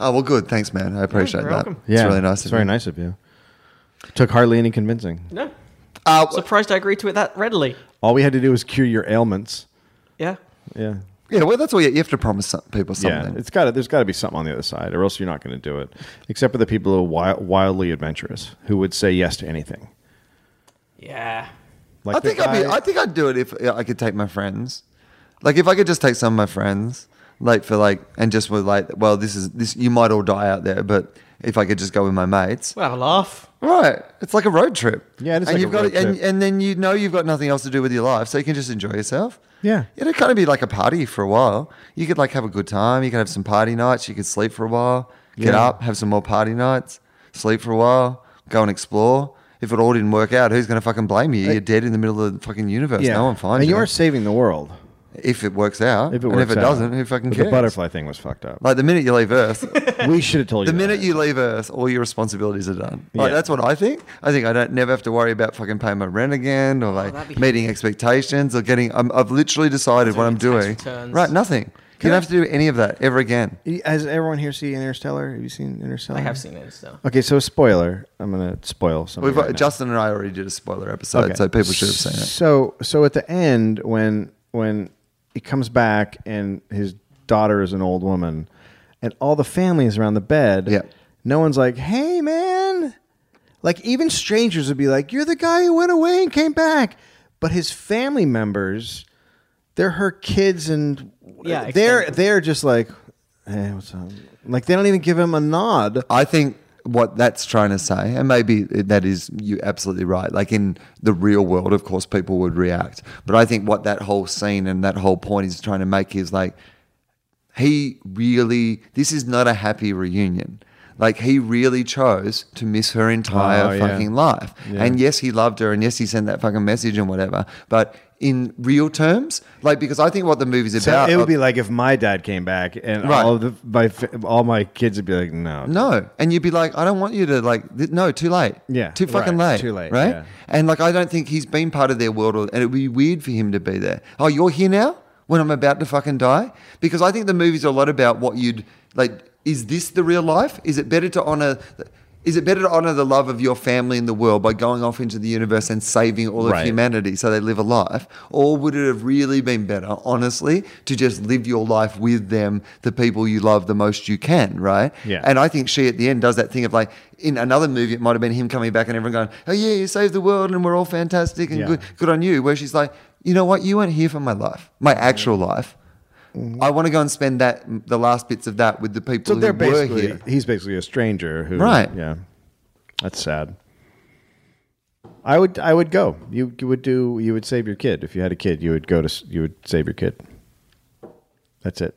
Speaker 2: oh well, good. Thanks, man. I appreciate
Speaker 4: you're
Speaker 2: that.
Speaker 4: welcome.
Speaker 2: *laughs* It's really nice.
Speaker 3: It's
Speaker 2: of
Speaker 3: very
Speaker 2: you.
Speaker 3: nice of you. Took hardly any convincing.
Speaker 4: No,
Speaker 2: Uh,
Speaker 4: surprised I agreed to it that readily.
Speaker 3: All we had to do was cure your ailments.
Speaker 4: Yeah.
Speaker 3: Yeah.
Speaker 2: yeah, well, that's all you, you have to promise some, people something.
Speaker 3: Yeah, it's got to, There's got to be something on the other side, or else you're not going to do it. Except for the people who are wild, wildly adventurous, who would say yes to anything.
Speaker 4: Yeah.
Speaker 3: Like
Speaker 2: I
Speaker 3: the
Speaker 2: think I'd be,
Speaker 3: guy-
Speaker 2: I think I'd do it if I could take my friends. Like if I could just take some of my friends, like for like, and just were like, well, this is this. You might all die out there, but if I could just go with my mates,
Speaker 4: We'll have a laugh.
Speaker 2: right? It's like a road trip.
Speaker 3: Yeah, it is
Speaker 2: and
Speaker 3: like
Speaker 2: you've
Speaker 3: a
Speaker 2: got
Speaker 3: road
Speaker 2: and,
Speaker 3: trip.
Speaker 2: and then you know you've got nothing else to do with your life, so you can just enjoy yourself.
Speaker 3: Yeah.
Speaker 2: it'd kind of be like a party for a while. You could like have a good time. You could have some party nights. You could sleep for a while. Get
Speaker 3: Yeah.
Speaker 2: up, have some more party nights, sleep for a while, go and explore. If it all didn't work out, who's going to fucking blame you? You're dead in the middle of the fucking universe. No one finds
Speaker 3: and
Speaker 2: you.
Speaker 3: you are saving the world.
Speaker 2: If it works out,
Speaker 3: If it
Speaker 2: and
Speaker 3: works
Speaker 2: if it
Speaker 3: out.
Speaker 2: doesn't, who fucking
Speaker 3: But
Speaker 2: cares?
Speaker 3: The butterfly thing was fucked up.
Speaker 2: Like the minute you leave Earth,
Speaker 3: *laughs* we should have told
Speaker 2: the
Speaker 3: you. that.
Speaker 2: minute you leave Earth, all your responsibilities are done. Like,
Speaker 3: Yeah.
Speaker 2: That's what I think. I think I don't never have to worry about fucking paying my rent again, or like
Speaker 4: Oh, that'd be-
Speaker 2: meeting expectations, or getting. I'm, I've literally decided what I'm
Speaker 4: Doing tax
Speaker 2: doing.
Speaker 4: returns.
Speaker 2: Right, nothing. you
Speaker 3: I-
Speaker 2: don't have to do any of that ever again.
Speaker 3: has everyone here seen Interstellar? Have you seen Interstellar?
Speaker 4: I have seen it still.
Speaker 3: Okay, so spoiler. I'm gonna spoil something.
Speaker 2: We've
Speaker 3: right now.
Speaker 2: Justin and I already did a spoiler episode,
Speaker 3: Okay.
Speaker 2: so people should have seen it.
Speaker 3: So so at the end when when he comes back and his daughter is an old woman and all the family is around the bed,
Speaker 2: Yeah.
Speaker 3: no one's like, Hey man. Like even strangers would be like, You're the guy who went away and came back. But his family members, they're her kids and
Speaker 4: Yeah,
Speaker 3: they're
Speaker 4: extended.
Speaker 3: they're just like, Hey, what's up? Like they don't even give him a nod.
Speaker 2: I think what that's trying to say, and maybe that is you absolutely right. Like in the real world, of course, people would react. But I think what that whole scene and that whole point is trying to make is like, he really, this is not a happy reunion. Like he really chose to miss her entire
Speaker 3: Oh, yeah.
Speaker 2: fucking life. And yes, he loved her, and yes, he sent that fucking message and whatever. But in real terms, like because I think what the movie's
Speaker 3: So
Speaker 2: about
Speaker 3: it would be like if my dad came back and
Speaker 2: Right.
Speaker 3: all of the, my fa- all my kids would be like, no,
Speaker 2: No, and you'd be like, I don't want you to like. Th- no, too late.
Speaker 3: Yeah,
Speaker 2: too fucking
Speaker 3: right,
Speaker 2: late.
Speaker 3: too late,
Speaker 2: Right.
Speaker 3: yeah.
Speaker 2: And like, I don't think he's been part of their world, or, and it'd be weird for him to be there. Oh, you're here now when I'm about to fucking die, because I think the movies are a lot about what you'd like. Is this the real life? Is it better to honor? Is it better to honor the love of your family and the world by going off into the universe and saving all of
Speaker 6: Right.
Speaker 2: humanity so they live a life? Or would it have really been better, honestly, to just live your life with them, the people you love the most you can, right?
Speaker 3: Yeah.
Speaker 2: And I think she at the end does that thing of like, in another movie, it might have been him coming back and everyone going, oh, yeah, you saved the world and we're all fantastic and
Speaker 3: Yeah.
Speaker 2: good, good on you. Where she's like, you know what? You weren't here for my life, my actual life. I want to go and spend that the last bits of that with the people
Speaker 3: Mm-hmm. So
Speaker 2: who
Speaker 3: they're
Speaker 2: were
Speaker 3: basically
Speaker 2: here.
Speaker 3: he's basically a stranger who
Speaker 2: Right.
Speaker 3: Yeah. That's sad. I would I would go. You you would do you would save your kid. If you had a kid, you would go to s- you would save your kid. That's it.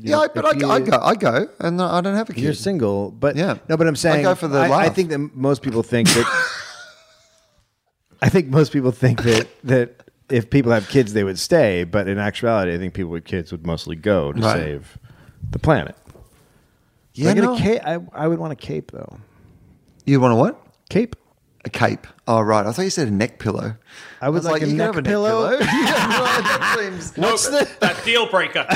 Speaker 2: Yeah, I, but I,
Speaker 3: if you-
Speaker 2: I go, I go, and I don't have a
Speaker 3: You're
Speaker 2: kid.
Speaker 3: single, but
Speaker 2: Yeah.
Speaker 3: no, but I'm saying
Speaker 2: I go for the
Speaker 3: I, I
Speaker 2: laugh.
Speaker 3: think that most people think *laughs* that I think most people think that that if people have kids, they would stay. But in actuality, I think people with kids would mostly go to
Speaker 2: Right.
Speaker 3: save the planet.
Speaker 2: Yeah,
Speaker 3: Like in a
Speaker 2: no.
Speaker 3: ca- I, I would want a cape though.
Speaker 2: You want a what?
Speaker 3: Cape.
Speaker 2: A cape. Oh right, I thought you said a neck pillow.
Speaker 3: I would
Speaker 2: was
Speaker 3: like a
Speaker 2: you can
Speaker 3: neck
Speaker 2: have *laughs*
Speaker 3: pillow. *laughs*
Speaker 2: yeah, right, that seems.
Speaker 3: What's the
Speaker 4: That deal breaker.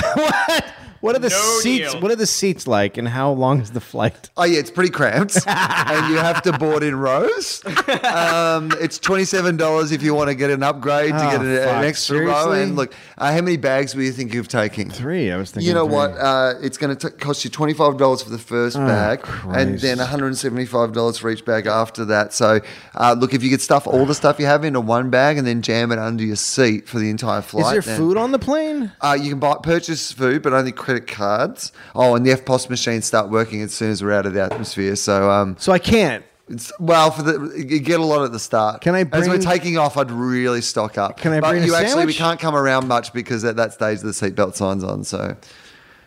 Speaker 3: what are the
Speaker 4: No
Speaker 3: seats?
Speaker 4: deal.
Speaker 3: What are the seats like, and how long is the flight?
Speaker 2: Oh yeah, it's pretty
Speaker 3: *laughs*
Speaker 2: cramped, and you have to board in rows. Um, it's twenty seven dollars if you want to get an upgrade to
Speaker 3: Oh,
Speaker 2: get an, an
Speaker 3: fuck,
Speaker 2: extra row.
Speaker 3: seriously?
Speaker 2: And look, uh, how many bags were you thinking of taking?
Speaker 3: Three. I was thinking.
Speaker 2: You know
Speaker 3: three. Oh,
Speaker 2: what? Uh, it's going to cost you twenty five dollars for the first bag, and
Speaker 3: Christ.
Speaker 2: then one hundred and seventy five dollars for each bag after that. So, uh, look, if you could stuff all the stuff you have into one bag and then jam it under your seat for the entire flight,
Speaker 3: Is there
Speaker 2: then-
Speaker 3: food on the plane?
Speaker 2: Uh, you can buy purchase food, but only credit cards. Oh, and the FPOS machines start working as soon as we're out of the atmosphere. So, um,
Speaker 3: So I can't.
Speaker 2: it's, well, for the you get a lot at the start.
Speaker 3: Can I
Speaker 2: as we're
Speaker 3: bring-
Speaker 2: taking off? I'd really stock up.
Speaker 3: Can I
Speaker 2: But
Speaker 3: bring a
Speaker 2: you actually we
Speaker 3: sandwich?
Speaker 2: can't come around much because at that stage the seatbelt signs on. So.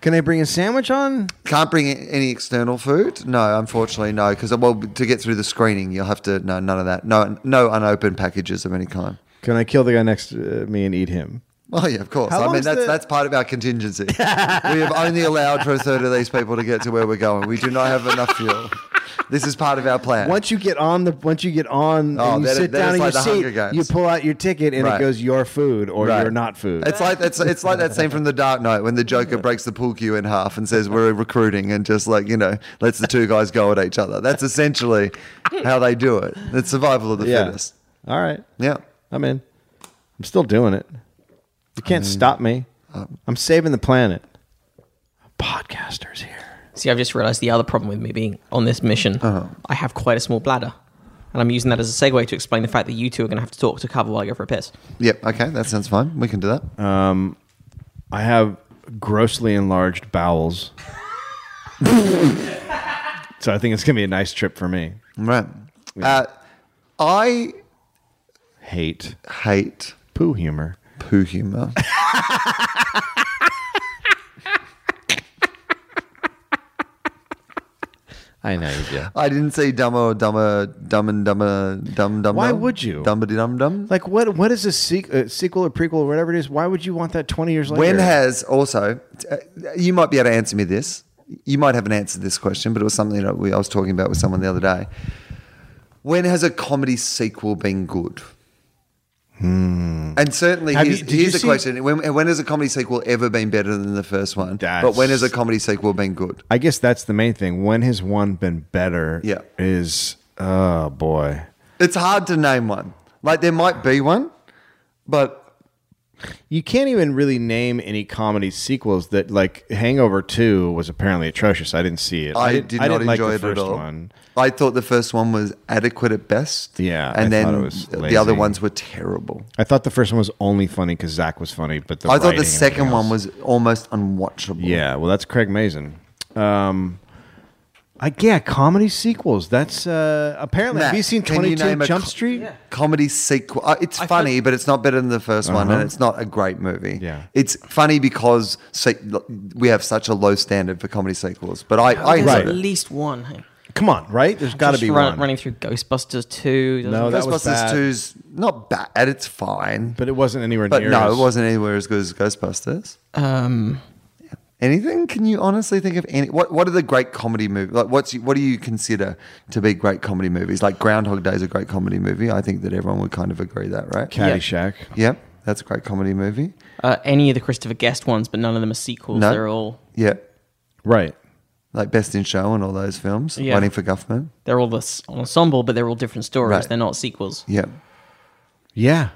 Speaker 3: Can I bring a sandwich on?
Speaker 2: Can't bring in- any external food. No, unfortunately, no. Because well, to get through the screening, you'll have to no none of that. No, no unopened packages of any kind.
Speaker 3: Can I kill the guy next to me and eat him?
Speaker 2: Oh yeah, of course.
Speaker 3: How
Speaker 2: I mean,
Speaker 3: long's
Speaker 2: that's
Speaker 3: the-
Speaker 2: that's part of our contingency. we have only allowed for a third of these people to get to where we're going. We do not have enough fuel. This is part of our plan.
Speaker 3: Once you get on the, once you get on,
Speaker 2: Oh,
Speaker 3: and you
Speaker 2: that is-
Speaker 3: sit
Speaker 2: that
Speaker 3: down
Speaker 2: is
Speaker 3: in
Speaker 2: like
Speaker 3: your
Speaker 2: the Hunger
Speaker 3: seat,
Speaker 2: Games.
Speaker 3: you pull out your ticket, and
Speaker 2: Right.
Speaker 3: it goes your food or
Speaker 2: Right.
Speaker 3: your not food.
Speaker 2: It's like that's it's like that scene from The Dark Knight when the Joker breaks the pool cue in half and says we're recruiting and just like you know lets the two guys go at each other. That's essentially how they do it. It's survival of the
Speaker 3: yeah.
Speaker 2: fittest.
Speaker 3: All right,
Speaker 2: Yeah.
Speaker 3: I'm in. I'm still doing it. You can't
Speaker 2: Mm-hmm.
Speaker 3: stop me.
Speaker 2: Uh,
Speaker 3: I'm saving the planet. Podcasters here.
Speaker 4: See, I've just realized the other problem with me being on this mission. I have quite a small bladder. And I'm using that as a segue to explain the fact that you two are going to have to talk to cover while I go for a piss.
Speaker 2: Yep. Okay. That sounds fine. We can do that.
Speaker 3: Uh, I have grossly
Speaker 2: *laughs*
Speaker 3: enlarged bowels. so I think it's gonna be a nice trip for me.
Speaker 2: right. Uh, I
Speaker 3: Hate
Speaker 2: hate
Speaker 3: poo humor.
Speaker 2: poo humor.
Speaker 3: I know you do.
Speaker 2: I didn't say dumber, dumber, dumb and dumber, dumb, dumb.
Speaker 3: Why
Speaker 2: dumb.
Speaker 3: would you?
Speaker 2: Dumber, dum, dum.
Speaker 3: Like what? What is a sequ- uh, sequel or prequel or whatever it is? Why would you want that twenty years later?
Speaker 2: When has also, uh, you might be able to answer me this. You might haven't answered this question, but it was something that we, I was talking about with someone the other day. When has a comedy sequel been good? And certainly,
Speaker 3: Hmm. Have
Speaker 2: here's,
Speaker 3: you- did you
Speaker 2: here's the
Speaker 3: see-
Speaker 2: question: when, when has a comedy sequel ever been better than the first one? But
Speaker 3: That's-
Speaker 2: when has a comedy sequel been good?
Speaker 3: I guess that's the main thing. When has one been better?
Speaker 2: Yeah.
Speaker 3: Is oh boy.
Speaker 2: It's hard to name one. Like there might be one, but
Speaker 3: You can't even really name any comedy sequels that like Hangover Two was apparently atrocious. I didn't see it.
Speaker 2: I,
Speaker 3: didn't-
Speaker 2: did
Speaker 3: I
Speaker 2: not
Speaker 3: didn't
Speaker 2: enjoy
Speaker 3: like the
Speaker 2: it
Speaker 3: first
Speaker 2: at all.
Speaker 3: One.
Speaker 2: I thought the first one was adequate at best.
Speaker 3: Yeah,
Speaker 2: and
Speaker 3: I thought
Speaker 2: then
Speaker 3: it was
Speaker 2: the other
Speaker 3: lazy.
Speaker 2: ones were terrible.
Speaker 3: I thought the first one was only funny because Zach was funny, but the
Speaker 2: I thought
Speaker 3: writing
Speaker 2: the
Speaker 3: and
Speaker 2: second
Speaker 3: everything
Speaker 2: one
Speaker 3: else-
Speaker 2: was almost unwatchable.
Speaker 3: Yeah, well, that's Craig Mazin. Um, I yeah, comedy sequeels. That's uh, apparently.
Speaker 2: Matt,
Speaker 3: have you seen
Speaker 2: can you
Speaker 3: Twenty Two
Speaker 2: name a
Speaker 3: Jump
Speaker 2: co-
Speaker 3: Street?
Speaker 2: Comedy sequel. Uh, it's
Speaker 4: I
Speaker 2: funny,
Speaker 4: find-
Speaker 2: but it's not better than the 1st one, and it's not a great movie.
Speaker 3: Uh-huh. Yeah.
Speaker 2: it's funny because se- we have such a low standard for comedy sequels. But I, I
Speaker 4: There's
Speaker 2: enjoyed
Speaker 4: at
Speaker 2: it.
Speaker 4: least one.
Speaker 3: Come on, right? There's got to
Speaker 4: Just
Speaker 3: be
Speaker 4: run-
Speaker 3: one.
Speaker 4: running through Ghostbusters 2. doesn't
Speaker 3: No,
Speaker 4: it?
Speaker 3: that was
Speaker 2: Ghostbusters
Speaker 3: bad.
Speaker 2: 2's not bad. It's fine,
Speaker 3: but it wasn't anywhere
Speaker 2: but
Speaker 3: near.
Speaker 2: no,
Speaker 3: as-
Speaker 2: it wasn't anywhere as good as Ghostbusters.
Speaker 4: um,
Speaker 2: Anything? Can you honestly think of any? What What are the great comedy movies? Like, what's what do you consider to be great comedy movies? Like Groundhog Day is a great comedy movie. I think that everyone would kind of agree that, right?
Speaker 3: Caddyshack.
Speaker 2: Yep, that's a great comedy movie.
Speaker 4: uh, any of the Christopher Guest ones, but none of them are sequels.
Speaker 2: No.
Speaker 4: They're all
Speaker 2: Yep.
Speaker 3: Right.
Speaker 2: Like Best in Show and all those films.
Speaker 4: Yeah.
Speaker 2: Waiting for Guffman.
Speaker 4: They're all this ensemble, but they're all different stories.
Speaker 2: Right.
Speaker 4: They're not sequels.
Speaker 2: Yeah.
Speaker 3: Yeah.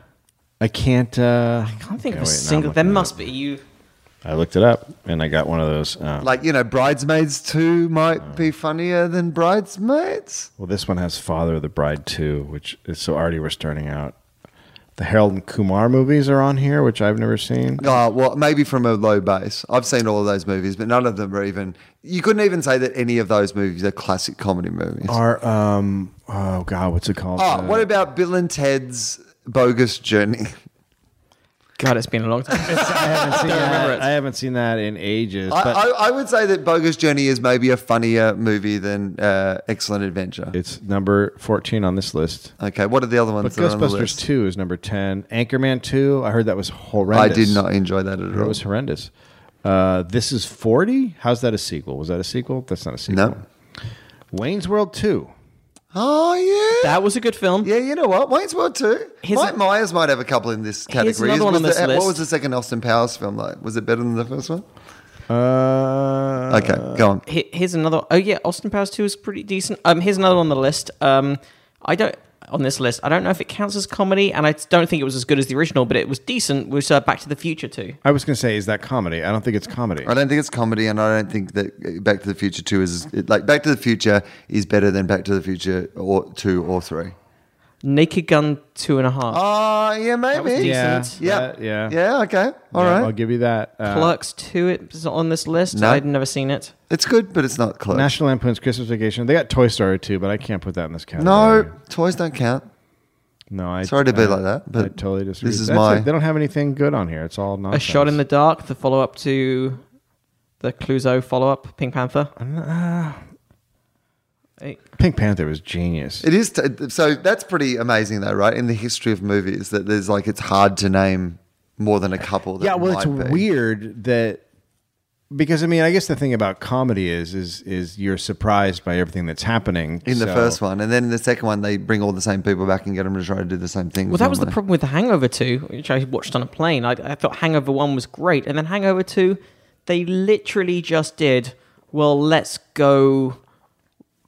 Speaker 3: I can't. Uh, I
Speaker 4: can't think of a single. There must be you.
Speaker 3: I looked it up and I got one of those. Uh,
Speaker 2: Like, you know, Bridesmaids 2 might be funnier than Bridesmaids.
Speaker 3: well, this one has Father of the Bride 2, which is so already we're starting out. The Harold and Kumar movies are on here, which I've never seen.
Speaker 2: Oh, well, maybe from a low base. I've seen all of those movies, but none of them are even. You couldn't even say that any of those movies are classic comedy movies.
Speaker 3: Are, um, oh, God, what's it called?
Speaker 2: Oh,
Speaker 3: Uh,
Speaker 2: what about Bill and Ted's Bogus Journey?
Speaker 4: God, it's been a long time.
Speaker 3: I haven't seen
Speaker 4: remember
Speaker 3: that.
Speaker 4: it.
Speaker 3: I haven't seen that in ages.
Speaker 2: I,
Speaker 3: but
Speaker 2: I, I would say that Bogus Journey is maybe a funnier movie than uh, Excellent Adventure.
Speaker 3: it's number 14 on this list.
Speaker 2: Okay, what are the other
Speaker 3: But
Speaker 2: ones that are on the
Speaker 3: Ghostbusters
Speaker 2: list?
Speaker 3: 2 is number 10. Anchorman 2, I heard that was
Speaker 2: I
Speaker 3: horrendous.
Speaker 2: did not enjoy that at
Speaker 3: It
Speaker 2: all.
Speaker 3: was horrendous. Uh, this is 40. How's that a sequel? Was that a sequel? That's not a sequel.
Speaker 2: No.
Speaker 3: Wayne's World 2.
Speaker 2: Oh yeah.
Speaker 4: that was a good film.
Speaker 2: yeah, you know what? Wayne's World too.
Speaker 4: Here's
Speaker 2: Mike
Speaker 4: a-
Speaker 2: Myers might have a couple in this category.
Speaker 4: another one
Speaker 2: Was
Speaker 4: on this
Speaker 2: the- What
Speaker 4: list.
Speaker 2: was the second Austin Powers film like? Was it better than the first one?
Speaker 3: Uh,
Speaker 2: Okay, go on.
Speaker 4: Here- Here's another. Oh yeah, Austin Powers Two is pretty decent. Um, here's another on the list. Um, I don't on this list. I don't know if it counts as comedy, and I don't think it was as good as the original, but it was decent. Was uh, Back to the Future Two?
Speaker 3: I was going to say, is that comedy? I don't think it's comedy.
Speaker 2: I don't think it's comedy, and I don't think that uh, Back to the Future Two is like Back to the Future is better than Back to the Future or Two or Three.
Speaker 4: Naked Gun Two and a Half.
Speaker 2: Oh, yeah,
Speaker 4: was
Speaker 2: maybe.
Speaker 4: decent.
Speaker 3: yeah,
Speaker 2: Yeah.
Speaker 3: that- yeah,
Speaker 2: Yeah, okay. all
Speaker 3: uh, Yeah,
Speaker 2: right.
Speaker 3: I'll give you that. Uh,
Speaker 4: Clerks Two is on this list.
Speaker 2: No.
Speaker 4: I'd never seen it.
Speaker 2: It's good, but it's not close.
Speaker 3: National Lampoon's Christmas Vacation. They got Toy Story too, but I can't put that in this category.
Speaker 2: no, toys don't count.
Speaker 3: no. I,
Speaker 2: Sorry to be
Speaker 3: I-
Speaker 2: like that, but
Speaker 3: I totally disagree.
Speaker 2: this is
Speaker 3: That's
Speaker 2: my-
Speaker 3: it. They don't have anything good on here. It's all
Speaker 4: A
Speaker 3: nonsense.
Speaker 4: Shot in the Dark, the follow up to the Clouseau follow up, Pink Panther. Eh,
Speaker 3: Pink Panther was genius.
Speaker 2: It is t- so. That's pretty amazing, though, right? In the history of movies, that there's like it's hard to name more than a couple. That
Speaker 3: yeah well it's
Speaker 2: might be.
Speaker 3: weird that because i mean i guess the thing about comedy is is is you're surprised by everything that's happening
Speaker 2: in the
Speaker 3: so-
Speaker 2: first one, and then in the second one, they bring all the same people back and get them to try to do the same thing.
Speaker 4: Well, that was the problem with The Hangover 2, which I watched on a plane. I, I thought Hangover 1 was great. And then Hangover 2, they literally just did, well, let's go,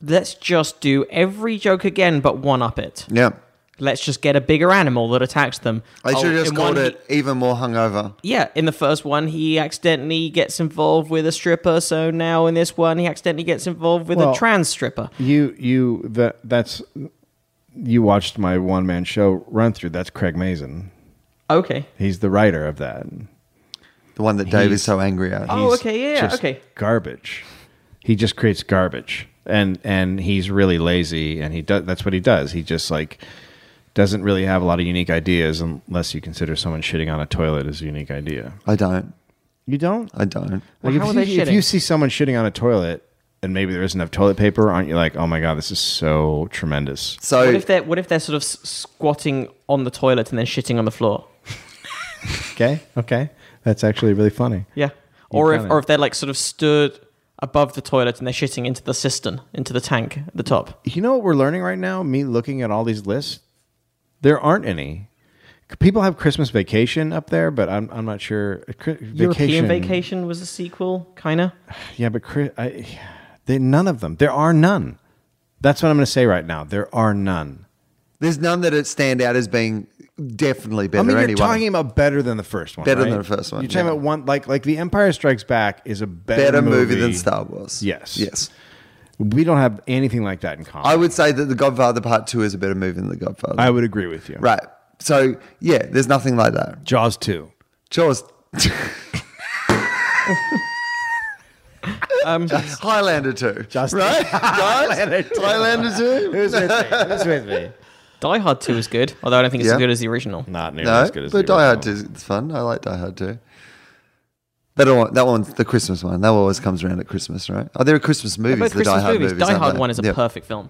Speaker 4: let's just do every joke again, but one up it.
Speaker 2: Yeah,
Speaker 4: Let's just get a bigger animal that attacks them.
Speaker 2: they
Speaker 4: Oh,
Speaker 2: should have just
Speaker 4: in
Speaker 2: called
Speaker 4: one
Speaker 2: it even more hungover.
Speaker 4: he- yeah, in the first one, he accidentally gets involved with a stripper. So now in this one, he accidentally gets involved with
Speaker 3: Well-
Speaker 4: a trans stripper.
Speaker 3: you you that that's you watched my one man show run through that's craig mason
Speaker 4: Okay.
Speaker 3: he's the writer of that
Speaker 2: The one that Dave
Speaker 3: He's-
Speaker 2: is so angry at.
Speaker 4: Oh,
Speaker 3: He's
Speaker 4: okay, yeah, yeah,
Speaker 3: just
Speaker 4: okay.
Speaker 3: garbage he just creates garbage and and he's really lazy and he does that's what he does he just like doesn't really have a lot of unique ideas unless you consider someone shitting on a toilet as a unique idea
Speaker 2: I don't.
Speaker 3: you don't
Speaker 2: I don't.
Speaker 3: Like
Speaker 4: how
Speaker 3: if,
Speaker 4: are
Speaker 3: you,
Speaker 4: they
Speaker 3: if you
Speaker 4: shitting?
Speaker 3: see someone shitting on a toilet and maybe there isn't enough toilet paper, aren't you like, oh my god, this is so tremendous?
Speaker 2: So
Speaker 4: What if they're what if they're sort of s- squatting on the toilet and then shitting on the floor?
Speaker 3: Okay, okay, that's actually really funny.
Speaker 4: Yeah. Or if
Speaker 3: kinda-
Speaker 4: or if they're like sort of stood above the toilet and they're shitting into the cistern, into the tank at the top.
Speaker 3: You know what we're learning right now? Me looking at all these lists, there aren't any. People have Christmas vacation up there, but I'm I'm not sure. Cri-
Speaker 4: European Vacation was a sequel, kinda.
Speaker 3: yeah, but Chri- I, they, none of them. There are none. That's what I'm going to say right now. There are none.
Speaker 2: there's none that it stand out as being definitely better.
Speaker 3: I mean, you're
Speaker 2: anyway.
Speaker 3: talking about better than the first one.
Speaker 2: Better than
Speaker 3: right?
Speaker 2: the first one,
Speaker 3: You're talking
Speaker 2: yeah.
Speaker 3: about one like like The Empire Strikes Back is a better,
Speaker 2: better movie than Star Wars.
Speaker 3: Yes.
Speaker 2: Yes.
Speaker 3: We don't have anything like that in common.
Speaker 2: I would say that The Godfather Part Two is a better movie than The Godfather.
Speaker 3: I would agree with you.
Speaker 2: Right. So yeah, there's nothing like that.
Speaker 3: Jaws two.
Speaker 2: Jaws. *laughs* Highlander two.
Speaker 3: Um, Just- *laughs*
Speaker 2: right. Highlander two. Highlander two.
Speaker 3: Who's with me? Who's with me?
Speaker 4: Die Hard two is good, although I don't think it's
Speaker 2: Yeah.
Speaker 4: as good as the original.
Speaker 3: Not nearly
Speaker 2: No,
Speaker 3: as good as
Speaker 2: but
Speaker 3: the
Speaker 2: Die Hard two
Speaker 3: original.
Speaker 2: is fun. I like Die Hard two. That one, that one's the Christmas one. That always comes around at Christmas, right? Oh, there are Christmas movies.
Speaker 4: Both
Speaker 2: the
Speaker 4: Christmas
Speaker 2: Die Hard
Speaker 4: movies.
Speaker 2: movies.
Speaker 4: Die
Speaker 2: aren't
Speaker 4: Hard
Speaker 2: they?
Speaker 4: one is a
Speaker 2: Yeah.
Speaker 4: perfect film.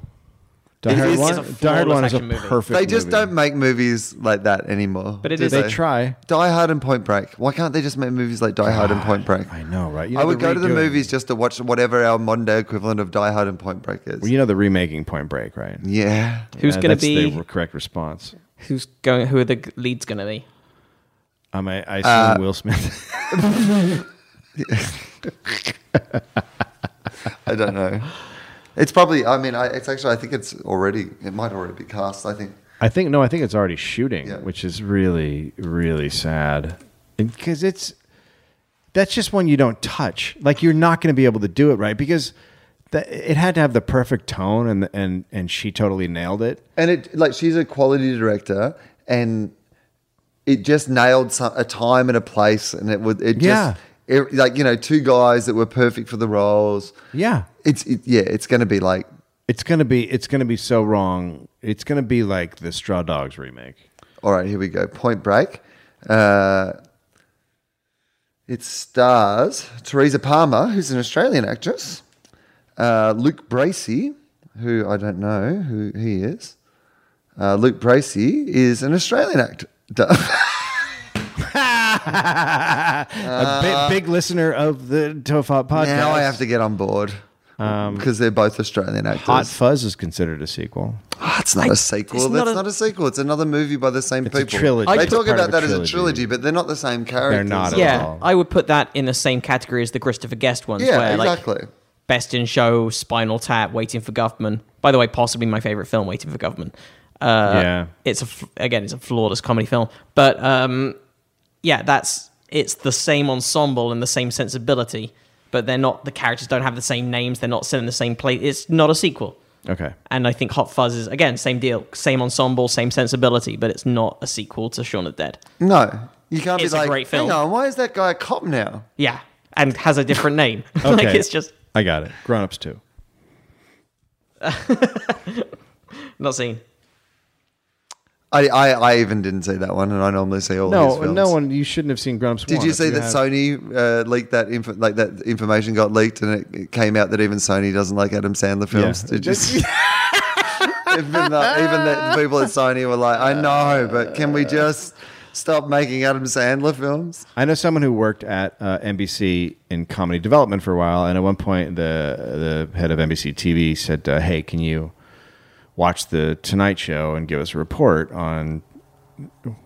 Speaker 3: Die Hard
Speaker 2: is-
Speaker 3: one.
Speaker 4: it's a
Speaker 3: Die Hard one is a
Speaker 4: flawless action
Speaker 3: perfect.
Speaker 2: They just
Speaker 3: movie.
Speaker 2: don't make movies like that anymore.
Speaker 4: But it
Speaker 2: do
Speaker 4: is-
Speaker 3: They
Speaker 4: so-
Speaker 3: try.
Speaker 2: Die Hard and Point Break. Why can't they just make movies like Die Hard and Point Break?
Speaker 3: I know, right? Ah, You
Speaker 2: I
Speaker 3: know
Speaker 2: would
Speaker 3: they're
Speaker 2: go to the
Speaker 3: redoing-
Speaker 2: movies just to watch whatever our modern day equivalent of Die Hard and Point Break is.
Speaker 3: Well, you know the remaking Point Break, right?
Speaker 2: yeah.
Speaker 4: Who's
Speaker 3: Uh,
Speaker 4: gonna
Speaker 3: that's
Speaker 4: be
Speaker 3: the correct response?
Speaker 4: who's going who are the g- leads gonna be?
Speaker 3: Um, I, I assume
Speaker 2: Uh,
Speaker 3: Will Smith.
Speaker 2: I I don't know. It's probably. I mean, I, it's actually. I think it's already. It might already be cast. I think.
Speaker 3: I think no, I think it's already shooting,
Speaker 2: Yeah.
Speaker 3: which is really really sad because it's that's just one you don't touch. Like you're not going to be able to do it right because that it had to have the perfect tone and and and she totally nailed it.
Speaker 2: And it like she's a quality director, and it just nailed some, a time and a place, and it would. It
Speaker 3: Yeah.
Speaker 2: just it, like you know two guys that were perfect for the roles.
Speaker 3: Yeah.
Speaker 2: It's it, yeah. It's going to be like
Speaker 3: It's going to be it's going to be so wrong. It's going to be like the Straw Dogs remake.
Speaker 2: All right, here we go. Point Break. Uh, it stars Teresa Palmer, who's an Australian actress, uh, Luke Bracey, who I don't know who he is. Uh, Luke Bracey is an Australian actor. *laughs*
Speaker 3: a big, big listener of the Tofop podcast.
Speaker 2: Uh, now I have to get on board
Speaker 3: Um,
Speaker 2: because they're both Australian actors.
Speaker 3: Hot Fuzz is considered a sequel.
Speaker 2: Ah, it's not a sequel.
Speaker 4: it's
Speaker 2: That's
Speaker 4: not
Speaker 2: not a,
Speaker 4: a-
Speaker 2: sequel. It's another movie by the same
Speaker 3: It's a
Speaker 2: people.
Speaker 3: trilogy.
Speaker 2: They
Speaker 3: It's
Speaker 2: talk
Speaker 3: part
Speaker 2: about
Speaker 3: of
Speaker 2: that
Speaker 3: a
Speaker 2: as a
Speaker 3: trilogy.
Speaker 2: trilogy, but they're not the same characters.
Speaker 3: not at
Speaker 4: yeah,
Speaker 3: all.
Speaker 4: I would put that in the same category as the Christopher Guest ones.
Speaker 2: Yeah,
Speaker 4: where,
Speaker 2: exactly.
Speaker 4: Like, Best in Show, Spinal Tap, Waiting for Government. By the way, possibly my favorite film, Waiting for Government. Uh,
Speaker 3: Yeah.
Speaker 4: it's a f- again, it's a flawless comedy film, but um, yeah, that's it's the same ensemble and the same sensibility, but they're not the characters don't have the same names. They're not set in the same place. It's not a sequel.
Speaker 3: Okay.
Speaker 4: And I think Hot Fuzz is again same deal, same ensemble, same sensibility, but it's not a sequel to Shaun of the Dead.
Speaker 2: No, you can't
Speaker 4: It's
Speaker 2: be
Speaker 4: a
Speaker 2: like,
Speaker 4: great
Speaker 2: hang
Speaker 4: film.
Speaker 2: on, why is that guy a cop now?
Speaker 4: Yeah, and has a different name. *laughs*
Speaker 3: Okay.
Speaker 4: like it's just
Speaker 3: I got it. Grown ups too.
Speaker 4: not seen.
Speaker 2: I, I, I even didn't see that one, and I normally see all his
Speaker 3: No,
Speaker 2: films.
Speaker 3: no one. You shouldn't have seen Grown Ups.
Speaker 2: Did
Speaker 3: one
Speaker 2: you
Speaker 3: if
Speaker 2: see that
Speaker 3: have-
Speaker 2: Sony uh, leaked that info, like that information got leaked, and it, it came out that even Sony doesn't like Adam Sandler films? Did you? See? *laughs* even the, even the people at Sony were like, I know, but can we just stop making Adam Sandler films?
Speaker 3: I know someone who worked at uh, NBC in comedy development for a while, and at one point, the the head of NBC TV said, uh, "Hey, can you watch the Tonight Show and give us a report on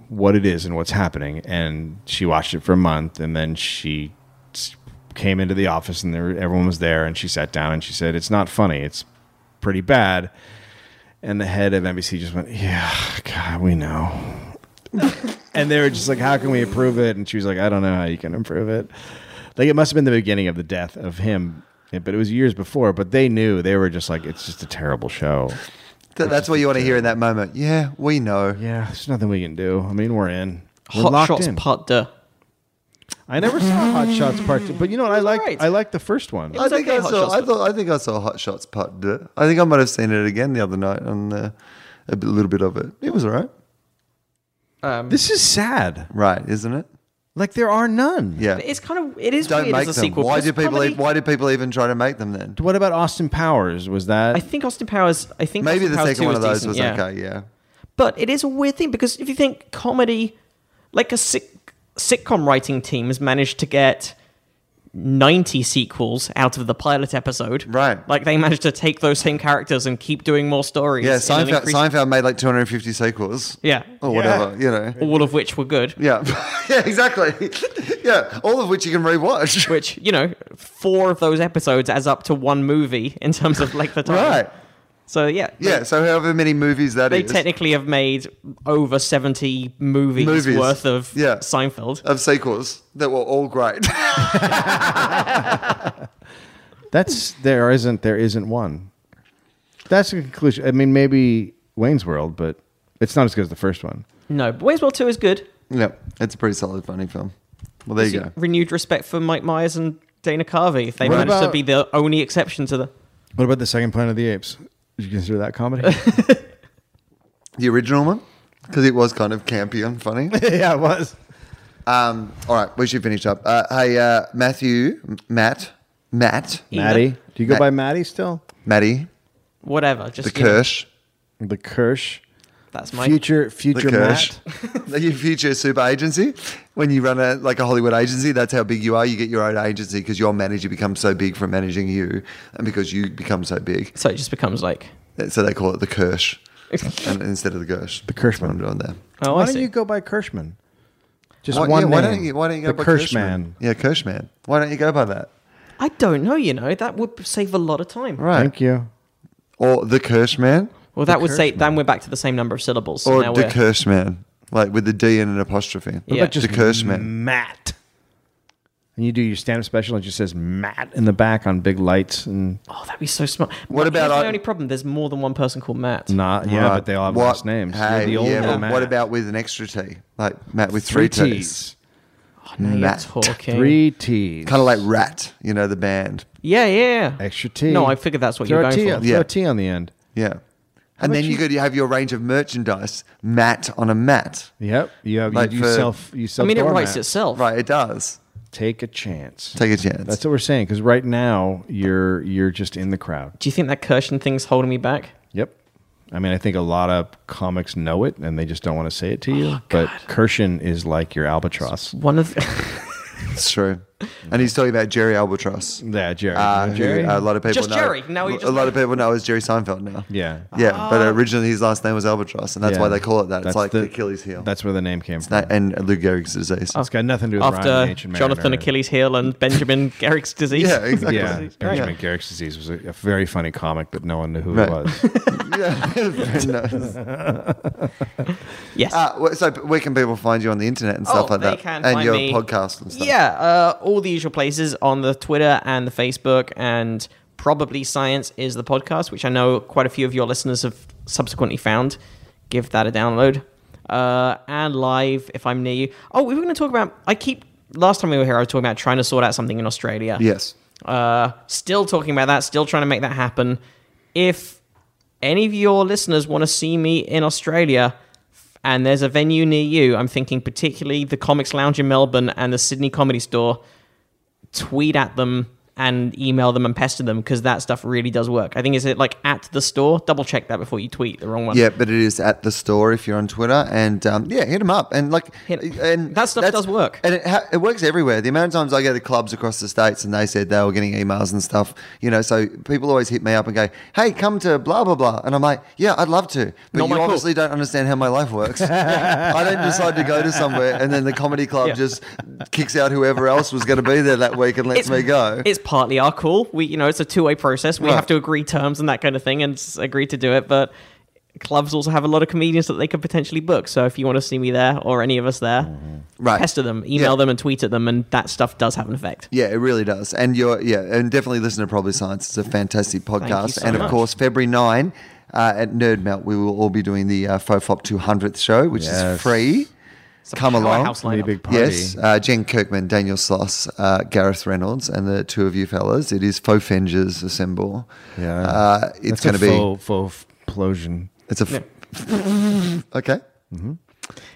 Speaker 3: what it is and what's happening?" And she watched it for a month, and then she s- came into the office, and there, everyone was there, and she sat down and she said, "It's not funny. It's pretty bad." And the head of NBC just went, "Yeah, God, we know." and they were just like, "How can we improve it?" And she was like, "I don't know how you can improve it." Like it must have been the beginning of the death of him, but it was years before. But they knew they were just like, "It's just a terrible show."
Speaker 2: Th- that's what you want to hear in that moment. Yeah, we know.
Speaker 3: Yeah, there's nothing we can do. I mean, we're in. We're
Speaker 4: Hot
Speaker 3: locked
Speaker 4: Shots
Speaker 3: in.
Speaker 4: Part Deux.
Speaker 3: I never saw Hot Shots Part Two, but you know what? I like
Speaker 4: Right.
Speaker 3: I like the first one.
Speaker 2: I
Speaker 4: It's
Speaker 2: think
Speaker 4: okay,
Speaker 2: I
Speaker 4: Hot
Speaker 2: saw.
Speaker 4: Shots,
Speaker 2: I
Speaker 4: but-
Speaker 2: thought. I think I saw Hot Shots Part Deux. I think I might have seen it again the other night on uh, a bit- little bit of it. It was all right.
Speaker 3: This is sad.
Speaker 2: Right, isn't it?
Speaker 3: Like there are none.
Speaker 2: Yeah.
Speaker 4: It's kind of it is
Speaker 2: Don't
Speaker 4: weird
Speaker 2: make
Speaker 4: as a
Speaker 2: them.
Speaker 4: sequel.
Speaker 2: why
Speaker 4: because
Speaker 2: do people?
Speaker 4: comedy-
Speaker 2: e- Why do people even try to make them then?
Speaker 3: What about Austin Powers? Was that?
Speaker 4: I think Austin Powers. I think
Speaker 2: Maybe
Speaker 4: Austin
Speaker 2: the
Speaker 4: Powers
Speaker 2: second
Speaker 4: 2
Speaker 2: one of those
Speaker 4: decent,
Speaker 2: was
Speaker 4: yeah.
Speaker 2: okay. Yeah.
Speaker 4: But it is a weird thing because if you think comedy, like a sick, sitcom writing team has managed to get 90 sequels out of the pilot episode.
Speaker 2: Right.
Speaker 4: Like they managed to take those same characters and keep doing more stories.
Speaker 2: Yeah.
Speaker 4: in an
Speaker 2: Seinfeld,
Speaker 4: increase-
Speaker 2: Seinfeld made like 250 sequels.
Speaker 4: Yeah.
Speaker 2: Or whatever. You know.
Speaker 4: All of which were good.
Speaker 2: Yeah. *laughs* yeah. Exactly. *laughs* yeah. All of which you can rewatch. *laughs*
Speaker 4: Which, you know, four of those episodes adds up to one movie in terms of length of time.
Speaker 2: Right.
Speaker 4: So, yeah. they-
Speaker 2: Yeah. So however many movies that
Speaker 4: They
Speaker 2: is
Speaker 4: technically have made over 70 movies,
Speaker 2: Movies.
Speaker 4: worth of
Speaker 2: Yeah.
Speaker 4: Seinfeld.
Speaker 2: of sequels that were all great. *laughs*
Speaker 3: That's there isn't there isn't one. That's the conclusion. I mean, maybe Wayne's World, but it's not as good as the first one.
Speaker 4: No, but Wayne's World 2 is good.
Speaker 2: yeah. It's a pretty solid funny film. Well, there you go.
Speaker 4: renewed respect for Mike Myers and Dana Carvey if they
Speaker 3: What
Speaker 4: managed
Speaker 3: about-
Speaker 4: to be the only exception to the.
Speaker 3: What about the second Planet of the Apes? Did you consider that comedy?
Speaker 2: The original one? Because it was kind of campy and funny.
Speaker 3: yeah, it was.
Speaker 2: Um, all right, we should finish up. Uh, hey, uh, Matthew, M- Matt, Matt,
Speaker 3: *laughs* Maddie. Do you go
Speaker 2: Matt-
Speaker 3: by Maddie still?
Speaker 2: Maddie,
Speaker 4: Whatever, just
Speaker 2: the
Speaker 4: you know,
Speaker 2: Kirsch, *laughs*
Speaker 3: The Kirsch.
Speaker 4: that's my
Speaker 3: Future
Speaker 2: the
Speaker 3: future
Speaker 2: Kirsch,
Speaker 3: Matt.
Speaker 2: your future super agency. When you run a like a Hollywood agency, that's how big you are. You get your own agency because your manager becomes so big from managing you, and because you become so big,
Speaker 4: So it just becomes like.
Speaker 2: so they call it the Kirsch, and instead of the Gersh, the
Speaker 3: Kirschman.
Speaker 2: I'm doing there.
Speaker 4: Oh,
Speaker 3: why
Speaker 4: I
Speaker 3: don't
Speaker 4: see.
Speaker 3: you go by Kirschman? Just
Speaker 2: Why,
Speaker 3: one
Speaker 2: yeah,
Speaker 3: name.
Speaker 2: why don't you? Why don't you go
Speaker 3: the
Speaker 2: by
Speaker 3: Kirschman?
Speaker 2: Yeah, Kirschman. Why don't you go by that?
Speaker 4: I don't know, you know. That would save a lot of time.
Speaker 2: Right.
Speaker 3: Thank you.
Speaker 2: Or the Kirsch man.
Speaker 4: Well, that would say, then we're back to the same number of syllables. So
Speaker 2: Or
Speaker 4: now
Speaker 2: the
Speaker 4: we're-
Speaker 2: Kirsch man. Like with the D and an apostrophe.
Speaker 4: Yeah. about
Speaker 2: the Kirsch man.
Speaker 3: Matt. And you do your stand up special, and it just says Matt in the back on big lights and
Speaker 4: Oh, that'd be so smart.
Speaker 2: What
Speaker 4: Here's
Speaker 2: about
Speaker 4: the
Speaker 2: I-
Speaker 4: only problem? There's more than one person called Matt.
Speaker 3: not. Yeah,
Speaker 2: Right.
Speaker 3: but they all have
Speaker 2: What-
Speaker 3: last names. You're
Speaker 2: Hey,
Speaker 3: the old
Speaker 2: yeah, but
Speaker 3: Matt.
Speaker 2: what about with an extra T? Like Matt with
Speaker 3: three
Speaker 2: three,
Speaker 3: T's?
Speaker 4: Now you're
Speaker 2: Matt.
Speaker 4: talking.
Speaker 3: Three T's.
Speaker 2: Kind of like Rat, you know, the band.
Speaker 4: Yeah, yeah.
Speaker 3: extra T.
Speaker 4: No, I figured that's what
Speaker 3: Throw
Speaker 4: you're
Speaker 3: a
Speaker 4: going
Speaker 3: T-
Speaker 4: for.
Speaker 3: Throw
Speaker 2: Yeah.
Speaker 3: a T on the end.
Speaker 2: Yeah. And then you could have your range of merchandise, Matt on a mat.
Speaker 3: Yep. You have
Speaker 2: Like
Speaker 3: you,
Speaker 2: for-
Speaker 3: self. You
Speaker 4: I
Speaker 3: self.
Speaker 4: mean, it
Speaker 3: door
Speaker 4: writes
Speaker 3: mat.
Speaker 4: itself.
Speaker 2: Right, it does.
Speaker 3: Take a chance.
Speaker 2: Take a chance.
Speaker 3: That's what we're saying because right now you're you're just in the crowd.
Speaker 4: Do you think that Kirshen thing's holding me back?
Speaker 3: Yep. I mean, I think a lot of comics know it and they just don't want to say it to
Speaker 4: Oh,
Speaker 3: you. but Kirshen is like your albatross.
Speaker 4: One of
Speaker 2: It's true. And he's talking about Jerry Albatross.
Speaker 3: Yeah, Jerry.
Speaker 2: Uh,
Speaker 3: You know
Speaker 2: who
Speaker 3: Jerry.
Speaker 2: A lot of people
Speaker 4: Just
Speaker 2: know.
Speaker 4: Jerry. Ah. Now he just-
Speaker 2: a lot of people know as Jerry Seinfeld now.
Speaker 3: yeah.
Speaker 2: Yeah, but originally his last name was Albatross, and that's
Speaker 3: Yeah.
Speaker 2: why they call it that. It's
Speaker 3: That's
Speaker 2: like
Speaker 3: the-
Speaker 2: Achilles heel.
Speaker 3: That's where the name came from.
Speaker 2: That- and Lou Gehrig's disease.
Speaker 4: Oh,
Speaker 3: it's got nothing to do with Ryan, the
Speaker 4: after
Speaker 3: Ancient
Speaker 4: Jonathan
Speaker 3: Mariner.
Speaker 4: Achilles heel and Benjamin Garrick's disease.
Speaker 2: *laughs* Yeah, exactly.
Speaker 3: Yeah,
Speaker 2: Yeah.
Speaker 3: Benjamin Garrick's disease was a, a very funny comic, but no one knew who
Speaker 2: Right.
Speaker 3: it
Speaker 4: *laughs*
Speaker 3: was.
Speaker 2: *laughs* yeah. *laughs* Very nice. *laughs*
Speaker 4: Yes.
Speaker 2: Uh, wh- so, p- where can people find you on the internet and stuff
Speaker 4: oh,
Speaker 2: like
Speaker 4: they
Speaker 2: that?
Speaker 4: Can
Speaker 2: and
Speaker 4: find
Speaker 2: your
Speaker 4: me.
Speaker 2: podcast and stuff.
Speaker 4: Yeah, uh, all the usual places on the Twitter and the Facebook, and probably Science is the podcast, which I know quite a few of your listeners have subsequently found. Give that a download. Uh, and live if I'm near you. Oh, we were going to talk about. I keep. Last time we were here, I was talking about trying to sort out something in Australia.
Speaker 2: Yes.
Speaker 4: Uh, still talking about that, still trying to make that happen. If any of your listeners want to see me in Australia and there's a venue near you, I'm thinking particularly the Comics Lounge in Melbourne and the Sydney Comedy Store, tweet at them and email them and pester them because that stuff really does work. I think is it like at the store? Double check that before you tweet the wrong one.
Speaker 2: Yeah, but it is at the store if you're on Twitter, and um, yeah, hit them up and like
Speaker 4: Hit-
Speaker 2: and
Speaker 4: That stuff
Speaker 2: that's-
Speaker 4: does work.
Speaker 2: and it, ha- it works everywhere. The amount of times I go to clubs across the states and they said they were getting emails and stuff, you know, so people always hit me up and go, "Hey, come to blah blah blah," and I'm like, "Yeah, I'd love to," but
Speaker 4: Not my
Speaker 2: you
Speaker 4: call.
Speaker 2: obviously don't understand how my life works. I don't decide to go to somewhere, and then the comedy club
Speaker 4: Yeah.
Speaker 2: just kicks out whoever else was going to be there that week and lets me go.
Speaker 4: It's partly our call. We, you know, it's a two-way process. We
Speaker 2: Right.
Speaker 4: have to agree terms and that kind of thing, and s- agree to do it. But clubs also have a lot of comedians that they could potentially book. So if you want to see me there or any of us there,
Speaker 2: Mm-hmm. Right.
Speaker 4: pester them, email
Speaker 2: Yeah.
Speaker 4: them, and tweet at them, and that stuff does have an effect.
Speaker 2: Yeah, it really does. And you're yeah, and definitely listen to Probably Science. It's a fantastic podcast.
Speaker 4: so
Speaker 2: and of
Speaker 4: much.
Speaker 2: course, February nine uh, at Nerd Melt, we will all be doing the uh, Fofop 200th show, which
Speaker 3: Yes.
Speaker 2: is free.
Speaker 4: It's a
Speaker 2: Come along.
Speaker 4: powerhouse
Speaker 3: Pretty
Speaker 4: lineup.
Speaker 3: big party.
Speaker 2: Yes, uh, Jen Kirkman, Daniel Sloss, uh, Gareth Reynolds, and the two of you fellas. It is Fofengers assemble.
Speaker 3: Yeah.
Speaker 2: uh, it's going to be.
Speaker 3: full, full explosion.
Speaker 2: It's a f- *laughs* okay.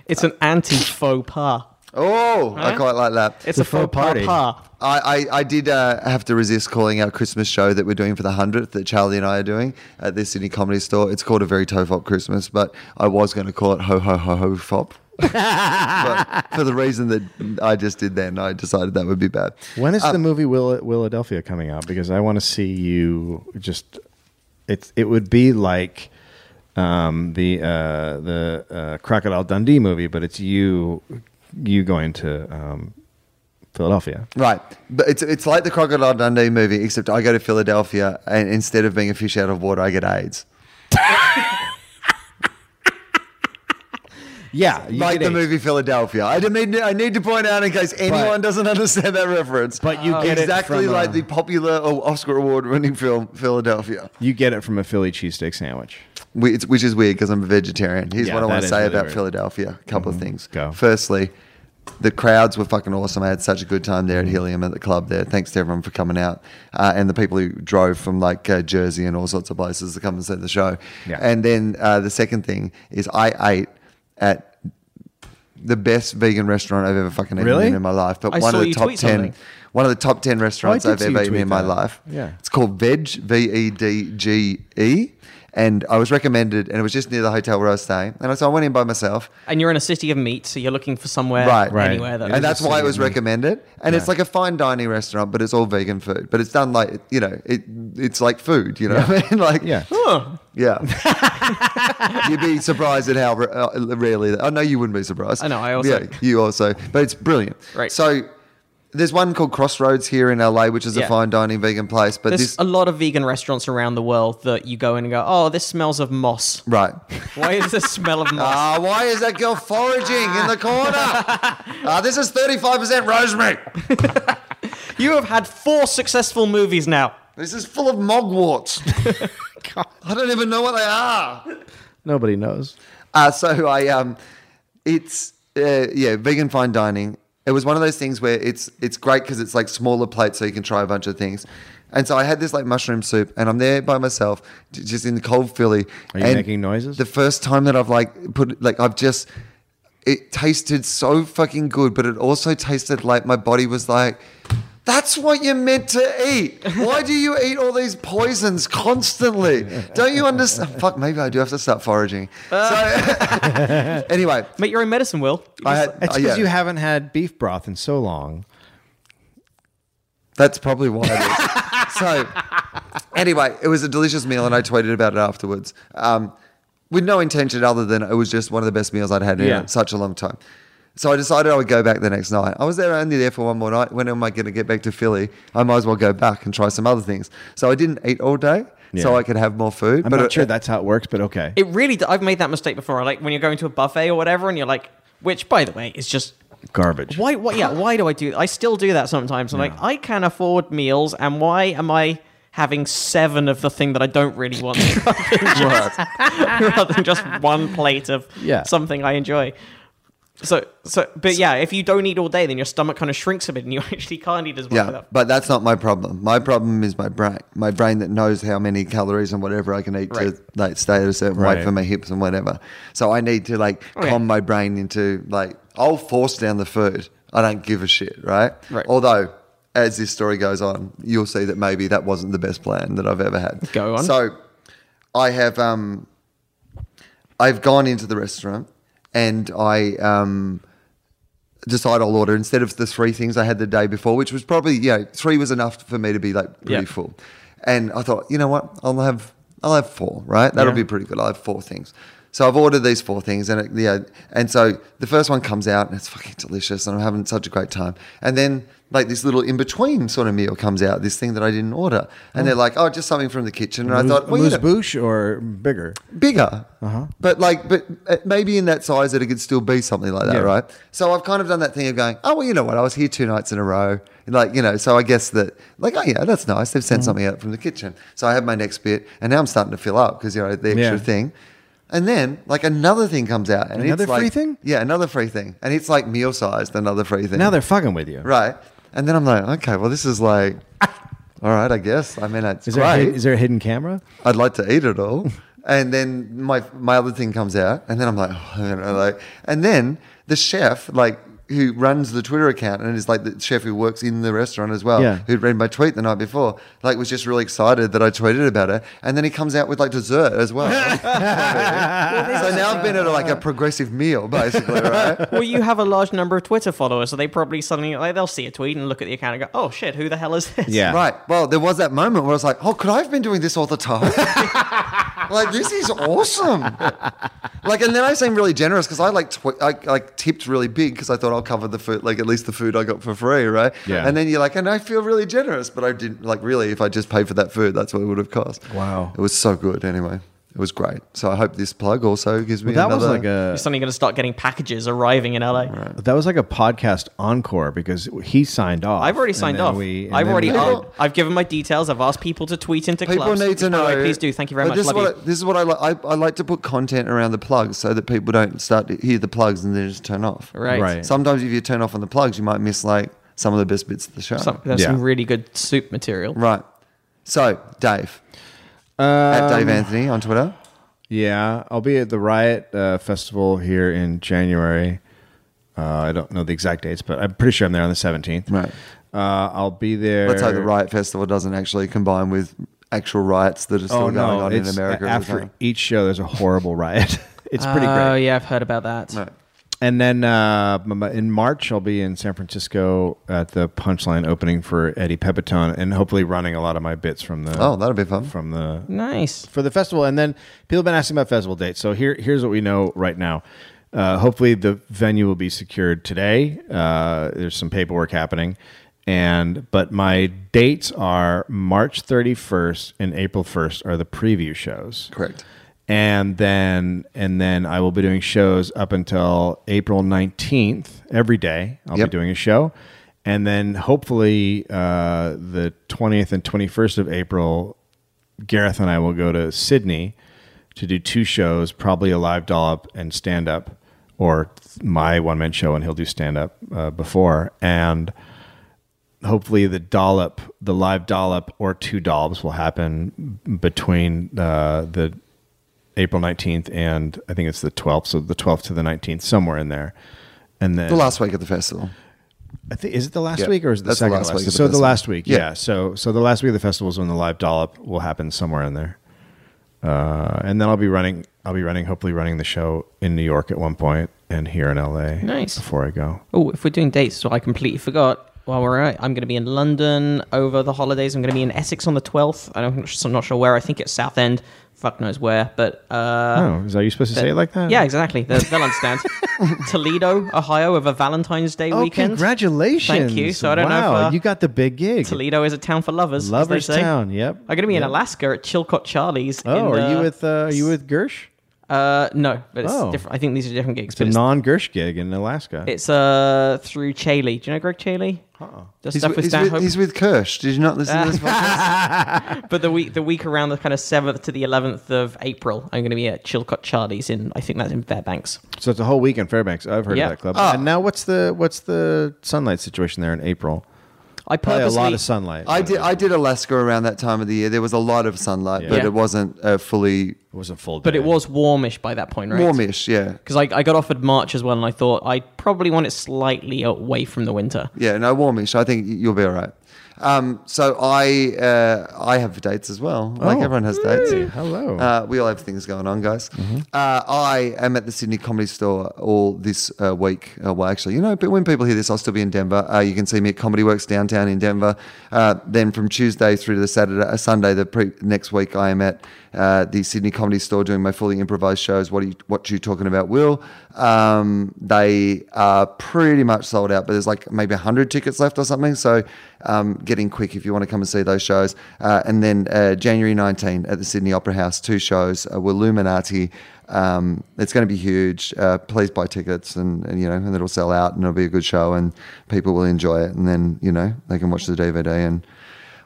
Speaker 4: It's an anti faux pas.
Speaker 2: Oh, I
Speaker 4: Huh?
Speaker 2: quite like that.
Speaker 4: It's
Speaker 3: a
Speaker 4: a faux,
Speaker 3: faux
Speaker 4: pas
Speaker 3: party.
Speaker 4: pas.
Speaker 2: I, I, I did uh, have to resist calling our Christmas show that we're doing for the 100th that Charlie and I are doing at the Sydney Comedy Store. It's called A Very Tofop Christmas, but I was going to call it Ho Ho Ho Ho Fop. *laughs* but for the reason that I just did then, I decided that would be bad.
Speaker 3: When is the movie Will Philadelphia coming out? Because I want to see you just. It's it would be like um, the uh, the uh, Crocodile Dundee movie, but it's you you going to um, Philadelphia.
Speaker 2: Right. But it's, it's like the Crocodile Dundee movie, except I go to Philadelphia and instead of being a fish out of water, I get AIDS.
Speaker 3: Yeah, you
Speaker 2: like
Speaker 3: get
Speaker 2: the
Speaker 3: AIDS.
Speaker 2: movie Philadelphia. I need, I need to point out in case anyone
Speaker 3: But-
Speaker 2: doesn't understand that reference.
Speaker 3: But you get it
Speaker 2: exactly
Speaker 3: from,
Speaker 2: like
Speaker 3: uh,
Speaker 2: the popular oh, Oscar award winning film Philadelphia,
Speaker 3: You get it from a Philly cheesesteak sandwich.
Speaker 2: Wh- it's- which is weird because I'm a vegetarian. Here's
Speaker 3: Yeah,
Speaker 2: what I
Speaker 3: that
Speaker 2: want to
Speaker 3: is
Speaker 2: say
Speaker 3: really
Speaker 2: about
Speaker 3: weird. Mm-hmm.
Speaker 2: Philadelphia. A couple of things.
Speaker 3: go.
Speaker 2: Firstly, the crowds were fucking awesome. I had such a good time there at Helium at the club there. Thanks to everyone for coming out uh, and the people who drove from like uh, Jersey and all sorts of places to come and see the show.
Speaker 3: Yeah.
Speaker 2: And then uh, the second thing is I ate at the best vegan restaurant I've ever fucking eaten
Speaker 3: Really?
Speaker 2: in in my life, but
Speaker 4: I
Speaker 2: one
Speaker 4: saw
Speaker 2: of the
Speaker 4: you
Speaker 2: top ten,
Speaker 4: tweet something.
Speaker 2: one of the top ten restaurants
Speaker 3: Oh, I did
Speaker 2: I've
Speaker 3: see you
Speaker 2: ever eaten
Speaker 3: tweet
Speaker 2: in E my
Speaker 3: that.
Speaker 2: life.
Speaker 3: Yeah.
Speaker 2: It's called Veg, V E D G E. And I was recommended, and it was just near the hotel where I was staying. And so I went in by myself.
Speaker 4: And you're in a city of meat, so you're looking for somewhere
Speaker 2: Right.
Speaker 3: Right.
Speaker 4: anywhere that.
Speaker 3: It
Speaker 2: and
Speaker 3: is a
Speaker 2: that's why it
Speaker 3: city
Speaker 2: was
Speaker 3: of meat.
Speaker 2: recommended. And it's like a fine dining restaurant, but it's all vegan food. But it's done like, you know, it it's like food, you know what I mean? *laughs* Like,
Speaker 3: Yeah.
Speaker 4: Huh.
Speaker 2: yeah. *laughs* You'd be surprised at how ra- uh, rarely. That, I know you wouldn't be surprised.
Speaker 4: I know, I also-
Speaker 2: Yeah, you also. But it's brilliant.
Speaker 4: Right.
Speaker 2: So There's one called Crossroads here in LA, which is a
Speaker 4: Yeah.
Speaker 2: fine dining vegan place. But
Speaker 4: There's
Speaker 2: this,
Speaker 4: a lot of vegan restaurants around the world that you go in and go, oh, this smells of moss.
Speaker 2: right?
Speaker 4: Why is the smell
Speaker 2: *laughs*
Speaker 4: of moss?
Speaker 2: Ah, why is that girl foraging in the corner? Ah, this is 35% rosemary.
Speaker 4: You have had four successful movies now.
Speaker 2: This is full of mogwarts. I don't even know what they are.
Speaker 5: Nobody knows.
Speaker 2: *laughs* Uh, so I um, it's uh, yeah, vegan fine dining. It was one of those things where it's it's great because it's like smaller plates, so you can try a bunch of things. And so I had this like mushroom soup, and I'm there by myself, j- just in the cold Philly.
Speaker 3: Are you
Speaker 2: And
Speaker 3: making noises?
Speaker 2: The first time that I've like put like I've just it tasted so fucking good, but it also tasted like my body was like. That's what you're meant to eat. Why do you eat all these poisons constantly? Don't you understand? *laughs* Fuck, maybe I do have to start foraging. *laughs* So, anyway,
Speaker 4: Make your own medicine, Will.
Speaker 2: I had,
Speaker 3: It's
Speaker 2: uh,
Speaker 3: because
Speaker 2: yeah,
Speaker 3: you haven't had beef broth in so long.
Speaker 2: that's probably why it is. *laughs* so, anyway, it was a delicious meal, and I tweeted about it afterwards um, with no intention other than it was just one of the best meals I'd had
Speaker 3: Yeah.
Speaker 2: in such a long time. So I decided I would go back the next night. I was there only there for one more night. When am I going to get back to Philly? I might as well go back and try some other things. So I didn't eat all day, so
Speaker 3: Yeah.
Speaker 2: I could have more food.
Speaker 3: I'm
Speaker 2: but
Speaker 3: not
Speaker 2: it-
Speaker 3: sure that's how uh, it works, but okay.
Speaker 4: It really, d- I've made that mistake before. Like when you're going to a buffet or whatever, and you're like, which, by the way, is just
Speaker 3: Garbage.
Speaker 4: why, why, yeah, why do I do? I still do that sometimes. I'm like, I can afford meals, and why am I having seven of the thing that I don't really want, *laughs* rather than just one plate of
Speaker 5: Yeah.
Speaker 4: something I enjoy? So, so, but yeah, if you don't eat all day, then your stomach kind of shrinks a bit, and you *laughs* actually can't eat as well.
Speaker 2: Yeah, but that's not my problem. My problem is my brain, my brain that knows how many calories and whatever I can eat
Speaker 4: Right.
Speaker 2: to like stay at a certain
Speaker 3: Right.
Speaker 2: weight for my hips and whatever. So I need to like
Speaker 4: Okay.
Speaker 2: calm my brain into like I'll force down the food. I don't give a shit, right?
Speaker 4: Right.
Speaker 2: Although, as this story goes on, you'll see that maybe that wasn't the best plan that I've ever had.
Speaker 4: Go on.
Speaker 2: So I have um, I've gone into the restaurant and I um decide I'll order instead of the three things I had the day before, which was probably you know three was enough for me to be like pretty
Speaker 4: Yeah.
Speaker 2: full, and I thought you know what I'll have I'll have four right that'll be
Speaker 4: Yeah.
Speaker 2: pretty good I'll have four things. So I've ordered these four things, and it, yeah, and so the first one comes out, and it's fucking delicious, and I'm having such a great time. And then like this little in between sort of meal comes out, this thing that I didn't order, and they're like, oh, just something from the kitchen, and I thought, well, you
Speaker 3: Moose
Speaker 2: know-
Speaker 3: bouche or bigger?
Speaker 2: bigger,
Speaker 3: Uh-huh.
Speaker 2: but like, but uh, maybe in that size that it could still be something like that,
Speaker 3: Yeah.
Speaker 2: right? So I've kind of done that thing of going, oh well, you know what? I was here two nights in a row, like you know. So I guess that, like, oh yeah, that's nice. They've sent
Speaker 3: Mm.
Speaker 2: something out from the kitchen. So I have my next bit, and now I'm starting to fill up because you know the extra
Speaker 3: Yeah.
Speaker 2: thing. And then like another thing comes out, and
Speaker 3: Another
Speaker 2: it's like,
Speaker 3: free thing?
Speaker 2: yeah, another free thing, and it's like meal sized, another free thing.
Speaker 3: Now they're fucking with you.
Speaker 2: right, and then I'm like, okay, well, this is like. *laughs* All right, I guess. I mean, it's
Speaker 3: Is there, a,
Speaker 2: great.
Speaker 3: hid- is there a hidden camera?
Speaker 2: I'd like to eat it all. And then my my other thing comes out, and then I'm like, *laughs* oh, you know, like, and then the chef, like, who runs the Twitter account and is like the chef who works in the restaurant as well,
Speaker 3: Yeah.
Speaker 2: who'd read my tweet the night before, like, was just really excited that I tweeted about it, and then he comes out with like dessert as well. *laughs* so now I've been at like a progressive meal, basically, right?
Speaker 4: well, you have a large number of Twitter followers, so they probably suddenly like they'll see a tweet and look at the account and go, "Oh shit, who the hell is this?"
Speaker 3: Yeah.
Speaker 2: Right. Well, there was that moment where I was like, oh, could I have been doing this all the
Speaker 3: *laughs*
Speaker 2: time? like, this is awesome. Like, and then I seemed really generous because I like, tw- I like tipped really big because I thought I'll cover the food, like at least the food I got for free, right?
Speaker 3: Yeah.
Speaker 2: And then you're like, and I feel really generous, but I didn't, like, really, if I just paid for that food, that's what it would have cost.
Speaker 3: Wow.
Speaker 2: It was so good anyway. It was great. So I hope this plug also gives me
Speaker 3: That was
Speaker 2: another.
Speaker 3: like
Speaker 4: You're
Speaker 3: a
Speaker 4: *laughs* suddenly going to start getting packages arriving in LA.
Speaker 3: that was like a podcast encore because he signed off.
Speaker 4: I've already
Speaker 3: and
Speaker 4: signed
Speaker 3: then
Speaker 4: off.
Speaker 3: we- and
Speaker 4: I've
Speaker 3: then
Speaker 4: already.
Speaker 3: we did-
Speaker 2: People-
Speaker 4: I've given my details. I've asked people to tweet into
Speaker 2: People
Speaker 4: clubs.
Speaker 2: need to
Speaker 4: By the
Speaker 2: know.
Speaker 4: way, please do. Thank you very
Speaker 2: But
Speaker 4: much.
Speaker 2: This
Speaker 4: Love
Speaker 2: is,
Speaker 4: you.
Speaker 2: what I, this is what I like. I, I like to put content around the plugs so that people don't start to hear the plugs and then just turn off.
Speaker 4: Right.
Speaker 3: Right.
Speaker 2: Sometimes if you turn off on the plugs, you might miss like some of the best bits of the show.
Speaker 4: Some, there's some
Speaker 3: Yeah.
Speaker 4: really good soup material.
Speaker 2: Right. So Dave at
Speaker 4: Um,
Speaker 2: Dave Anthony on Twitter.
Speaker 3: Yeah, I'll be at the Riot uh, Festival here in January. Uh, I don't know the exact dates, but I'm pretty sure I'm there on the 17th.
Speaker 2: Right.
Speaker 3: Uh, I'll be there.
Speaker 2: Let's hope the Riot Festival doesn't actually combine with actual riots that are still
Speaker 3: Oh
Speaker 2: going
Speaker 3: no!
Speaker 2: on in
Speaker 3: It's
Speaker 2: America. at the
Speaker 3: after
Speaker 2: time.
Speaker 3: each show, there's a horrible riot. *laughs* it's pretty great.
Speaker 4: Oh yeah, I've heard about that.
Speaker 2: Right.
Speaker 3: And then uh, m- m- in March, I'll be in San Francisco at the Punchline opening for Eddie Pepitone, and hopefully running a lot of my bits from the
Speaker 2: Oh, that'll be fun.
Speaker 3: from the
Speaker 4: Nice.
Speaker 3: for the festival. And then people have been asking about festival dates, so here here's what we know right now. Uh, hopefully, the venue will be secured today. Uh, there's some paperwork happening, and but my dates are March 31st and April 1st are the preview shows.
Speaker 2: Correct.
Speaker 3: And then and then I will be doing shows up until April 19th every day. I'll
Speaker 2: Yep.
Speaker 3: be doing a show. And then hopefully uh, the 20th and 21st of April Gareth and I will go to Sydney to do two shows, probably a live dollop and stand up, or my one man show, and he'll do stand up uh, before. And hopefully, the dollop, the live dollop, or two dollops will happen between uh, the April 19th and I think it's the 12th, so the 12th to the 19th, somewhere in there. And then
Speaker 2: The last week of the festival.
Speaker 3: I think is it the last
Speaker 2: Yeah,
Speaker 3: week or is it the
Speaker 2: that's the
Speaker 3: second
Speaker 2: last
Speaker 3: last
Speaker 2: week of the
Speaker 3: so the
Speaker 2: festival.
Speaker 3: last week,
Speaker 2: Yeah.
Speaker 3: yeah. So so the last week of the festival is when the live dollop will happen somewhere in there, uh, and then I'll be running. I'll be running. Hopefully, running the show in New York at one point and here in LA.
Speaker 4: Nice.
Speaker 3: Before I go,
Speaker 4: Oh, if we're doing dates, so I completely forgot. While we're at, I'm going to be in London over the holidays. I'm going to be in Essex on the 12th. I don't, I'm not sure where. I think it's Southend. Fuck knows where. But uh,
Speaker 3: oh, is that you supposed to say it like that?
Speaker 4: Yeah, exactly. They'll, they'll understand.
Speaker 3: *laughs*
Speaker 4: Toledo, Ohio, over Valentine's Day
Speaker 3: Oh,
Speaker 4: weekend.
Speaker 3: congratulations!
Speaker 4: Thank you. So I don't know if,
Speaker 3: wow,
Speaker 4: uh,
Speaker 3: you got the big gig.
Speaker 4: Toledo is a town for lovers. as they
Speaker 3: Lovers
Speaker 4: say.
Speaker 3: Town, yep.
Speaker 4: I'm going to be in
Speaker 3: Yep.
Speaker 4: Alaska at Chilcot Charlie's.
Speaker 3: Oh,
Speaker 4: in,
Speaker 3: are you
Speaker 4: uh,
Speaker 3: with? Uh, are you with Gersh?
Speaker 4: Uh, no, but it's
Speaker 3: Oh.
Speaker 4: different. I think these are different gigs.
Speaker 3: It's a
Speaker 4: but it's,
Speaker 3: non-Gersh gig in Alaska.
Speaker 4: it's uh through Chaley. Do you know Greg Chaley? Uh-uh. Does
Speaker 2: He's,
Speaker 4: stuff
Speaker 2: with-
Speaker 4: with
Speaker 2: he's with,
Speaker 4: Stanhope.
Speaker 2: he's with Kirsch. Did you not listen to this
Speaker 4: *laughs*
Speaker 2: podcast?
Speaker 4: But the week the week around the kind of seventh to the eleventh of April, I'm going to be at Chilcot Charlie's in I think that's in Fairbanks.
Speaker 3: so it's a whole week in Fairbanks. I've heard
Speaker 4: Yeah. Ah.
Speaker 3: of that club. and now what's the what's the sunlight situation there in April?
Speaker 4: I
Speaker 3: Probably a
Speaker 4: purposely
Speaker 3: lot of sunlight.
Speaker 2: I did. I did Alaska around that time of the year. There was a lot of sunlight, but
Speaker 4: Yeah.
Speaker 2: it wasn't uh, fully
Speaker 3: It wasn't full,
Speaker 4: but it
Speaker 3: day.
Speaker 4: was warmish by that point, right?
Speaker 2: warmish. Yeah,
Speaker 4: because I, I got offered March as well, and I thought I probably want it slightly away from the winter.
Speaker 2: yeah. No, warmish. I think you'll be all right. Um, so I, uh, I have dates as well. Like
Speaker 3: Oh.
Speaker 2: everyone has dates.
Speaker 3: Hello.
Speaker 2: Uh, we all have things going on, guys. Uh, I am at the Sydney Comedy Store all this uh, week. Uh, well, actually, you know, but when people hear this, I'll still be in Denver. Uh, you can see me at Comedy Works downtown in Denver. Uh, then from Tuesday through to the Saturday, uh, Sunday, the pre- next week, I am at uh, the Sydney Comedy Store doing my fully improvised shows. What are you, what you talking about, Will? Um, they are pretty much sold out, but there's like maybe 100 tickets left or something. So um, getting quick if you want to come and see those shows. Uh, and then uh, January 19 at the Sydney Opera House, two shows uh, were Luminati. Um, it's going to be huge. Uh, please buy tickets, and, and you know, and it'll sell out, and it'll be a good show, and people will enjoy it. And then you know, they can watch the DVD. And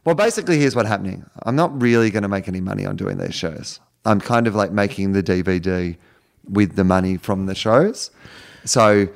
Speaker 2: well, basically, here's what's happening. I'm not really going to make any money on doing these shows. I'm kind of like making the DVD with the money from the shows. So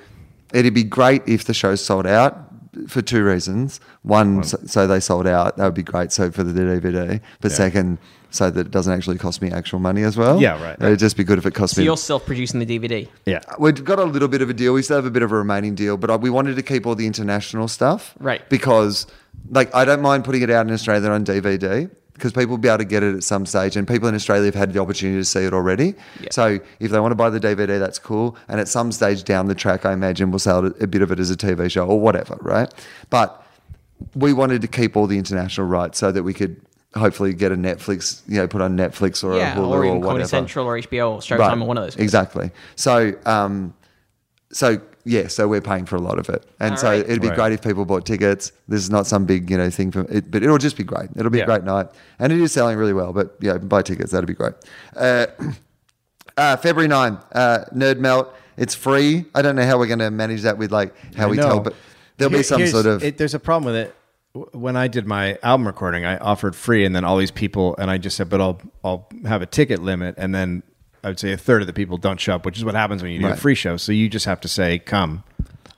Speaker 2: it'd be great if the shows sold out for two reasons. One, so, so they sold out, that would be great. So for the DVD, but second, so that it doesn't actually cost me actual money as well.
Speaker 3: Yeah, right.
Speaker 2: It'd just be good if it cost
Speaker 4: So
Speaker 2: me.
Speaker 4: you're self producing the DVD.
Speaker 3: yeah.
Speaker 2: We've got a little bit of a deal. We still have a bit of a remaining deal, but I, we wanted to keep all the international stuff.
Speaker 4: Right.
Speaker 2: Because, like, I don't mind putting it out in Australia on DVD because people will be able to get it at some stage. And people in Australia have had the opportunity to see it already. So if they want to buy the DVD, that's cool. And at some stage down the track, I imagine we'll sell a bit of it as a TV show or whatever, right? But we wanted to keep all the international rights so that we could hopefully get a Netflix, you know, put on Netflix or a
Speaker 4: Yeah,
Speaker 2: Hulu
Speaker 4: or
Speaker 2: or,
Speaker 4: even Comedy
Speaker 2: whatever.
Speaker 4: Central or HBO or Showtime or one of those.
Speaker 2: Exactly. So, um, so yeah, so we're paying for a lot of it, and
Speaker 4: All
Speaker 2: so
Speaker 4: right.
Speaker 2: it'd be
Speaker 3: Right.
Speaker 2: great if people bought tickets. This is not some big you know thing for it, but it'll just be great. It'll be
Speaker 3: Yeah.
Speaker 2: a great night, and it is selling really well. But yeah, buy tickets. That'd be great. Uh, *coughs* uh, February 9, uh, Nerd Melt. It's free. I don't know how we're going to manage that with like how we
Speaker 3: I know.
Speaker 2: tell, but there'll be
Speaker 3: Here-
Speaker 2: some
Speaker 3: here's-
Speaker 2: sort of
Speaker 3: it- there's a problem with it. W- When I did my album recording, I offered free, and then all these people, and I just said, "But I'll I'll have a ticket limit," and then I would say a third of the people don't show up, which is what happens when you do
Speaker 2: Right.
Speaker 3: a free show. So you just have to say, "Come."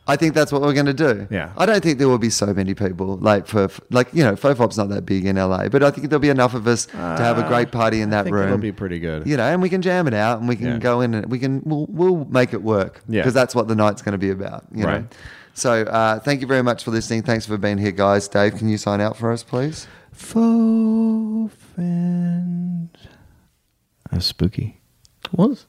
Speaker 2: I think that's what we're going to do.
Speaker 3: Yeah.
Speaker 2: I don't think there will be so many people like for like you know, Fofop's not that big in LA, but I think there'll be enough of us to have a great party in that
Speaker 3: Uh, think
Speaker 2: room.
Speaker 3: it'll be pretty good.
Speaker 2: You know, and we can jam it out and we can
Speaker 3: Yeah.
Speaker 2: go in and we can we'll, we'll make it work
Speaker 3: Yeah.
Speaker 2: because that's what the night's going to be about, you know.
Speaker 3: Right.
Speaker 2: So, uh, thank you very much for listening. Thanks for being here, guys. Dave, can you sign out for us, please?
Speaker 3: Faux and that's spooky.
Speaker 4: What?